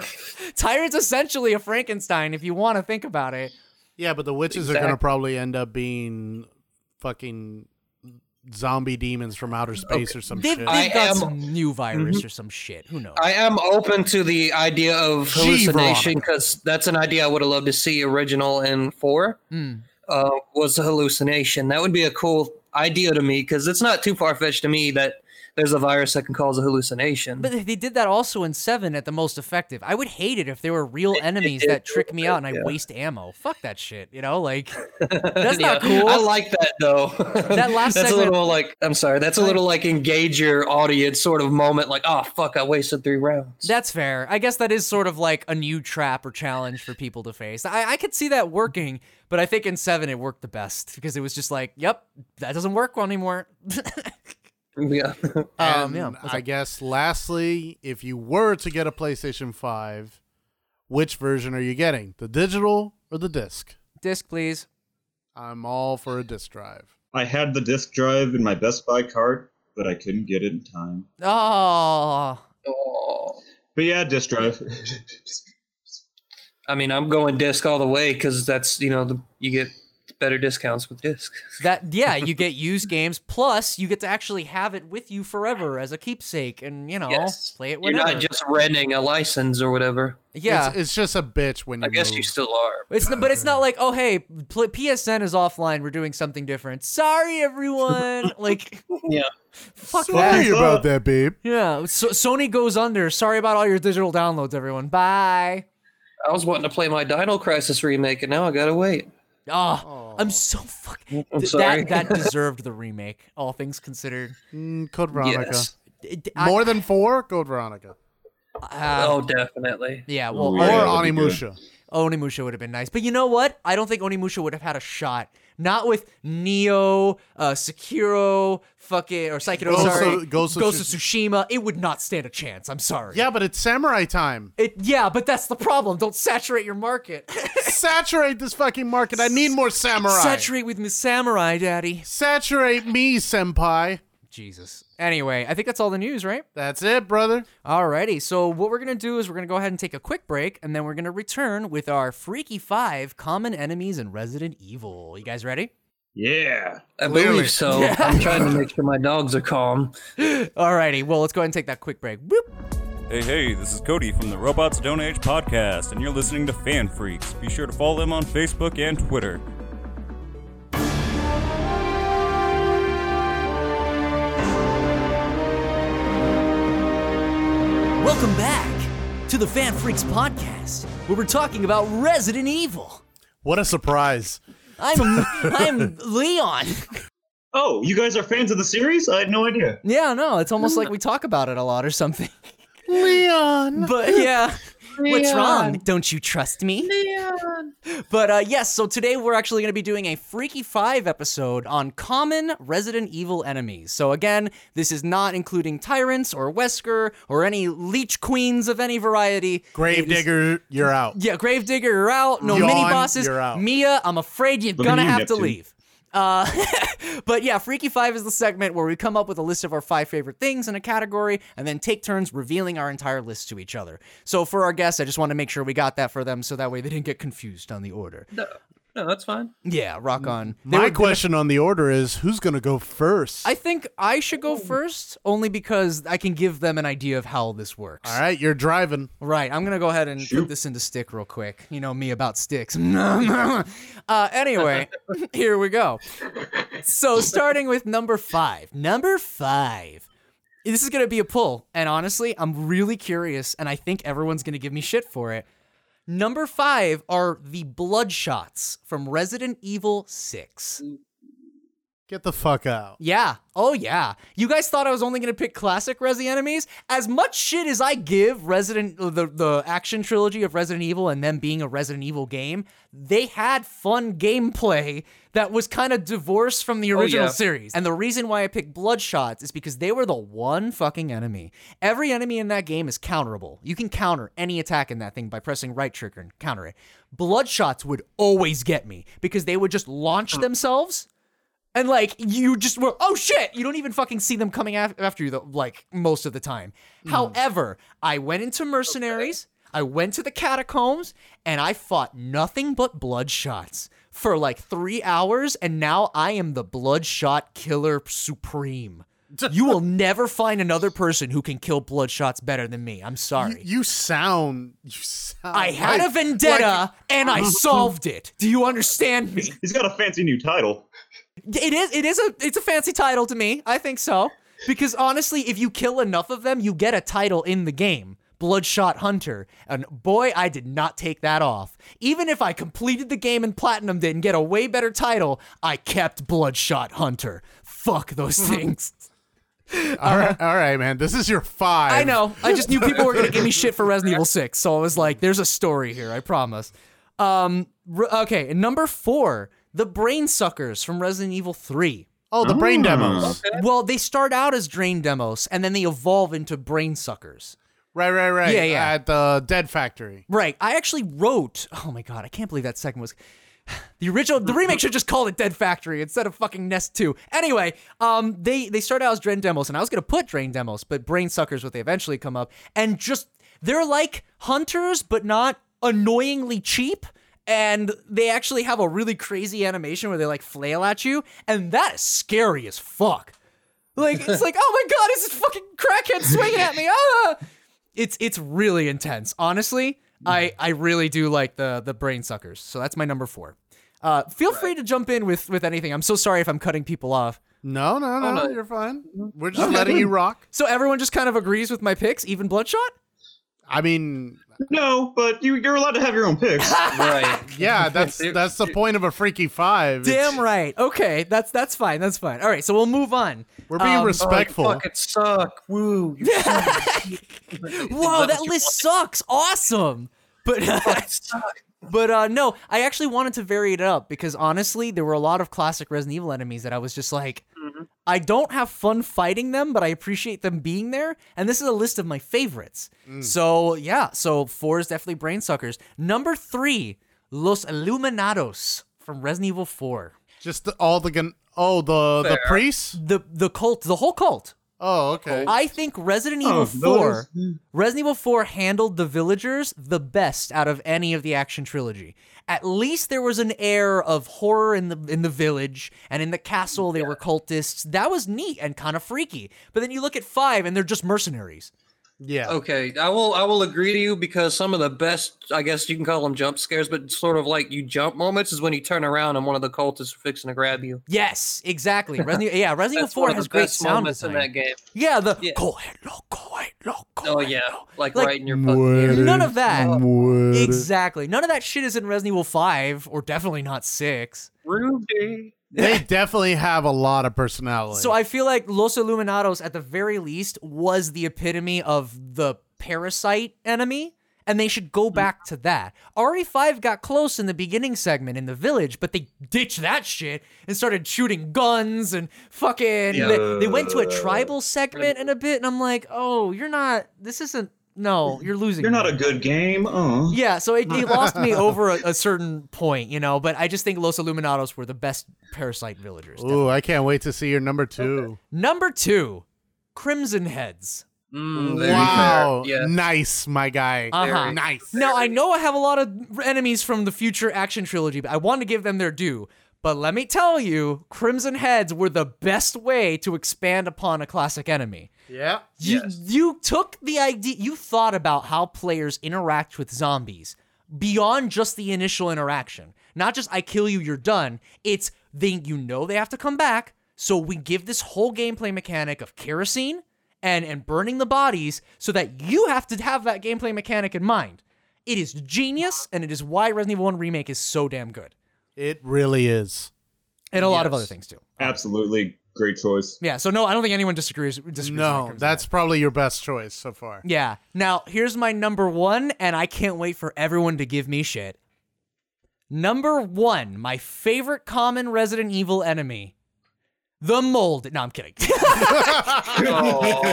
Speaker 1: Tyrant's essentially a Frankenstein if you want to think about it.
Speaker 2: Yeah, but the witches are going to
Speaker 3: Exact-
Speaker 2: probably end up being fucking zombie demons from outer space or some
Speaker 1: They've,
Speaker 2: shit.
Speaker 1: they've got
Speaker 3: am-
Speaker 1: some new virus
Speaker 4: Mm-hmm.
Speaker 1: or some shit. Who knows?
Speaker 3: I am open to the idea of
Speaker 2: Gee,
Speaker 3: hallucination because that's an idea I would have loved to see original in four
Speaker 1: Mm.
Speaker 3: uh, was a hallucination. That would be a cool idea to me because it's not too far fetched to me that there's a virus that can cause a hallucination.
Speaker 1: But they- they did that also in Seven at the most effective. I would hate it if there were real enemies
Speaker 3: did
Speaker 1: that
Speaker 3: do
Speaker 1: trick me out and I
Speaker 3: yeah.
Speaker 1: waste ammo. Fuck that shit. You know, like that's not cool.
Speaker 3: I like that though.
Speaker 1: That last
Speaker 3: that's
Speaker 1: segment-
Speaker 3: a little like I'm sorry. That's a little like engage your audience sort of moment. Like oh fuck, I wasted three rounds.
Speaker 1: That's fair. I guess that is sort of like a new trap or challenge for people to face. I, I could see that working, but I think in seven it worked the best because it was just like, yep, that doesn't work anymore.
Speaker 3: yeah.
Speaker 1: um,
Speaker 2: And
Speaker 1: yeah, what's
Speaker 2: I
Speaker 1: up?
Speaker 2: guess lastly, if you were to get a PlayStation 5, which version are you getting? The digital or the disc?
Speaker 1: disc, please.
Speaker 2: I'm all for a disc drive.
Speaker 4: I had the disk drive in my Best Buy cart, but I couldn't get it in time.
Speaker 1: Oh,
Speaker 3: Oh.
Speaker 4: But yeah, disk drive.
Speaker 3: I mean, I'm going disc all the way because that's you know the, you get better discounts with disc.
Speaker 1: that yeah. You get used games, plus you get to actually have it with you forever as a keepsake, and you know, play it
Speaker 3: You're
Speaker 1: whenever.
Speaker 3: not just renting a license or whatever.
Speaker 1: yeah,
Speaker 2: It's, it's just a bitch when you
Speaker 3: I guess you
Speaker 2: move.
Speaker 3: still are.
Speaker 1: It's n- but it's not like oh hey pl- PSN is offline we're doing something different sorry everyone like
Speaker 3: Yeah.
Speaker 1: fuck that
Speaker 2: Sorry about that, babe.
Speaker 1: yeah so- Sony goes under sorry about all your digital downloads everyone bye
Speaker 3: I was wanting to play my Dino Crisis remake, and now I gotta wait.
Speaker 1: oh, I'm so fuck.
Speaker 3: I'm
Speaker 1: th-
Speaker 3: sorry.
Speaker 1: That that deserved the remake. All things considered.
Speaker 2: Mm, Code Veronica.
Speaker 3: Yes.
Speaker 1: It- I-
Speaker 2: More than four? Code Veronica. Ah.
Speaker 1: uh,
Speaker 3: oh, definitely.
Speaker 1: yeah. Well,
Speaker 4: Yeah,
Speaker 2: or
Speaker 4: that'd be good.
Speaker 2: Onimusha.
Speaker 1: Onimusha would have been nice. But you know what? I don't think Onimusha would have had a shot. Not with Neo, uh, Sekiro, fucking or Psycho.
Speaker 2: Ghost of-
Speaker 1: sorry,
Speaker 2: Ghost of
Speaker 1: Tsushima. It would not stand a chance. I'm sorry.
Speaker 2: Yeah, but it's samurai time.
Speaker 1: It, yeah, but that's the problem. Don't saturate your market.
Speaker 2: Saturate this fucking market. I need more samurai.
Speaker 1: Saturate with Miss Samurai, Daddy.
Speaker 2: Saturate me, senpai.
Speaker 1: Jesus. Anyway, I think that's all the news, right?
Speaker 2: That's it, brother.
Speaker 1: Alrighty. So what we're gonna do is we're gonna go ahead and take a quick break, and then we're gonna return with our Freaky Five common enemies in Resident Evil. You guys ready?
Speaker 4: Yeah.
Speaker 3: I
Speaker 2: Clearly.
Speaker 3: believe so. I'm trying to make sure my dogs are calm.
Speaker 1: Alrighty. Well, let's go ahead and take that quick break. Whoop.
Speaker 7: Hey, hey, this is Cody from the Robots Don't Age podcast, and you're listening to Fan Freaks. Be sure to follow them on Facebook and Twitter.
Speaker 1: Welcome back to the Fan Freaks podcast, where we're talking about Resident Evil.
Speaker 2: What a surprise.
Speaker 1: I'm I'm Leon.
Speaker 4: Oh, you guys are fans of the series? I had no idea.
Speaker 1: Yeah, no, it's almost like we talk about it a lot or something.
Speaker 2: Leon.
Speaker 1: But yeah, what's wrong? Don't you trust me? But uh, yes, so today we're actually going to be doing a Freaky Five episode on common Resident Evil enemies. So again, this is not including tyrants or Wesker or any leech queens of any variety. It is-
Speaker 2: Gravedigger, you're out.
Speaker 1: Yeah, Gravedigger, you're out. No
Speaker 2: Yawn,
Speaker 1: mini bosses.
Speaker 2: you're out.
Speaker 1: Mia, I'm afraid you're
Speaker 4: Look at
Speaker 1: gonna
Speaker 4: you,
Speaker 1: have to
Speaker 4: Neptune.
Speaker 1: leave. Uh, but yeah, Freaky Five is the segment where we come up with a list of our five favorite things in a category and then take turns revealing our entire list to each other. So for our guests, I just want to make sure we got that for them so that way they didn't get confused on the order.
Speaker 3: No, that's fine.
Speaker 1: Yeah, rock on. They
Speaker 2: My
Speaker 1: were-
Speaker 2: question on the order is who's going to go first?
Speaker 1: I think I should go first only because I can give them an idea of how this works.
Speaker 2: All right, you're driving.
Speaker 1: Right, I'm gonna go ahead and put
Speaker 4: Shoot.
Speaker 1: this into stick real quick. You know me about sticks. uh, anyway, here we go. So starting with number five. Number five. This is gonna be a pull, and honestly, I'm really curious, and I think everyone's gonna give me shit for it. Number five are the bloodshots from Resident Evil Six.
Speaker 2: Get the fuck out.
Speaker 1: Yeah. Oh, yeah. You guys thought I was only going to pick classic Resi enemies? As much shit as I give Resident the the action trilogy of Resident Evil and them being a Resident Evil game, they had fun gameplay that was kind of divorced from the original
Speaker 3: yeah.
Speaker 1: series. And the reason why I picked Bloodshots is because they were the one fucking enemy. Every enemy in that game is counterable. You can counter any attack in that thing by pressing right trigger and counter it. Bloodshots would always get me because they would just launch themselves and like you just were, oh shit! You don't even fucking see them coming af- after you, though, like most of the time.
Speaker 2: Hmm.
Speaker 1: However, I went into mercenaries. I went to the catacombs, and I fought nothing but bloodshots for like three hours. And now I am the bloodshot killer supreme. you will never find another person who can kill bloodshots better than me. I'm
Speaker 2: You,
Speaker 1: sorry.
Speaker 2: you sound. You sound.
Speaker 1: I had
Speaker 2: like-
Speaker 1: a vendetta, and I solved it. Do you understand me?
Speaker 4: He's got a fancy new title.
Speaker 1: It is. It is a. It's a fancy title to me. I think so. Because honestly, if you kill enough of them, you get a title in the game. Bloodshot Hunter. And boy, I did not take that off. Even if I completed the game and platinumed it and get a way better title, I kept Bloodshot Hunter. Fuck those things.
Speaker 2: All right, all right, man. This is your five.
Speaker 1: Uh-huh. I know. I just knew people were gonna give me shit for Resident Evil Six, so I was like, "There's a story here. I promise." Um. r- okay. and Number four, the brain suckers from Resident Evil Three.
Speaker 2: Oh, the brain demos.
Speaker 1: Well, they start out as drain demos and then they evolve into brain suckers.
Speaker 2: Right, right, right.
Speaker 1: Yeah, yeah.
Speaker 2: At the Dead Factory.
Speaker 1: Right. I actually wrote. Oh my god, I can't believe that second was. The original, the remake should just call it Dead Factory instead of fucking Nest 2. Anyway, um, they they start out as Drain Demos, and I was gonna put Drain Demos, but Brain Suckers, what they eventually come up, and just they're like hunters, but not annoyingly cheap. And they actually have a really crazy animation where they like flail at you, and that is scary as fuck. Like it's like, oh my god, is this fucking crackhead swinging at me? Ah! It's it's really intense. Honestly, I I really do like the the brain suckers. So that's my number four. Uh, feel free to jump in with with anything. I'm so sorry if I'm cutting people off.
Speaker 2: No, no, no.
Speaker 3: no.
Speaker 2: You're fine. We're just letting you rock.
Speaker 1: So everyone just kind of agrees with my picks, even Bloodshot.
Speaker 2: I mean,
Speaker 4: No, but you, you're allowed to have your own picks.
Speaker 3: right.
Speaker 2: Yeah, that's that's the point of a Freaky Five. It's-
Speaker 1: Damn right. Okay, that's that's fine. That's fine. All right, so we'll move on.
Speaker 2: We're being
Speaker 1: Um,
Speaker 2: respectful.
Speaker 3: Oh, you fucking suck. Woo. you suck.
Speaker 1: Whoa, that list sucks. Awesome.
Speaker 4: Oh,
Speaker 1: But uh,
Speaker 3: suck.
Speaker 1: but uh no, I actually wanted to vary it up because honestly, there were a lot of classic Resident Evil enemies that I was just like
Speaker 4: Mm-hmm.
Speaker 1: I don't have fun fighting them, but I appreciate them being there. And this is a list of my favorites.
Speaker 4: Mm.
Speaker 1: So yeah, so four is definitely brain suckers. Number three, Los Illuminados from Resident Evil 4.
Speaker 2: Just the, all the gun. Oh, the the
Speaker 3: Fair.
Speaker 2: priests.
Speaker 1: The the cult, the whole cult.
Speaker 2: Oh, okay.
Speaker 1: I think Resident Evil
Speaker 4: Oh, those-
Speaker 1: 4 Resident Evil 4 handled the villagers the best out of any of the action trilogy. At least there was an air of horror in the in the village and in the castle they were cultists. That was neat and kind of freaky. But then you look at 5 and they're just mercenaries.
Speaker 2: yeah.
Speaker 3: Okay, I will. I will agree to you because some of the best, I guess you can call them jump scares, but sort of like you jump moments is when you turn around and one of the cultists are fixing to grab you.
Speaker 1: Yes, exactly. Resident yeah, Resident
Speaker 3: That's
Speaker 1: Evil 4
Speaker 3: one of
Speaker 1: has
Speaker 3: the
Speaker 1: great
Speaker 3: best
Speaker 1: sound
Speaker 3: moments in
Speaker 1: design.
Speaker 3: that game.
Speaker 1: Yeah, the
Speaker 3: Yeah.
Speaker 1: go ahead, loco, go ahead, loco.
Speaker 3: Oh yeah, like,
Speaker 1: Like,
Speaker 3: right in your fucking ear.
Speaker 1: None of that.
Speaker 2: Would it-
Speaker 1: Exactly. None of that shit is in Resident Evil 5 or definitely not 6.
Speaker 3: Rudy.
Speaker 2: They definitely have a lot of personality.
Speaker 1: So I feel like Los Illuminados, at the very least, was the epitome of the parasite enemy, and they should
Speaker 4: Hmm.
Speaker 1: go back to that. RE5 got close in the beginning segment in the village, but they ditched that shit and started shooting guns and fucking.
Speaker 3: Yeah.
Speaker 1: They, they went to a tribal segment in a bit, and I'm like, oh, you're not. This isn't. No, you're losing.
Speaker 4: You're not
Speaker 1: me.
Speaker 4: a good game. Oh.
Speaker 1: Yeah, so it, it lost me over a, a certain point, you know. But I just think Los Illuminados were the best parasite villagers.
Speaker 2: Ooh, I can't wait to see your number two.
Speaker 1: Number two, Crimson Heads.
Speaker 3: Mm, very
Speaker 2: Wow,
Speaker 3: fair. Yeah.
Speaker 2: nice, my guy.
Speaker 1: Uh-huh.
Speaker 2: Nice.
Speaker 1: Now, I know I have a lot of enemies from the future action trilogy, but I want to give them their due. But let me tell you, Crimson Heads were the best way to expand upon a classic enemy.
Speaker 2: Yeah.
Speaker 1: You, you took the idea, you thought about how players interact with zombies beyond just the initial interaction. Not just I kill you, you're done. It's they, you know they have to come back. So we give this whole gameplay mechanic of kerosene and and burning the bodies so that you have to have that gameplay mechanic in mind. It is genius, and it is why Resident Evil 1 Remake is so damn good,
Speaker 2: It really is.
Speaker 1: and a lot of
Speaker 3: Yes.
Speaker 1: other things too.
Speaker 4: Absolutely great choice.
Speaker 1: Yeah. So no, I don't think anyone disagrees. disagrees when it
Speaker 2: No,
Speaker 1: comes to that.
Speaker 2: that's probably your best choice so far.
Speaker 1: Yeah. Now, here's my number one, and I can't wait for everyone to give me shit. Number one, my favorite common Resident Evil enemy, the mold. No, I'm kidding.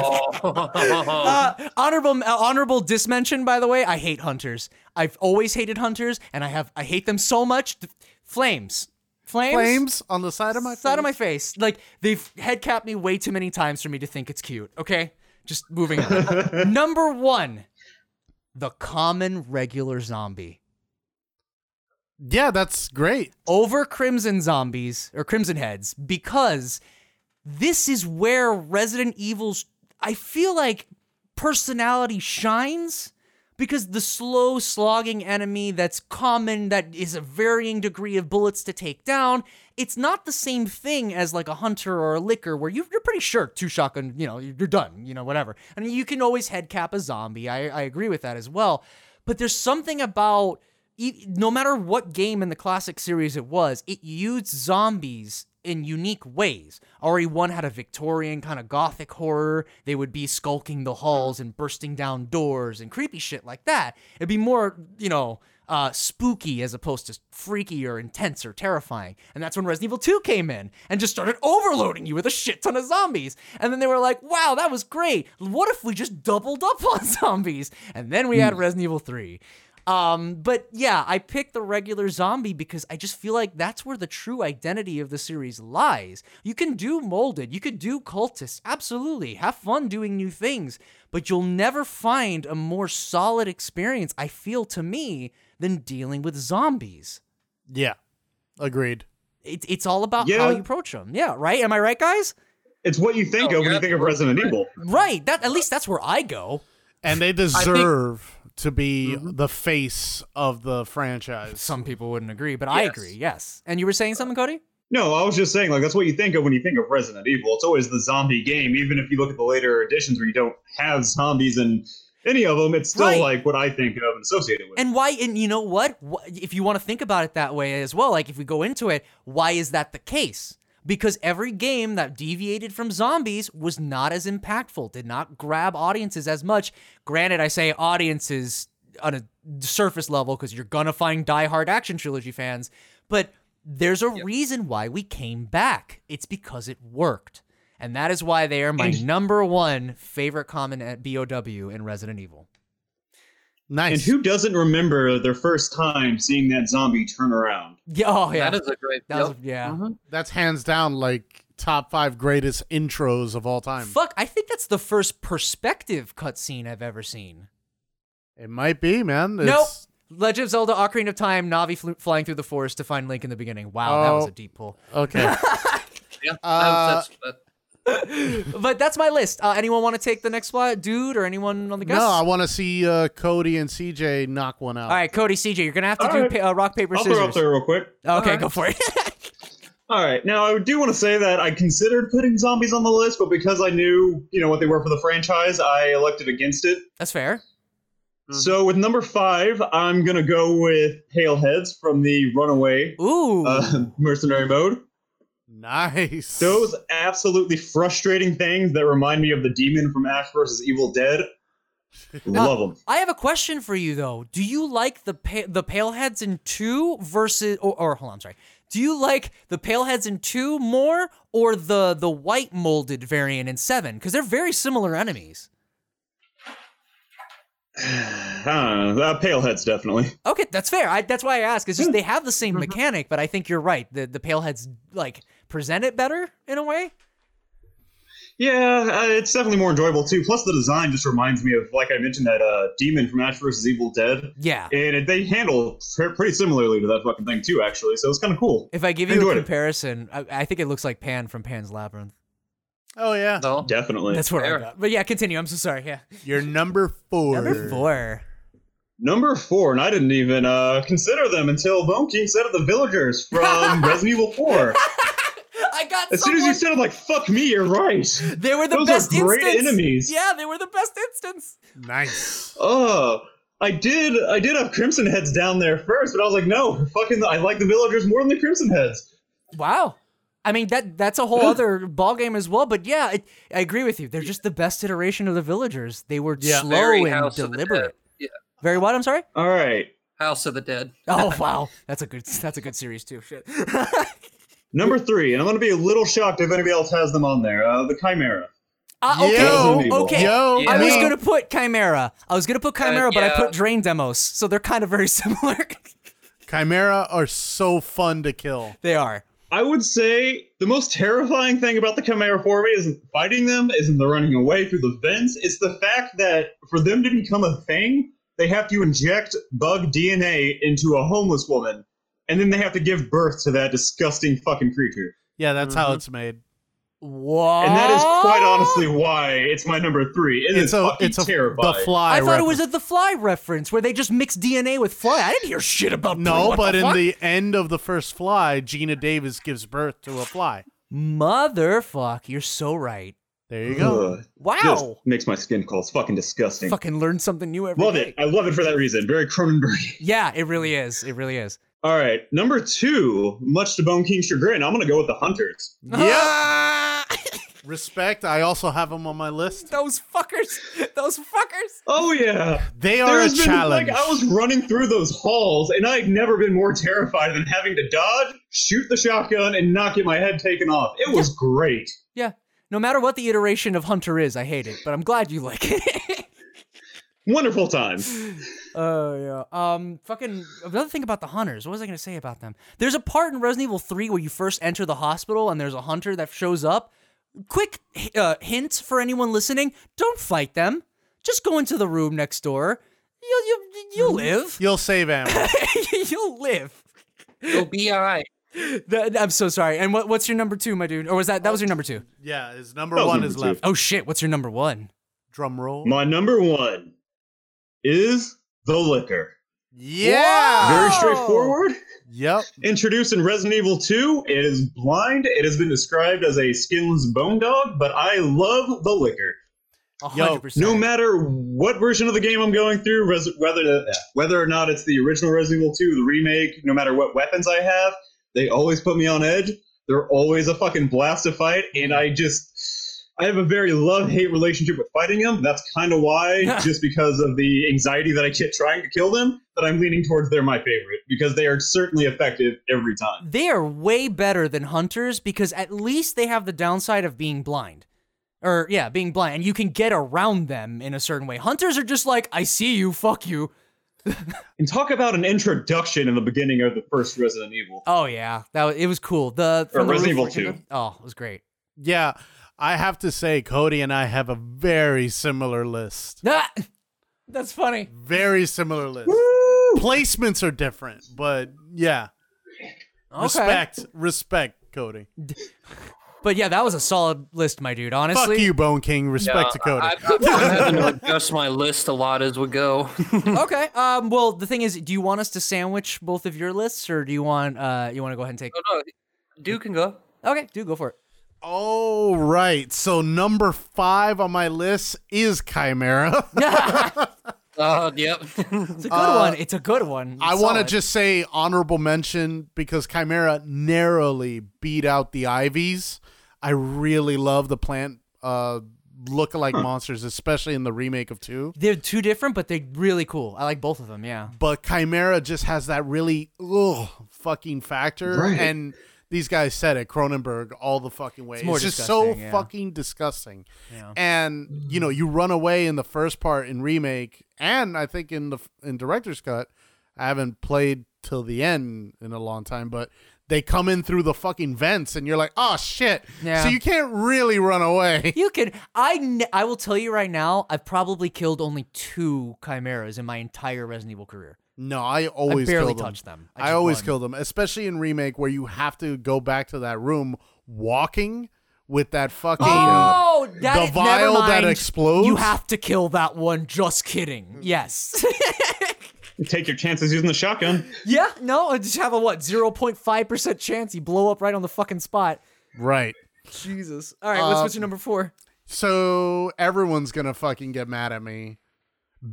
Speaker 3: Oh.
Speaker 1: uh, honorable, uh, honorable dismention. By the way, I hate hunters. I've always hated hunters, and I have I hate them so much. Th- Flames, flames,
Speaker 2: Flames on the side of my
Speaker 1: side
Speaker 2: face.
Speaker 1: of my face. Like they've head capped me way too many times for me to think it's cute. Okay, just moving on. Number one, the common regular zombie
Speaker 2: Yeah, that's great.
Speaker 1: over Crimson Zombies or Crimson Heads because this is where Resident Evil's I feel like personality shines because the slow slogging enemy that's common that is a varying degree of bullets to take down it's not the same thing as like a hunter or a licker where you, you're pretty sure two shotgun you know you're done you know whatever i mean you can always head cap a zombie i, I agree with that as well but there's something about e- no matter what game in the classic series it was, it used zombies in unique ways. RE1 had a Victorian kind of gothic horror. They would be skulking the halls and bursting down doors and creepy shit like that. It'd be more, you know, uh, spooky as opposed to freaky or intense or terrifying. And that's when Resident Evil 2 came in and just started overloading you with a shit ton of zombies. And then they were like, wow, that was great. What if we just doubled up on zombies? And then we had Resident Evil 3. Um, but yeah, I picked the regular zombie because I just feel like that's where the true identity of the series lies. You can do molded, you could do cultists, absolutely. Have fun doing new things, but you'll never find a more solid experience, I feel to me, than dealing with zombies.
Speaker 2: Yeah. Agreed.
Speaker 1: It, it's all about how
Speaker 4: Yeah.
Speaker 1: you approach them. Yeah, right? Am I right, guys?
Speaker 4: It's what you
Speaker 1: Oh,
Speaker 4: think
Speaker 3: No,
Speaker 4: of when
Speaker 3: you're
Speaker 4: you think of Resident Evil.
Speaker 1: Right. That at least that's where I go.
Speaker 2: And they deserve to be the face of the franchise.
Speaker 1: Mm-hmm. Some people wouldn't agree, but I
Speaker 3: Yes.
Speaker 1: agree. Yes. And you were saying something, Cody?
Speaker 4: No, I was just saying, like, that's what you think of when you think of Resident Evil. It's always the zombie game, even if you look at the later editions where you don't have zombies and any of them, it's still
Speaker 1: Right.
Speaker 4: like what I think of and associated with.
Speaker 1: And why? And you know what? Wh- If you want to think about it that way as well, like if we go into it, why is that the case? Because every game that deviated from zombies was not as impactful, did not grab audiences as much. Granted, I say audiences on a surface level because you're gonna find diehard action trilogy fans, but there's a reason why we came back. It's because it worked. And that is why they are my number one favorite common eh, at BOW in Resident Evil.
Speaker 2: Nice.
Speaker 4: And who doesn't remember their first time seeing that zombie turn around?
Speaker 1: Yeah, oh yeah.
Speaker 3: That is a Mm-hmm. great.
Speaker 1: That was-
Speaker 3: yep.
Speaker 1: yeah.
Speaker 2: That's hands down like top five greatest intros of all time.
Speaker 1: Fuck, I think that's the first perspective cutscene I've ever seen.
Speaker 2: It might be, man. It's,
Speaker 1: Nope. Legend of Zelda Ocarina of Time, Navi fl- flying through the forest to find Link in the beginning. Wow, that was
Speaker 2: Oh.
Speaker 1: a deep pull.
Speaker 2: Okay.
Speaker 3: Yeah, that-
Speaker 2: Uh,
Speaker 3: that's- that-
Speaker 1: But that's my list. Uh, anyone want to take the next slot, dude, or anyone on the guest?
Speaker 2: no, I want to see uh, Cody and CJ knock one out.
Speaker 1: All right, Cody, CJ, you're going to have to
Speaker 4: All
Speaker 1: do
Speaker 4: right.
Speaker 1: pa- uh, rock, paper,
Speaker 4: I'll
Speaker 1: scissors.
Speaker 4: throw up there real quick.
Speaker 1: Okay,
Speaker 3: right.
Speaker 1: go for it.
Speaker 4: All right. Now, I do want to say that I considered putting zombies on the list, but because I knew, you know, what they were for the franchise, I elected against it.
Speaker 1: that's fair.
Speaker 4: So with number five, I'm gonna go with Paleheads from the Runaway
Speaker 1: Ooh.
Speaker 4: uh, Mercenary Mode.
Speaker 2: Nice.
Speaker 4: Those absolutely frustrating things that remind me of the demon from Ash vs. Evil Dead. Love them.
Speaker 1: I have a question for you though. Do you like the pa- the paleheads in two versus or, or hold on, I'm sorry. Do you like the paleheads in two more or the the white molded variant in seven? Because they're very similar enemies.
Speaker 4: Uh, Paleheads definitely.
Speaker 1: Okay, that's fair. I, that's why I ask. It's just they have the
Speaker 4: Mm-hmm.
Speaker 1: same mechanic, but I think you're right. The the paleheads like present it better in a way.
Speaker 4: Yeah, uh, it's definitely more enjoyable too. Plus, the design just reminds me of, like I mentioned, that uh, demon from Ash vs. Evil Dead,
Speaker 1: Yeah.
Speaker 4: and it- they handle pre- pretty similarly to that fucking thing too. Actually, so it's kind of cool.
Speaker 1: If I give you a
Speaker 4: Enjoyed it.
Speaker 1: comparison, I, I think it looks like Pan from Pan's Labyrinth.
Speaker 2: Oh yeah.
Speaker 3: no.
Speaker 4: Definitely.
Speaker 1: That's where I
Speaker 3: Fair.
Speaker 1: got. But yeah, continue. I'm so sorry. Yeah.
Speaker 2: You're number four.
Speaker 1: Number four.
Speaker 4: Number four, and I didn't even uh, consider them until Bone King said of the villagers from Resident Evil 4.
Speaker 1: I got.
Speaker 4: As soon as
Speaker 1: someone-
Speaker 4: you said, I'm like, fuck me, you're right.
Speaker 1: They were the
Speaker 4: Those are
Speaker 1: best
Speaker 4: great
Speaker 1: instance.
Speaker 4: enemies.
Speaker 1: Yeah, they were the best instance.
Speaker 2: Nice.
Speaker 4: Oh, I did I did have Crimson Heads down there first, but I was like, no, fucking, I like the villagers more than the Crimson Heads.
Speaker 1: Wow. I mean that that's a whole other ballgame as well. But yeah, it, I agree with you. They're just the best iteration of the villagers. They were
Speaker 2: Yeah.
Speaker 1: slow
Speaker 3: Very
Speaker 1: and
Speaker 3: House of the Dead.
Speaker 1: deliberate.
Speaker 3: Yeah.
Speaker 1: Very what? I'm sorry.
Speaker 4: All right.
Speaker 3: House of the Dead.
Speaker 1: Oh wow, that's a good that's a good series too. Shit. Uh,
Speaker 4: Number three, and I'm going to be a little shocked if anybody else has them on there uh, the Chimera.
Speaker 1: Ah, okay.
Speaker 4: Yo,
Speaker 1: okay.
Speaker 2: Yo.
Speaker 1: I was
Speaker 2: me.
Speaker 1: gonna put Chimera. I was gonna put Chimera, but I
Speaker 3: Uh, yeah.
Speaker 1: put Drain Demos, so they're kind of very similar.
Speaker 2: Chimera are so fun to kill.
Speaker 1: they are.
Speaker 4: I would say the most terrifying thing about the Chimera for me isn't fighting them, isn't the running away through the vents. It's the fact that for them to become a thing, they have to inject bug DNA into a homeless woman, and then they have to give birth to that disgusting fucking creature.
Speaker 2: Yeah, that's
Speaker 4: Mm-hmm.
Speaker 2: how it's made.
Speaker 1: Wow.
Speaker 4: And that is quite
Speaker 1: Oh!
Speaker 4: honestly why it's my number three. It
Speaker 2: It's
Speaker 4: is
Speaker 2: a
Speaker 4: fucking
Speaker 2: it's a
Speaker 4: terrifying.
Speaker 2: the fly.
Speaker 1: I thought it was
Speaker 2: reference.
Speaker 1: a The Fly reference where they just mix DNA with fly. I didn't hear shit about
Speaker 2: no,
Speaker 1: What
Speaker 2: but
Speaker 1: the
Speaker 2: in
Speaker 1: fuck?
Speaker 2: the end of the first fly, Gina Davis gives birth to a fly.
Speaker 1: Motherfuck, you're so right.
Speaker 2: There you go.
Speaker 4: Ugh,
Speaker 1: Wow.
Speaker 4: just makes my skin crawl. It's fucking disgusting.
Speaker 1: Fucking learn something new every day.
Speaker 4: Love it. I love it for that reason. Very Cronenberg.
Speaker 1: Yeah, it really is. It really is.
Speaker 4: All right, number two, much to Bone King's chagrin, I'm gonna go with the Hunters.
Speaker 1: Yeah.
Speaker 2: Respect. I also have them on my list.
Speaker 1: Those fuckers. Those fuckers.
Speaker 4: Oh yeah,
Speaker 2: They
Speaker 4: There
Speaker 2: are a
Speaker 4: has been,
Speaker 2: challenge.
Speaker 4: Like I was running through those halls, and I've never been more terrified than having to dodge, shoot the shotgun, and not get my head taken off. It was great.
Speaker 1: Yeah. No matter what the iteration of Hunter is, I hate it, but I'm glad you like it.
Speaker 4: Wonderful time.
Speaker 1: Oh yeah. Um fucking another thing about the hunters. What was I going to say about them? There's a part in Resident Evil 3 where you first enter the hospital and there's a hunter that shows up. Quick h- uh, hint for anyone listening, don't fight them. Just go into the room next door. You'll you you'll live.
Speaker 2: You'll save ammo.
Speaker 1: you'll live.
Speaker 3: You'll be all right.
Speaker 1: That- I'm so sorry. And what, what's your number 2, my dude? Or was that that was your number 2?
Speaker 2: yeah, his number
Speaker 4: That was
Speaker 2: one
Speaker 4: number
Speaker 2: is
Speaker 4: two.
Speaker 2: left.
Speaker 1: Oh shit, what's your number 1?
Speaker 2: Drum roll.
Speaker 4: My number one is the liquor.
Speaker 2: yeah.
Speaker 4: Very straightforward.
Speaker 2: Yep.
Speaker 4: Introduced in Resident Evil 2, it is blind. It has been described as a skinless bone dog, but I love the liquor.
Speaker 1: A
Speaker 2: Yo,
Speaker 1: hundred percent.
Speaker 4: No matter what version of the game I'm going through, res- whether whether or not it's the original Resident Evil 2, the remake, no matter what weapons I have, they always put me on edge. They're always a fucking blast to fight, and I just I have a very love hate relationship with fighting them. That's kind of why, just because of the anxiety that I get trying to kill them, that I'm leaning towards they're my favorite because they are certainly effective every time.
Speaker 1: They are way better than hunters because at least they have the downside of being blind. Or yeah, being blind. And you can get around them in a certain way. Hunters are just like, I see you, fuck you.
Speaker 4: And talk about an introduction in the beginning of the first Resident Evil.
Speaker 1: Oh yeah. That was, it was cool. The
Speaker 4: Or
Speaker 1: from the
Speaker 4: Resident
Speaker 1: roof-
Speaker 4: Evil 2.
Speaker 1: Oh, it was great.
Speaker 2: Yeah, I have to say, Cody and I have a very similar list.
Speaker 1: Ah, that's funny.
Speaker 2: Very similar list. Placements are different, but yeah.
Speaker 1: Okay.
Speaker 2: Respect, respect, Cody.
Speaker 1: But yeah, that was a solid list, my dude. Honestly.
Speaker 2: Fuck you, Bone King. Respect to Cody.
Speaker 3: I, am having to adjust my list a lot as we go.
Speaker 1: Okay. Um. Well, the thing is, do you want us to sandwich both of your lists, or do you want uh you want to go ahead and take?
Speaker 3: Duke can go.
Speaker 1: Okay, do go for it.
Speaker 2: All right. So number five on my list is Chimera.
Speaker 3: Uh, yep.
Speaker 1: It's a good one. Uh, It's a good one. It's
Speaker 2: I want to
Speaker 1: solid.
Speaker 2: just say honorable mention because Chimera narrowly beat out the Ivies. I really love the plant uh, look-alike monsters, especially in the remake of two.
Speaker 1: They're two different, but they're really cool. I like both of them. Yeah.
Speaker 2: But Chimera just has that really ugh, fucking factor,
Speaker 4: Right.
Speaker 2: and these guys said it, Cronenberg, all the fucking way. It's,
Speaker 1: more
Speaker 2: just so
Speaker 1: disgusting, yeah.
Speaker 2: fucking disgusting. And you know, you run away in the first part in remake, and I think in the in director's cut, I haven't played till the end in a long time, but they come in through the fucking vents, and you're like, oh shit.
Speaker 1: Yeah.
Speaker 2: So you can't really run away.
Speaker 1: You can. I. N- I will tell you right now. I've probably killed only two chimeras in my entire Resident Evil career.
Speaker 2: No, I always
Speaker 1: barely
Speaker 2: kill them.
Speaker 1: touch them. I
Speaker 2: I,
Speaker 1: just
Speaker 2: always
Speaker 1: run.
Speaker 2: kill them, especially in remake where you have to go back to that room walking with that fucking.
Speaker 1: Oh, that
Speaker 2: The
Speaker 1: never
Speaker 2: vial that
Speaker 1: mind.
Speaker 2: explodes?
Speaker 1: You have to kill that one. Just kidding. Yes.
Speaker 4: Take your chances using the shotgun.
Speaker 1: yeah. No. I just have a what zero point five percent chance you blow up right on the fucking spot.
Speaker 2: Right.
Speaker 1: Jesus. All right. What's, what's your number four?
Speaker 2: So everyone's gonna fucking get mad at me.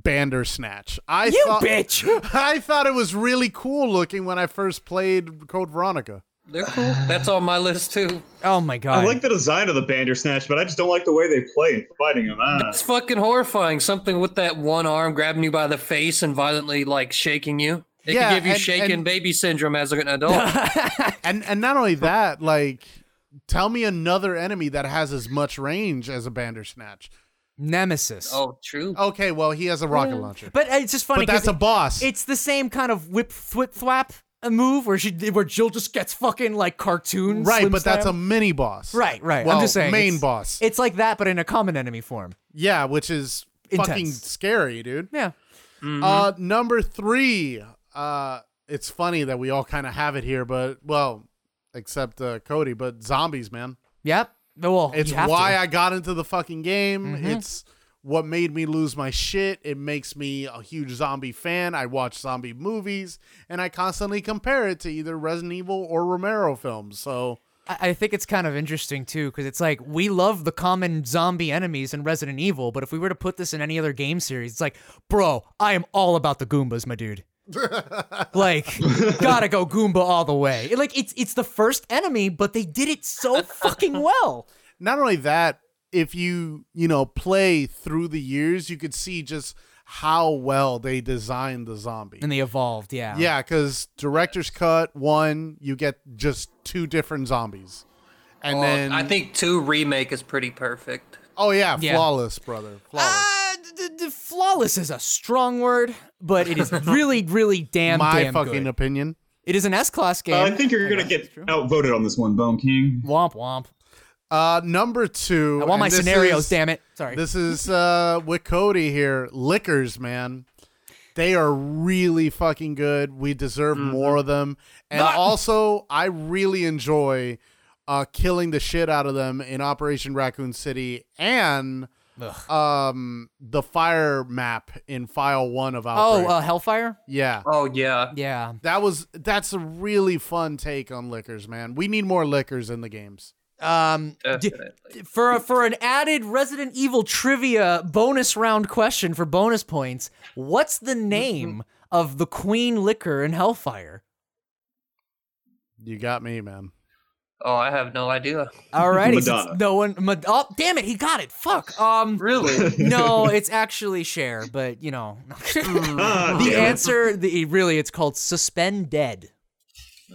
Speaker 2: Bandersnatch. I
Speaker 1: You
Speaker 2: thought,
Speaker 1: bitch.
Speaker 2: I thought it was really cool looking when I first played Code Veronica.
Speaker 3: They're cool. That's on my list too.
Speaker 1: Oh my god.
Speaker 4: I like the design of the Bandersnatch, but I just don't like the way they play in fighting them. Ah.
Speaker 3: It's fucking horrifying. Something with that one arm grabbing you by the face and violently like shaking you. It
Speaker 2: Yeah,
Speaker 3: can give you
Speaker 2: and-
Speaker 3: shaken
Speaker 2: and-
Speaker 3: baby syndrome as an adult.
Speaker 2: And and not only that, like tell me another enemy that has as much range as a Bandersnatch.
Speaker 1: Nemesis.
Speaker 3: oh, true.
Speaker 2: Okay, well he has a rocket launcher.
Speaker 1: Mm. But it's just funny
Speaker 2: But
Speaker 1: because
Speaker 2: that's a boss.
Speaker 1: it's the same kind of whip thwip thwap uh, move where she where Jill just gets fucking like cartoon.
Speaker 2: Right,
Speaker 1: slim
Speaker 2: but that's a
Speaker 1: slam.
Speaker 2: mini boss.
Speaker 1: right, right.
Speaker 2: Well,
Speaker 1: I'm just saying
Speaker 2: main
Speaker 1: it's-
Speaker 2: boss.
Speaker 1: It's like that, but in a common enemy form.
Speaker 2: yeah, which is fucking
Speaker 1: Intense. Mm-hmm.
Speaker 2: scary, dude.
Speaker 1: Yeah.
Speaker 2: Uh, number three. Uh, it's funny that we all kind of have it here, but well, except uh, Cody. But zombies, man.
Speaker 1: Yep. Well,
Speaker 2: It's
Speaker 1: you have
Speaker 2: why
Speaker 1: to. Mm-hmm.
Speaker 2: I got into the fucking game. It's what made me lose my shit. It makes me a huge zombie fan. I watch zombie movies, and I constantly compare it to either Resident Evil or Romero films. So
Speaker 1: I, I think it's kind of interesting too because it's like we love the common zombie enemies in Resident Evil, but if we were to put this in any other game series, it's like, bro, I am all about the Goombas, my dude. like, gotta go Goomba all the way. Like, it's it's the first enemy, but they did it so fucking well.
Speaker 2: not only that, if you you know play through the years, you could see just how well they designed the zombie.
Speaker 1: And they evolved, yeah.
Speaker 2: Yeah, because director's cut one, you get just two different zombies, and
Speaker 3: Well,
Speaker 2: then
Speaker 3: I think two remake is pretty perfect.
Speaker 2: oh yeah,
Speaker 1: Yeah.
Speaker 2: flawless brother, flawless.
Speaker 1: Uh, d- d- flawless is a strong word, but it is really, really damn,
Speaker 2: My
Speaker 1: damn
Speaker 2: fucking
Speaker 1: good.
Speaker 2: opinion.
Speaker 1: It is an S class game.
Speaker 4: Uh, I think you're gonna get outvoted on this one, Bone King.
Speaker 1: womp womp.
Speaker 2: Uh, number two.
Speaker 1: I want
Speaker 2: and
Speaker 1: my
Speaker 2: this
Speaker 1: scenarios,
Speaker 2: is-
Speaker 1: damn it. Sorry.
Speaker 2: This is uh with Cody here. Liquors, man. They are really fucking good. We deserve
Speaker 1: Mm-hmm.
Speaker 2: more of them. And also, I really enjoy uh killing the shit out of them in Operation Raccoon City and um the fire map in file 1 of
Speaker 1: oh,
Speaker 2: Outbreak.
Speaker 1: uh, Hellfire?
Speaker 2: yeah.
Speaker 3: Oh yeah.
Speaker 1: Yeah.
Speaker 2: That was that's a really fun take on liquors, man. We need more liquors in the games.
Speaker 1: Um, d-
Speaker 3: Definitely.
Speaker 1: for a, for an added Resident Evil trivia bonus round question for bonus points, what's the name of the Queen liquor in Hellfire?
Speaker 2: You got me, man.
Speaker 3: Oh, I have no idea.
Speaker 1: All right,
Speaker 4: Madonna.
Speaker 1: no one. Mad- oh, damn it, he got it. Fuck. Um,
Speaker 3: Really?
Speaker 1: no, it's actually Cher, but you know,
Speaker 4: Ah,
Speaker 1: the
Speaker 4: damn it.
Speaker 1: answer. The really, it's called suspended.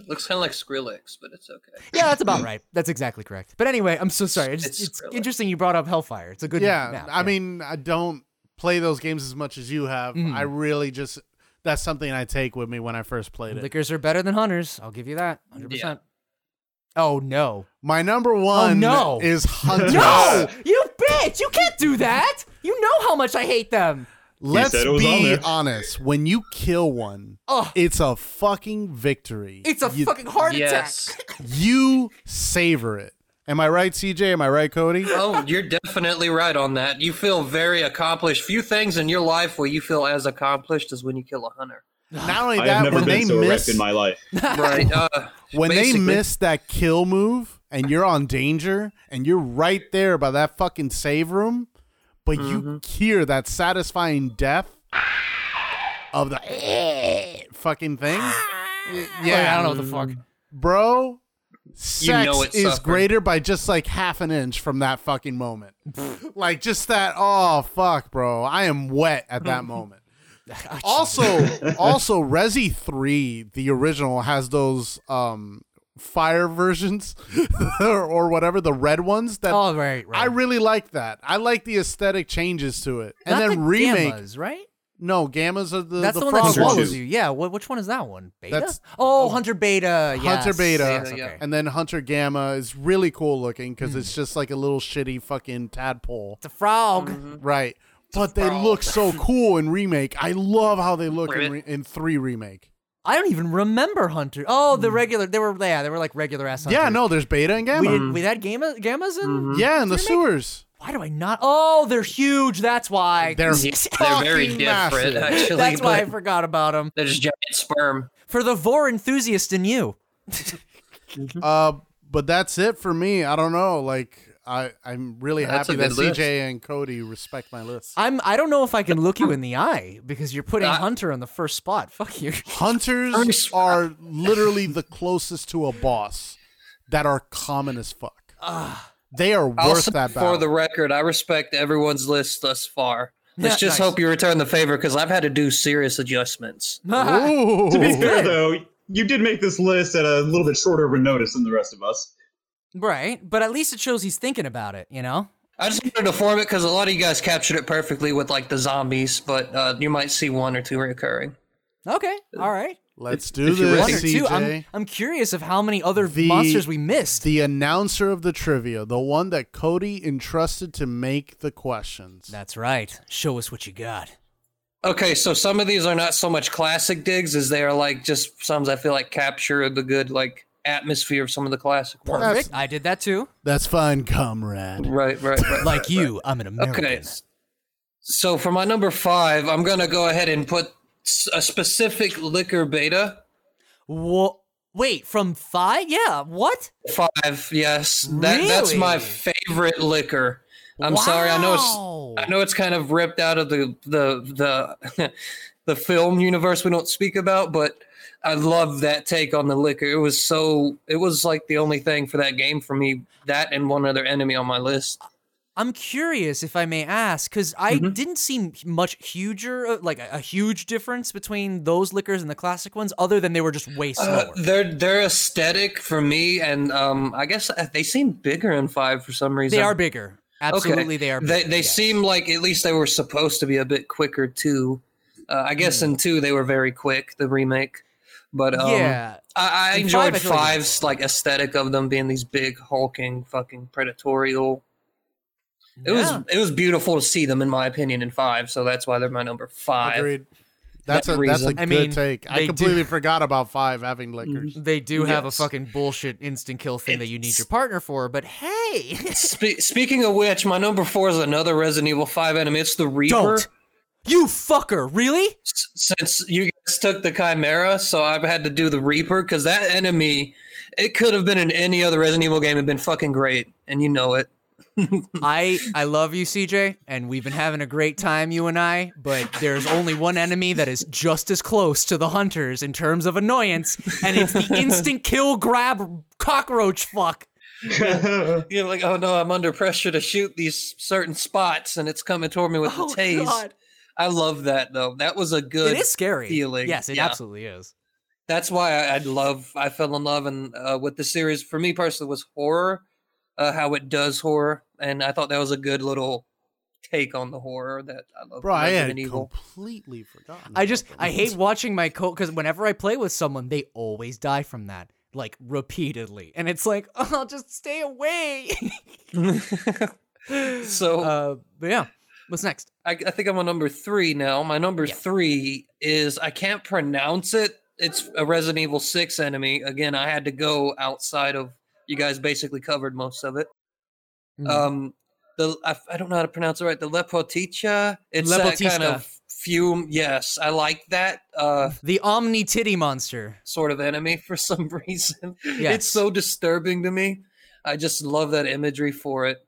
Speaker 3: Looks kind of like Skrillex, but it's okay.
Speaker 1: Yeah, that's about right. That's exactly correct. But anyway, I'm so sorry. I just- It's,
Speaker 3: It's Skrillex.
Speaker 1: interesting you brought up Hellfire. It's a good
Speaker 2: yeah,
Speaker 1: map,
Speaker 2: I mean, I don't play those games as much as you have.
Speaker 1: Mm.
Speaker 2: I really just that's something I take with me when I first played it.
Speaker 1: liquors are better than hunters. I'll give you that. 100%. Oh no.
Speaker 2: My number one
Speaker 1: Oh, no.
Speaker 2: is Hunters.
Speaker 1: No! You bitch! You can't do that! You know how much I hate them.
Speaker 2: Let's
Speaker 4: said it was on
Speaker 2: be
Speaker 4: there.
Speaker 2: honest. When you kill one,
Speaker 1: Ugh.
Speaker 2: it's a fucking victory.
Speaker 1: It's a
Speaker 2: you,
Speaker 1: fucking heart
Speaker 3: Yes.
Speaker 1: attack.
Speaker 2: you savor it. Am I right, CJ? Am I right, Cody?
Speaker 3: Oh, you're definitely right on that. You feel very accomplished. Few things in your life where you feel as accomplished as when you kill a hunter.
Speaker 2: Not only
Speaker 4: I
Speaker 2: that,
Speaker 4: have never
Speaker 2: when they
Speaker 4: been so
Speaker 2: miss
Speaker 4: erect in my life.
Speaker 3: Right. Uh,
Speaker 2: when
Speaker 3: basically.
Speaker 2: they miss that kill move and you're on danger and you're right there by that fucking save room, but
Speaker 1: Mm-hmm.
Speaker 2: you hear that satisfying death of the eh, fucking thing.
Speaker 1: Oh, yeah, I don't know what the fuck.
Speaker 2: Bro, sex
Speaker 3: know it
Speaker 2: is
Speaker 3: suffered.
Speaker 2: greater by just like half an inch from that fucking moment. like just that, oh fuck, bro. I am wet at that moment. also, also Resi 3, the original has those um fire versions or, or whatever, the red ones that
Speaker 1: All right, Oh, right.
Speaker 2: I really like that. I like the aesthetic changes to it. And
Speaker 1: Not
Speaker 2: then
Speaker 1: the
Speaker 2: remake.
Speaker 1: Gammas, right?
Speaker 2: No, gammas are the
Speaker 1: That's the,
Speaker 2: the,
Speaker 1: one that
Speaker 2: frog ones.
Speaker 4: swallows
Speaker 1: swallows you. Yeah. What, which one is that one? Beta.
Speaker 2: That's-
Speaker 1: oh, Hunter Beta. Yes.
Speaker 2: Hunter Beta,
Speaker 1: Yes,
Speaker 3: yeah.
Speaker 1: okay.
Speaker 2: and then Hunter Gamma is really cool looking because it's
Speaker 3: Hmm.
Speaker 2: just like a little shitty fucking tadpole,
Speaker 1: It's a frog.
Speaker 2: Mm.
Speaker 3: Hmm.
Speaker 2: right? But they look so cool in remake. I love how they look in, re- in three remake.
Speaker 1: I don't even remember Hunter. Oh, the regular. They were yeah. They were like regular ass. Hunters.
Speaker 2: Mm. Yeah, no, there's Beta and
Speaker 1: We
Speaker 2: Gamma. Mm-hmm.
Speaker 1: did. We had gamma, gammas in.
Speaker 2: yeah, in the
Speaker 1: Remake?
Speaker 2: sewers.
Speaker 1: Why do I not? Oh, they're huge. That's why.
Speaker 2: They're
Speaker 3: they're very
Speaker 2: fucking
Speaker 3: different,
Speaker 2: massive.
Speaker 3: actually.
Speaker 1: That's why I
Speaker 3: but
Speaker 1: forgot about them.
Speaker 3: they're just giant sperm.
Speaker 1: For the vor enthusiast in you.
Speaker 2: Uh, but that's it for me. I don't know. Like I, I'm really
Speaker 3: That's
Speaker 2: happy
Speaker 3: a
Speaker 2: that
Speaker 3: good list.
Speaker 2: CJ and Cody respect my list.
Speaker 1: I'm. I don't know if I can look you in the eye because you're putting
Speaker 3: Uh,
Speaker 1: Hunter on the first spot. Fuck you.
Speaker 2: Hunters
Speaker 3: Ernest-
Speaker 2: are literally the closest to a boss that are common as fuck. They are worth
Speaker 3: Also,
Speaker 2: that battle.
Speaker 3: Ah. for the record, I respect everyone's list thus far. Let's
Speaker 1: Yeah,
Speaker 3: just
Speaker 1: nice.
Speaker 3: hope you return the favor because I've had to do serious adjustments.
Speaker 4: To be fair,
Speaker 1: Good.
Speaker 4: though, you did make this list at a little bit shorter of a notice than the rest of us.
Speaker 1: right, but at least it shows he's thinking about it. You know.
Speaker 3: I just wanted to form it because a lot of you guys captured it perfectly with like the zombies, but uh, you might see one or two reoccurring.
Speaker 1: Okay. All right.
Speaker 2: Uh, Let's do
Speaker 3: if you
Speaker 1: One or
Speaker 2: this,
Speaker 1: two. I'm,
Speaker 2: CJ.
Speaker 1: I'm curious of how many other
Speaker 2: The-
Speaker 1: monsters we missed.
Speaker 2: The announcer of the trivia, the one that Cody entrusted to make the questions.
Speaker 1: That's right. Show us what you got.
Speaker 3: Okay, so some of these are not so much classic digs as they are like just some I feel like capture the good like atmosphere of some of the classic ones.
Speaker 2: That's-
Speaker 1: Perfect. I did that too.
Speaker 2: That's fine, comrade.
Speaker 3: Right, right, right.
Speaker 1: Like you, I'm an American.
Speaker 3: Okay. So for my number five, I'm gonna go ahead and put s- a specific liquor beta.
Speaker 1: Wha- Wait, from five? Yeah. What?
Speaker 3: Five, yes. That that's my
Speaker 1: Really?
Speaker 3: favorite liquor. I'm sorry, I know it's I know it's kind of ripped out of the the the the film universe we don't speak about, but I love that take on the liquor. It was so it was like the only thing for that game for me. That and one other enemy on my list.
Speaker 1: I'm curious if I may ask, because I
Speaker 3: Mm-hmm.
Speaker 1: didn't see much huger, uh, like a, a huge difference between those liquors and the classic ones, other than they were just way
Speaker 3: Uh,
Speaker 1: slower.
Speaker 3: their their aesthetic for me, and um, I guess uh, they seem bigger in five for some reason.
Speaker 1: they are bigger. Absolutely, they are. Bigger,
Speaker 3: They they
Speaker 1: yes.
Speaker 3: seem like at least they were supposed to be a bit quicker too. Uh, I
Speaker 1: Hmm.
Speaker 3: guess in two they were very quick. The remake, but um,
Speaker 1: yeah,
Speaker 3: I, I
Speaker 1: And
Speaker 3: enjoyed
Speaker 1: five, I feel like-
Speaker 3: five's like aesthetic of them being these big hulking fucking predatorial. It
Speaker 1: Yeah.
Speaker 3: was it was beautiful to see them in my opinion in five, so that's why they're my number five.
Speaker 2: Agreed. That's a
Speaker 3: That
Speaker 2: that's a
Speaker 3: reason.
Speaker 2: good
Speaker 1: I mean,
Speaker 2: take.
Speaker 1: they
Speaker 2: I
Speaker 1: do-
Speaker 2: completely forgot about five having liquors.
Speaker 1: They do have a
Speaker 3: Yes.
Speaker 1: fucking bullshit instant kill thing that you need your partner for, but hey,
Speaker 3: Spe- speaking of which, my number four is another Resident Evil Five enemy. It's the Reaper.
Speaker 1: Don't. you fucker, really?
Speaker 3: S- Since you guys took the Chimera, so I've had to do the Reaper because that enemy, it could have been in any other Resident Evil game and been fucking great, and you know it.
Speaker 1: I I love you, CJ, and we've been having a great time, you and I. But there's only one enemy that is just as close to the hunters in terms of annoyance, and it's the instant kill grab cockroach fuck.
Speaker 3: You're like, oh no, I'm under pressure to shoot these certain spots, and it's coming toward me with
Speaker 1: Oh,
Speaker 3: the taste.
Speaker 1: God.
Speaker 3: I love that though. That was a good.
Speaker 1: It is scary.
Speaker 3: feeling,
Speaker 1: Yes, it
Speaker 3: yeah.
Speaker 1: absolutely is.
Speaker 3: that's why I, I love I fell in love and uh, with the series for me personally was horror, uh, how it does horror, and I thought that was a good little take on the horror that I love.
Speaker 2: Bro, I had
Speaker 3: Mm-hmm. Resident Evil.
Speaker 2: completely forgotten.
Speaker 1: I just
Speaker 2: about that.
Speaker 1: I hate watching my co because whenever I play with someone, they always die from that, like repeatedly, and it's like, oh, just stay away.
Speaker 3: so
Speaker 1: uh, but yeah, what's next?
Speaker 3: I, I think I'm on number three now. My number
Speaker 1: Yeah.
Speaker 3: three is I can't pronounce it. It's a Resident Evil Six enemy. Again, I had to go outside of you guys. Basically covered most of it.
Speaker 1: Mm.
Speaker 3: Um, the I, I don't know how to pronounce it right. The Lepoticha. It's that kind
Speaker 1: Lepotichka.
Speaker 3: of fume. Yes, I like that uh,
Speaker 1: the Omni Titty Monster.
Speaker 3: sort of enemy for some reason.
Speaker 1: Yes.
Speaker 3: It's so disturbing to me. I just love that imagery for it.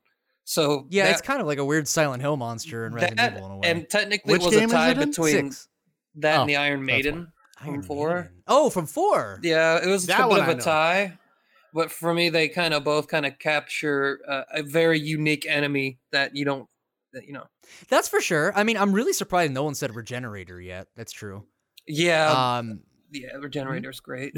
Speaker 3: So
Speaker 1: Yeah,
Speaker 3: that,
Speaker 1: it's kind of like a weird Silent Hill monster in Resident
Speaker 3: that-
Speaker 1: Evil in a way.
Speaker 3: and technically
Speaker 2: Which
Speaker 3: it was a
Speaker 2: game is
Speaker 3: tie
Speaker 2: it in?
Speaker 3: between
Speaker 1: Six.
Speaker 3: that
Speaker 1: Oh,
Speaker 3: and the Iron Maiden.
Speaker 1: Iron
Speaker 3: four?
Speaker 1: Maiden. Oh, from four.
Speaker 3: Yeah, it was
Speaker 2: That
Speaker 3: a
Speaker 2: one
Speaker 3: bit of
Speaker 2: I
Speaker 3: a
Speaker 2: know.
Speaker 3: tie, but for me, they kind of both kind of capture uh, a very unique enemy that you don't, that, you know.
Speaker 1: That's for sure. I mean, I'm really surprised no one said Regenerator yet. That's true.
Speaker 3: Yeah,
Speaker 1: Um,
Speaker 3: yeah, Regenerator's great.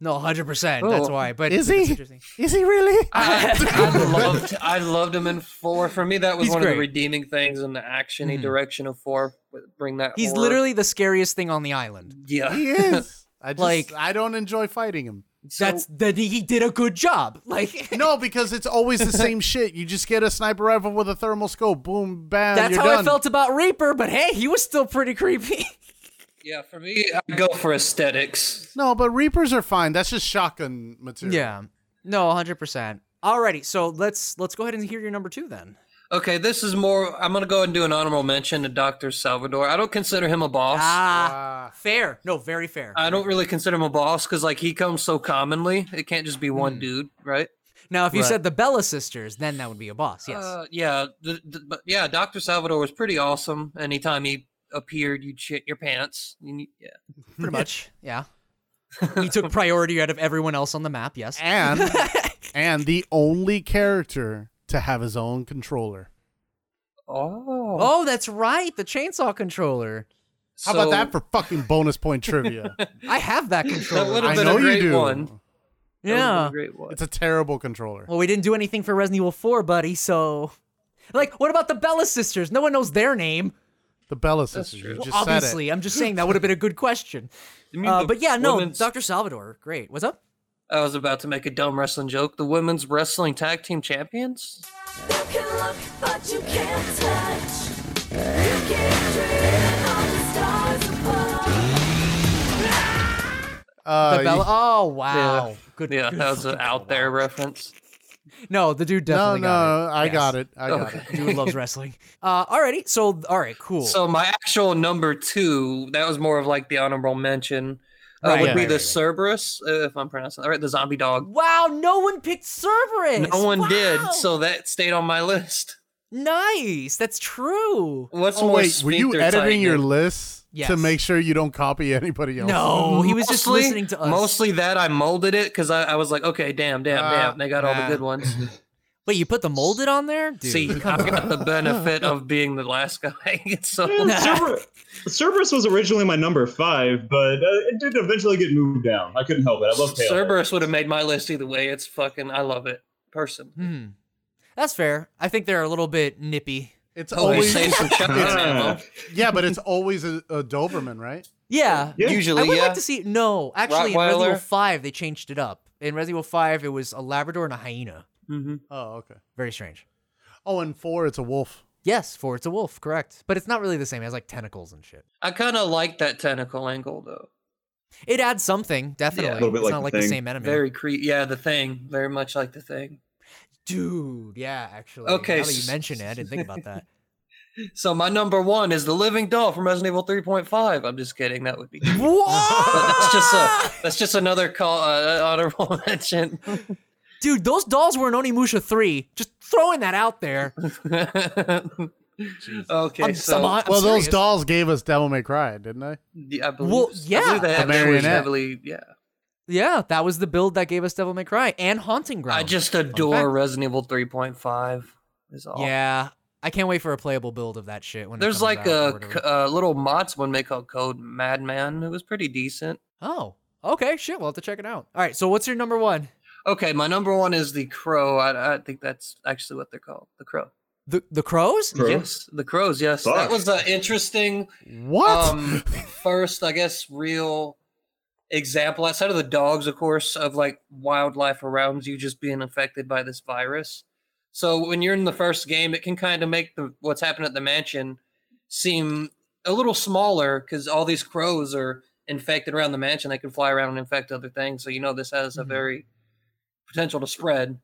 Speaker 1: no, hundred percent. That's
Speaker 3: Oh,
Speaker 1: why. But
Speaker 2: is
Speaker 1: it's
Speaker 2: he?
Speaker 1: interesting.
Speaker 2: Is he really?
Speaker 3: I, I loved, I loved him in four. For me, that was
Speaker 1: He's
Speaker 3: one of the
Speaker 1: great.
Speaker 3: redeeming things in the actiony
Speaker 1: Mhm.
Speaker 3: direction of four. Bring that.
Speaker 1: He's
Speaker 3: horror.
Speaker 1: literally the scariest thing on the island.
Speaker 3: yeah.
Speaker 2: he is. I just,
Speaker 1: Like-
Speaker 2: I don't enjoy fighting him.
Speaker 3: So-
Speaker 1: That's that he did a good job. Like
Speaker 2: No, because it's always the same shit. You just get a sniper rifle with a thermal scope. Boom, bam.
Speaker 1: that's
Speaker 2: you're
Speaker 1: how I
Speaker 2: done.
Speaker 1: felt about Reaper. But hey, he was still pretty creepy.
Speaker 3: yeah. For me, I go for aesthetics.
Speaker 2: No, but Reapers are fine. That's just shotgun material.
Speaker 1: yeah. No, hundred percent. Alrighty, so let's let's go ahead and hear your number two then.
Speaker 3: Okay, this is more. I'm gonna go and do an honorable mention to Doctor Salvador. I don't consider him a boss.
Speaker 1: Ah, fair. No, very fair.
Speaker 3: I don't really consider him a boss because like he comes so commonly. It can't just be
Speaker 1: Mm.
Speaker 3: one dude, right?
Speaker 1: now, if you said the Bella sisters, then that would be a boss. Yes.
Speaker 3: Uh, yeah. The, the, but yeah, Doctor Salvador was pretty awesome. Anytime he appeared, you'd shit your pants. You need- yeah.
Speaker 1: pretty much. Yeah. he took priority out of everyone else on the map. Yes.
Speaker 2: And and the only character to have his own controller.
Speaker 3: Oh.
Speaker 1: Oh, that's right. The chainsaw controller.
Speaker 2: How about that for fucking bonus point trivia?
Speaker 1: I have that controller.
Speaker 3: would've
Speaker 2: I
Speaker 1: I-
Speaker 3: been a
Speaker 2: know you
Speaker 3: great
Speaker 2: do.
Speaker 3: one.
Speaker 1: yeah.
Speaker 3: Great one.
Speaker 2: It's a terrible controller.
Speaker 1: Well, we didn't do anything for Resident Evil 4, buddy. So, like, what about the Bella sisters? No one knows their name.
Speaker 2: The Bella sister.
Speaker 3: true.
Speaker 2: You
Speaker 1: Well,
Speaker 2: just said it.
Speaker 1: obviously, I'm just saying that would have been a good question.
Speaker 3: You mean
Speaker 1: Uh,
Speaker 3: the
Speaker 1: but yeah, no,
Speaker 3: women's-
Speaker 1: Doctor Salvador, great. What's up?
Speaker 3: I was about to make a dumb wrestling joke. The women's wrestling tag team champions.
Speaker 8: You can look, but you can't touch. You can't dream of the stars above.
Speaker 2: Uh,
Speaker 1: The
Speaker 2: you-
Speaker 1: Bella. Oh wow, good.
Speaker 3: Yeah,
Speaker 1: good
Speaker 3: that was
Speaker 1: fucking
Speaker 3: an out
Speaker 1: call.
Speaker 3: there reference.
Speaker 1: No, the dude
Speaker 2: no,
Speaker 1: definitely
Speaker 2: no,
Speaker 1: got it.
Speaker 2: I
Speaker 1: Yes.
Speaker 2: got it. I got it.
Speaker 1: The Dude loves wrestling. Uh, alrighty, so alright, cool.
Speaker 3: So my actual number two, that was more of like the honorable mention, uh,
Speaker 1: Right,
Speaker 3: would
Speaker 1: yeah.
Speaker 3: be
Speaker 1: right,
Speaker 3: the
Speaker 1: right, right.
Speaker 3: Cerberus, uh, if I'm pronouncing that right, the zombie dog.
Speaker 1: wow, no one picked Cerberus.
Speaker 3: No one did,
Speaker 1: Wow.
Speaker 3: so that stayed on my list.
Speaker 1: nice. That's true.
Speaker 3: What's
Speaker 2: Oh,
Speaker 3: more,
Speaker 2: wait, were you
Speaker 3: sphincter
Speaker 2: editing your
Speaker 3: tightening?
Speaker 2: list
Speaker 1: Yes.
Speaker 2: to make sure you don't copy anybody else?
Speaker 1: No, he was just
Speaker 3: Mostly-
Speaker 1: listening to us.
Speaker 3: Mostly that I molded it because I, I was like, okay, damn, damn,
Speaker 2: Ah,
Speaker 3: damn, they got all
Speaker 2: nah.
Speaker 3: the good ones.
Speaker 1: Wait, you put the molded on there? Dude.
Speaker 3: See, I got the benefit of being the last guy. so
Speaker 1: Nah.
Speaker 4: Cerber- Cerberus was originally my number five, but uh, it did eventually get moved down. I couldn't help it. I love Taylor.
Speaker 3: Cerberus would have made my list either way. It's fucking, I love it. Person.
Speaker 1: Hmm. That's fair. I think they're a little bit nippy.
Speaker 2: It's
Speaker 3: Oh,
Speaker 2: always
Speaker 3: save some shotgun ammo.
Speaker 4: Ah.
Speaker 2: yeah, but it's always a, a Doberman, right?
Speaker 1: Yeah.
Speaker 4: Yeah.
Speaker 1: I
Speaker 3: Usually,
Speaker 1: would
Speaker 3: yeah.
Speaker 1: like to see. No, actually, in Resident Evil
Speaker 3: Rottweiler.
Speaker 1: 5, they changed it up. In Resident Evil 5, it was a Labrador and a hyena.
Speaker 3: hmm
Speaker 2: Oh, okay.
Speaker 1: Very strange.
Speaker 2: Oh, and four, it's a wolf.
Speaker 1: Yes, for it's a wolf, correct. But it's not really the same. It has like tentacles and shit.
Speaker 3: I kind of like that tentacle angle though.
Speaker 1: It adds something, definitely.
Speaker 3: Yeah, a
Speaker 1: it's
Speaker 4: little bit like
Speaker 1: not
Speaker 4: The
Speaker 1: like the
Speaker 4: Thing.
Speaker 1: same enemy.
Speaker 3: Very cre yeah, the thing, very much like the thing.
Speaker 1: Dude, yeah, actually.
Speaker 3: Okay,
Speaker 1: Now that you
Speaker 3: s-
Speaker 1: mention it, I didn't think about that.
Speaker 3: So my number one is the living doll from Resident Evil 3.5. I'm just kidding. That would be. But
Speaker 1: What?
Speaker 3: that's just a that's just another call uh, honorable mention.
Speaker 1: Dude, those dolls were in Onimusha 3. Just throwing that out there.
Speaker 3: okay,
Speaker 1: I'm,
Speaker 3: so
Speaker 1: I'm, I'm
Speaker 2: well, those
Speaker 1: serious.
Speaker 2: dolls gave us Devil May Cry, didn't they?
Speaker 3: Yeah, I believe.
Speaker 1: Well,
Speaker 3: I
Speaker 1: yeah.
Speaker 3: believe they
Speaker 2: The
Speaker 3: had they were
Speaker 2: marionette.
Speaker 3: heavily- yeah.
Speaker 1: Yeah, that was the build that gave us Devil May Cry and Haunting Ground.
Speaker 3: I just
Speaker 1: fact.
Speaker 3: adore Resident Evil 3.5. Is
Speaker 2: Oh.
Speaker 3: all.
Speaker 1: Yeah, I can't wait for a playable build of that shit. When it
Speaker 3: There's
Speaker 1: comes
Speaker 3: like
Speaker 1: out or
Speaker 3: a,
Speaker 1: whatever.
Speaker 3: c- a little mods one they call Code Madman. It was pretty decent.
Speaker 1: oh, okay, shit. We'll have to check it out. All right, so what's your number one?
Speaker 3: Okay, my number one is the Crow. I, I think that's actually what they're called, the Crow.
Speaker 1: The the crows?
Speaker 4: Crow?
Speaker 3: Yes, the Crows. Yes, that
Speaker 4: Fuck.
Speaker 3: was an interesting
Speaker 2: What?
Speaker 3: um first, I guess, real example outside of the dogs, of course, of like wildlife around you just being affected by this virus. So when you're in the first game, it can kind of make the what's happened at the mansion seem a little smaller because all these crows are infected around the mansion. They can fly around and infect other things. So you know this has a
Speaker 1: Mhm.
Speaker 3: very potential to spread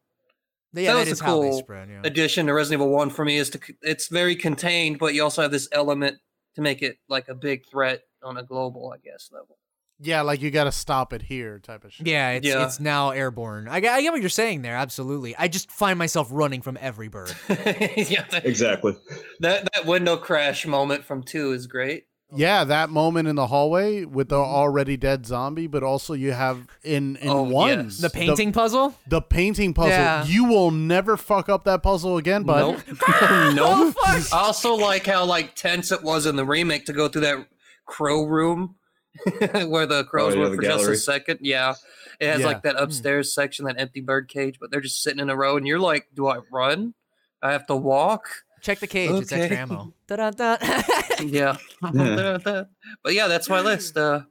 Speaker 1: Yeah,
Speaker 3: That
Speaker 1: that
Speaker 3: was
Speaker 1: is
Speaker 3: a
Speaker 1: how they
Speaker 3: cool
Speaker 1: spread. Yeah.
Speaker 3: addition to Resident Evil One for me is to c- it's very contained, but you also have this element to make it like a big threat on a global, I guess, level.
Speaker 2: yeah, like you got to stop it here, type of shit.
Speaker 1: Yeah, it's,
Speaker 3: Yeah.
Speaker 1: it's now airborne. I, get- I get what you're saying there. Absolutely. I just find myself running from every bird.
Speaker 3: yeah, that,
Speaker 4: Exactly.
Speaker 3: that that window crash moment from two is great.
Speaker 2: Yeah, that moment in the hallway with the already dead zombie, but also you have in in
Speaker 3: Oh,
Speaker 2: one
Speaker 3: yes.
Speaker 1: The painting puzzle?
Speaker 2: the, painting puzzle.
Speaker 1: Yeah.
Speaker 2: You will never fuck up that puzzle again, but
Speaker 3: Nope. nope. I also like how like tense it was in the remake to go through that crow room where the crows
Speaker 4: Oh, yeah,
Speaker 3: were
Speaker 4: the
Speaker 3: for just a
Speaker 4: gallery.
Speaker 3: second. Yeah. It has
Speaker 2: Yeah.
Speaker 3: like that upstairs section, that empty bird cage, but they're just sitting in a row and you're like, Do I run? I have to walk.
Speaker 1: Check the cage. It's
Speaker 3: Okay.
Speaker 1: extra ammo. Da-da-da.
Speaker 3: Yeah. but yeah, that's my list. Uh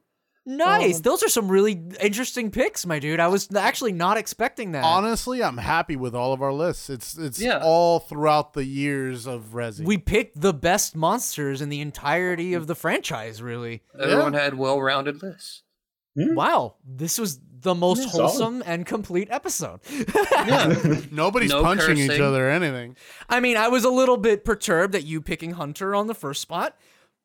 Speaker 1: nice.
Speaker 3: Um,
Speaker 1: Those are some really interesting picks, my dude. I was actually not expecting that.
Speaker 2: honestly, I'm happy with all of our lists. It's it's
Speaker 3: Yeah.
Speaker 2: all throughout the years of Resi.
Speaker 1: we picked the best monsters in the entirety of the franchise, really.
Speaker 3: everyone had well rounded lists.
Speaker 1: Wow. This was the most
Speaker 4: Yeah, solid.
Speaker 1: wholesome and complete episode.
Speaker 2: Nobody's
Speaker 3: No
Speaker 2: punching each
Speaker 3: cursing.
Speaker 2: other or anything.
Speaker 1: I mean, I was a little bit perturbed that you picking Hunter on the first spot,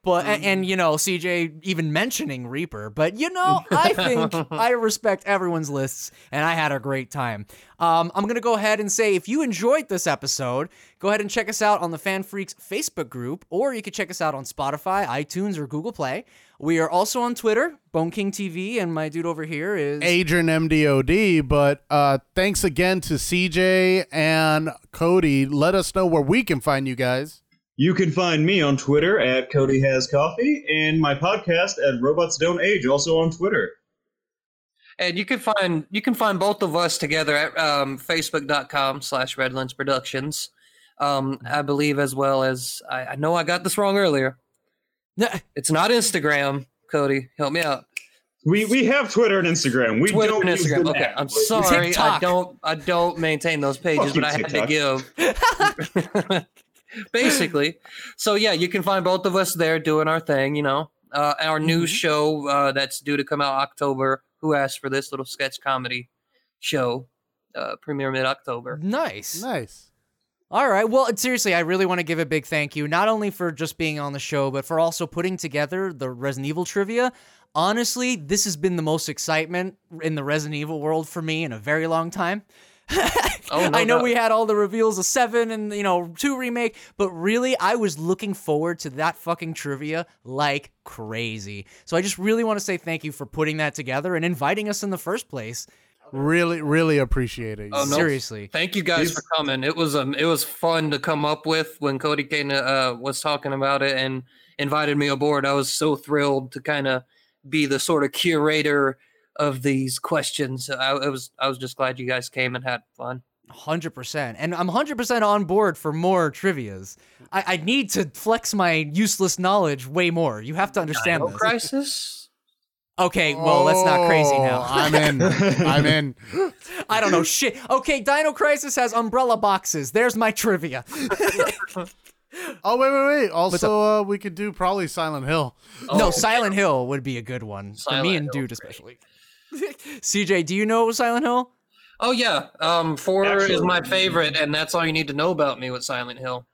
Speaker 1: but a- and, you know CJ even mentioning Reaper. But you know, I think I respect everyone's lists, and I had a great time. Um, I'm gonna go ahead and say if you enjoyed this episode, go ahead and check us out on the Fan Freaks Facebook group, or you can check us out on Spotify, iTunes, or Google Play. We are also on Twitter, Bone King TV, and my dude over here is
Speaker 2: Adrian MDOD, but uh, thanks again to CJ and Cody. Let us know where we can find you guys.
Speaker 4: You can find me on Twitter at Cody Has Coffee and my podcast at Robots Don't Age, also on Twitter.
Speaker 3: And you can find you can find both of us together at um, facebook.com slash Redlands Productions. Um, I believe as well as I, I know I got this wrong earlier. It's not Instagram, Cody. Help me out.
Speaker 4: We we have Twitter and Instagram. We
Speaker 3: Twitter
Speaker 4: don't
Speaker 3: and
Speaker 4: use them
Speaker 3: Instagram. Okay, I'm
Speaker 4: actively.
Speaker 3: sorry. I
Speaker 1: TikTok.
Speaker 3: don't I don't maintain those pages,
Speaker 4: you,
Speaker 3: but I had to
Speaker 4: TikTok.
Speaker 3: give. Basically, so yeah, you can find both of us there doing our thing. You know, uh, our
Speaker 4: Mm-hmm.
Speaker 3: new show uh, that's due to come out October. Who asked for this little sketch comedy show? Uh, premiere mid October.
Speaker 1: nice.
Speaker 2: Nice.
Speaker 1: All right. Well, and seriously, I really want to give a big thank you, not only for just being on the show, but for also putting together the Resident Evil trivia. Honestly, this has been the most excitement in the Resident Evil world for me in a very long time.
Speaker 3: Oh, no
Speaker 1: I know
Speaker 3: doubt.
Speaker 1: we had all the reveals of 7 and, you know, 2 remake, but really, I was looking forward to that fucking trivia like crazy. So I just really want to say thank you for putting that together and inviting us in the first place.
Speaker 2: Really, really appreciate it.
Speaker 3: Oh, no.
Speaker 1: Seriously.
Speaker 3: Thank you guys
Speaker 4: These-
Speaker 3: for coming. It was um, it was fun to come up with when Cody came to, uh, was talking about it and invited me aboard. I was so thrilled to kind of be the sort of curator of these questions. I, I was I was just glad you guys came and had fun.
Speaker 1: Hundred percent, and I'm hundred percent on board for more trivia's. I, I need to flex my useless knowledge way more. You have to understand
Speaker 3: No
Speaker 1: this.
Speaker 3: crisis.
Speaker 1: Okay, well that's not crazy
Speaker 2: Oh,
Speaker 1: now.
Speaker 2: I'm in. I'm in.
Speaker 1: I don't know shit. Okay, Dino Crisis has umbrella boxes. There's my trivia.
Speaker 2: Oh wait, wait, wait. Also, uh, we could do probably Silent Hill.
Speaker 3: Oh,
Speaker 1: no, Silent Hill would be a good one for me
Speaker 3: Silent
Speaker 1: and
Speaker 3: Hill,
Speaker 1: Dude especially. CJ, do you know it was Silent Hill?
Speaker 3: Oh yeah, um, four is
Speaker 4: Actually-
Speaker 3: my favorite, and that's all you need to know about me with Silent Hill.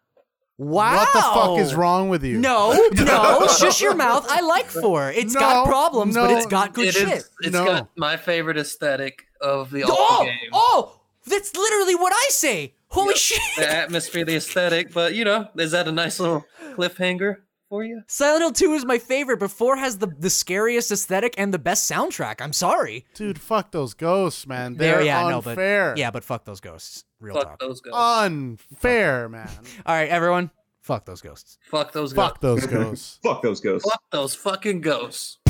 Speaker 1: Wow.
Speaker 2: What the fuck is wrong with you?
Speaker 1: No, no, shush your mouth. I like four. It's got
Speaker 2: No,
Speaker 1: problems, but
Speaker 2: no,
Speaker 1: it's got good
Speaker 3: It
Speaker 1: shit.
Speaker 3: is- it's
Speaker 2: No.
Speaker 3: got my favorite aesthetic of the
Speaker 1: Oh,
Speaker 3: all game.
Speaker 1: oh, that's literally what I say. Holy shit.
Speaker 3: The atmosphere, the aesthetic, but you know, is that a nice little cliffhanger for you?
Speaker 1: Silent Hill 2 is my favorite, but 4 has the, the scariest aesthetic and the best soundtrack. I'm sorry.
Speaker 2: Dude, fuck those ghosts, man. They're
Speaker 1: There- yeah, I know, but-
Speaker 2: unfair.
Speaker 1: Yeah, but fuck those ghosts. Real
Speaker 3: Fuck
Speaker 1: talk.
Speaker 3: those ghosts.
Speaker 2: Unfair, man.
Speaker 1: All right, everyone, fuck those ghosts.
Speaker 3: Fuck those
Speaker 2: fuck
Speaker 3: ghosts.
Speaker 2: those ghosts.
Speaker 4: Fuck those ghosts.
Speaker 3: Fuck those fucking ghosts.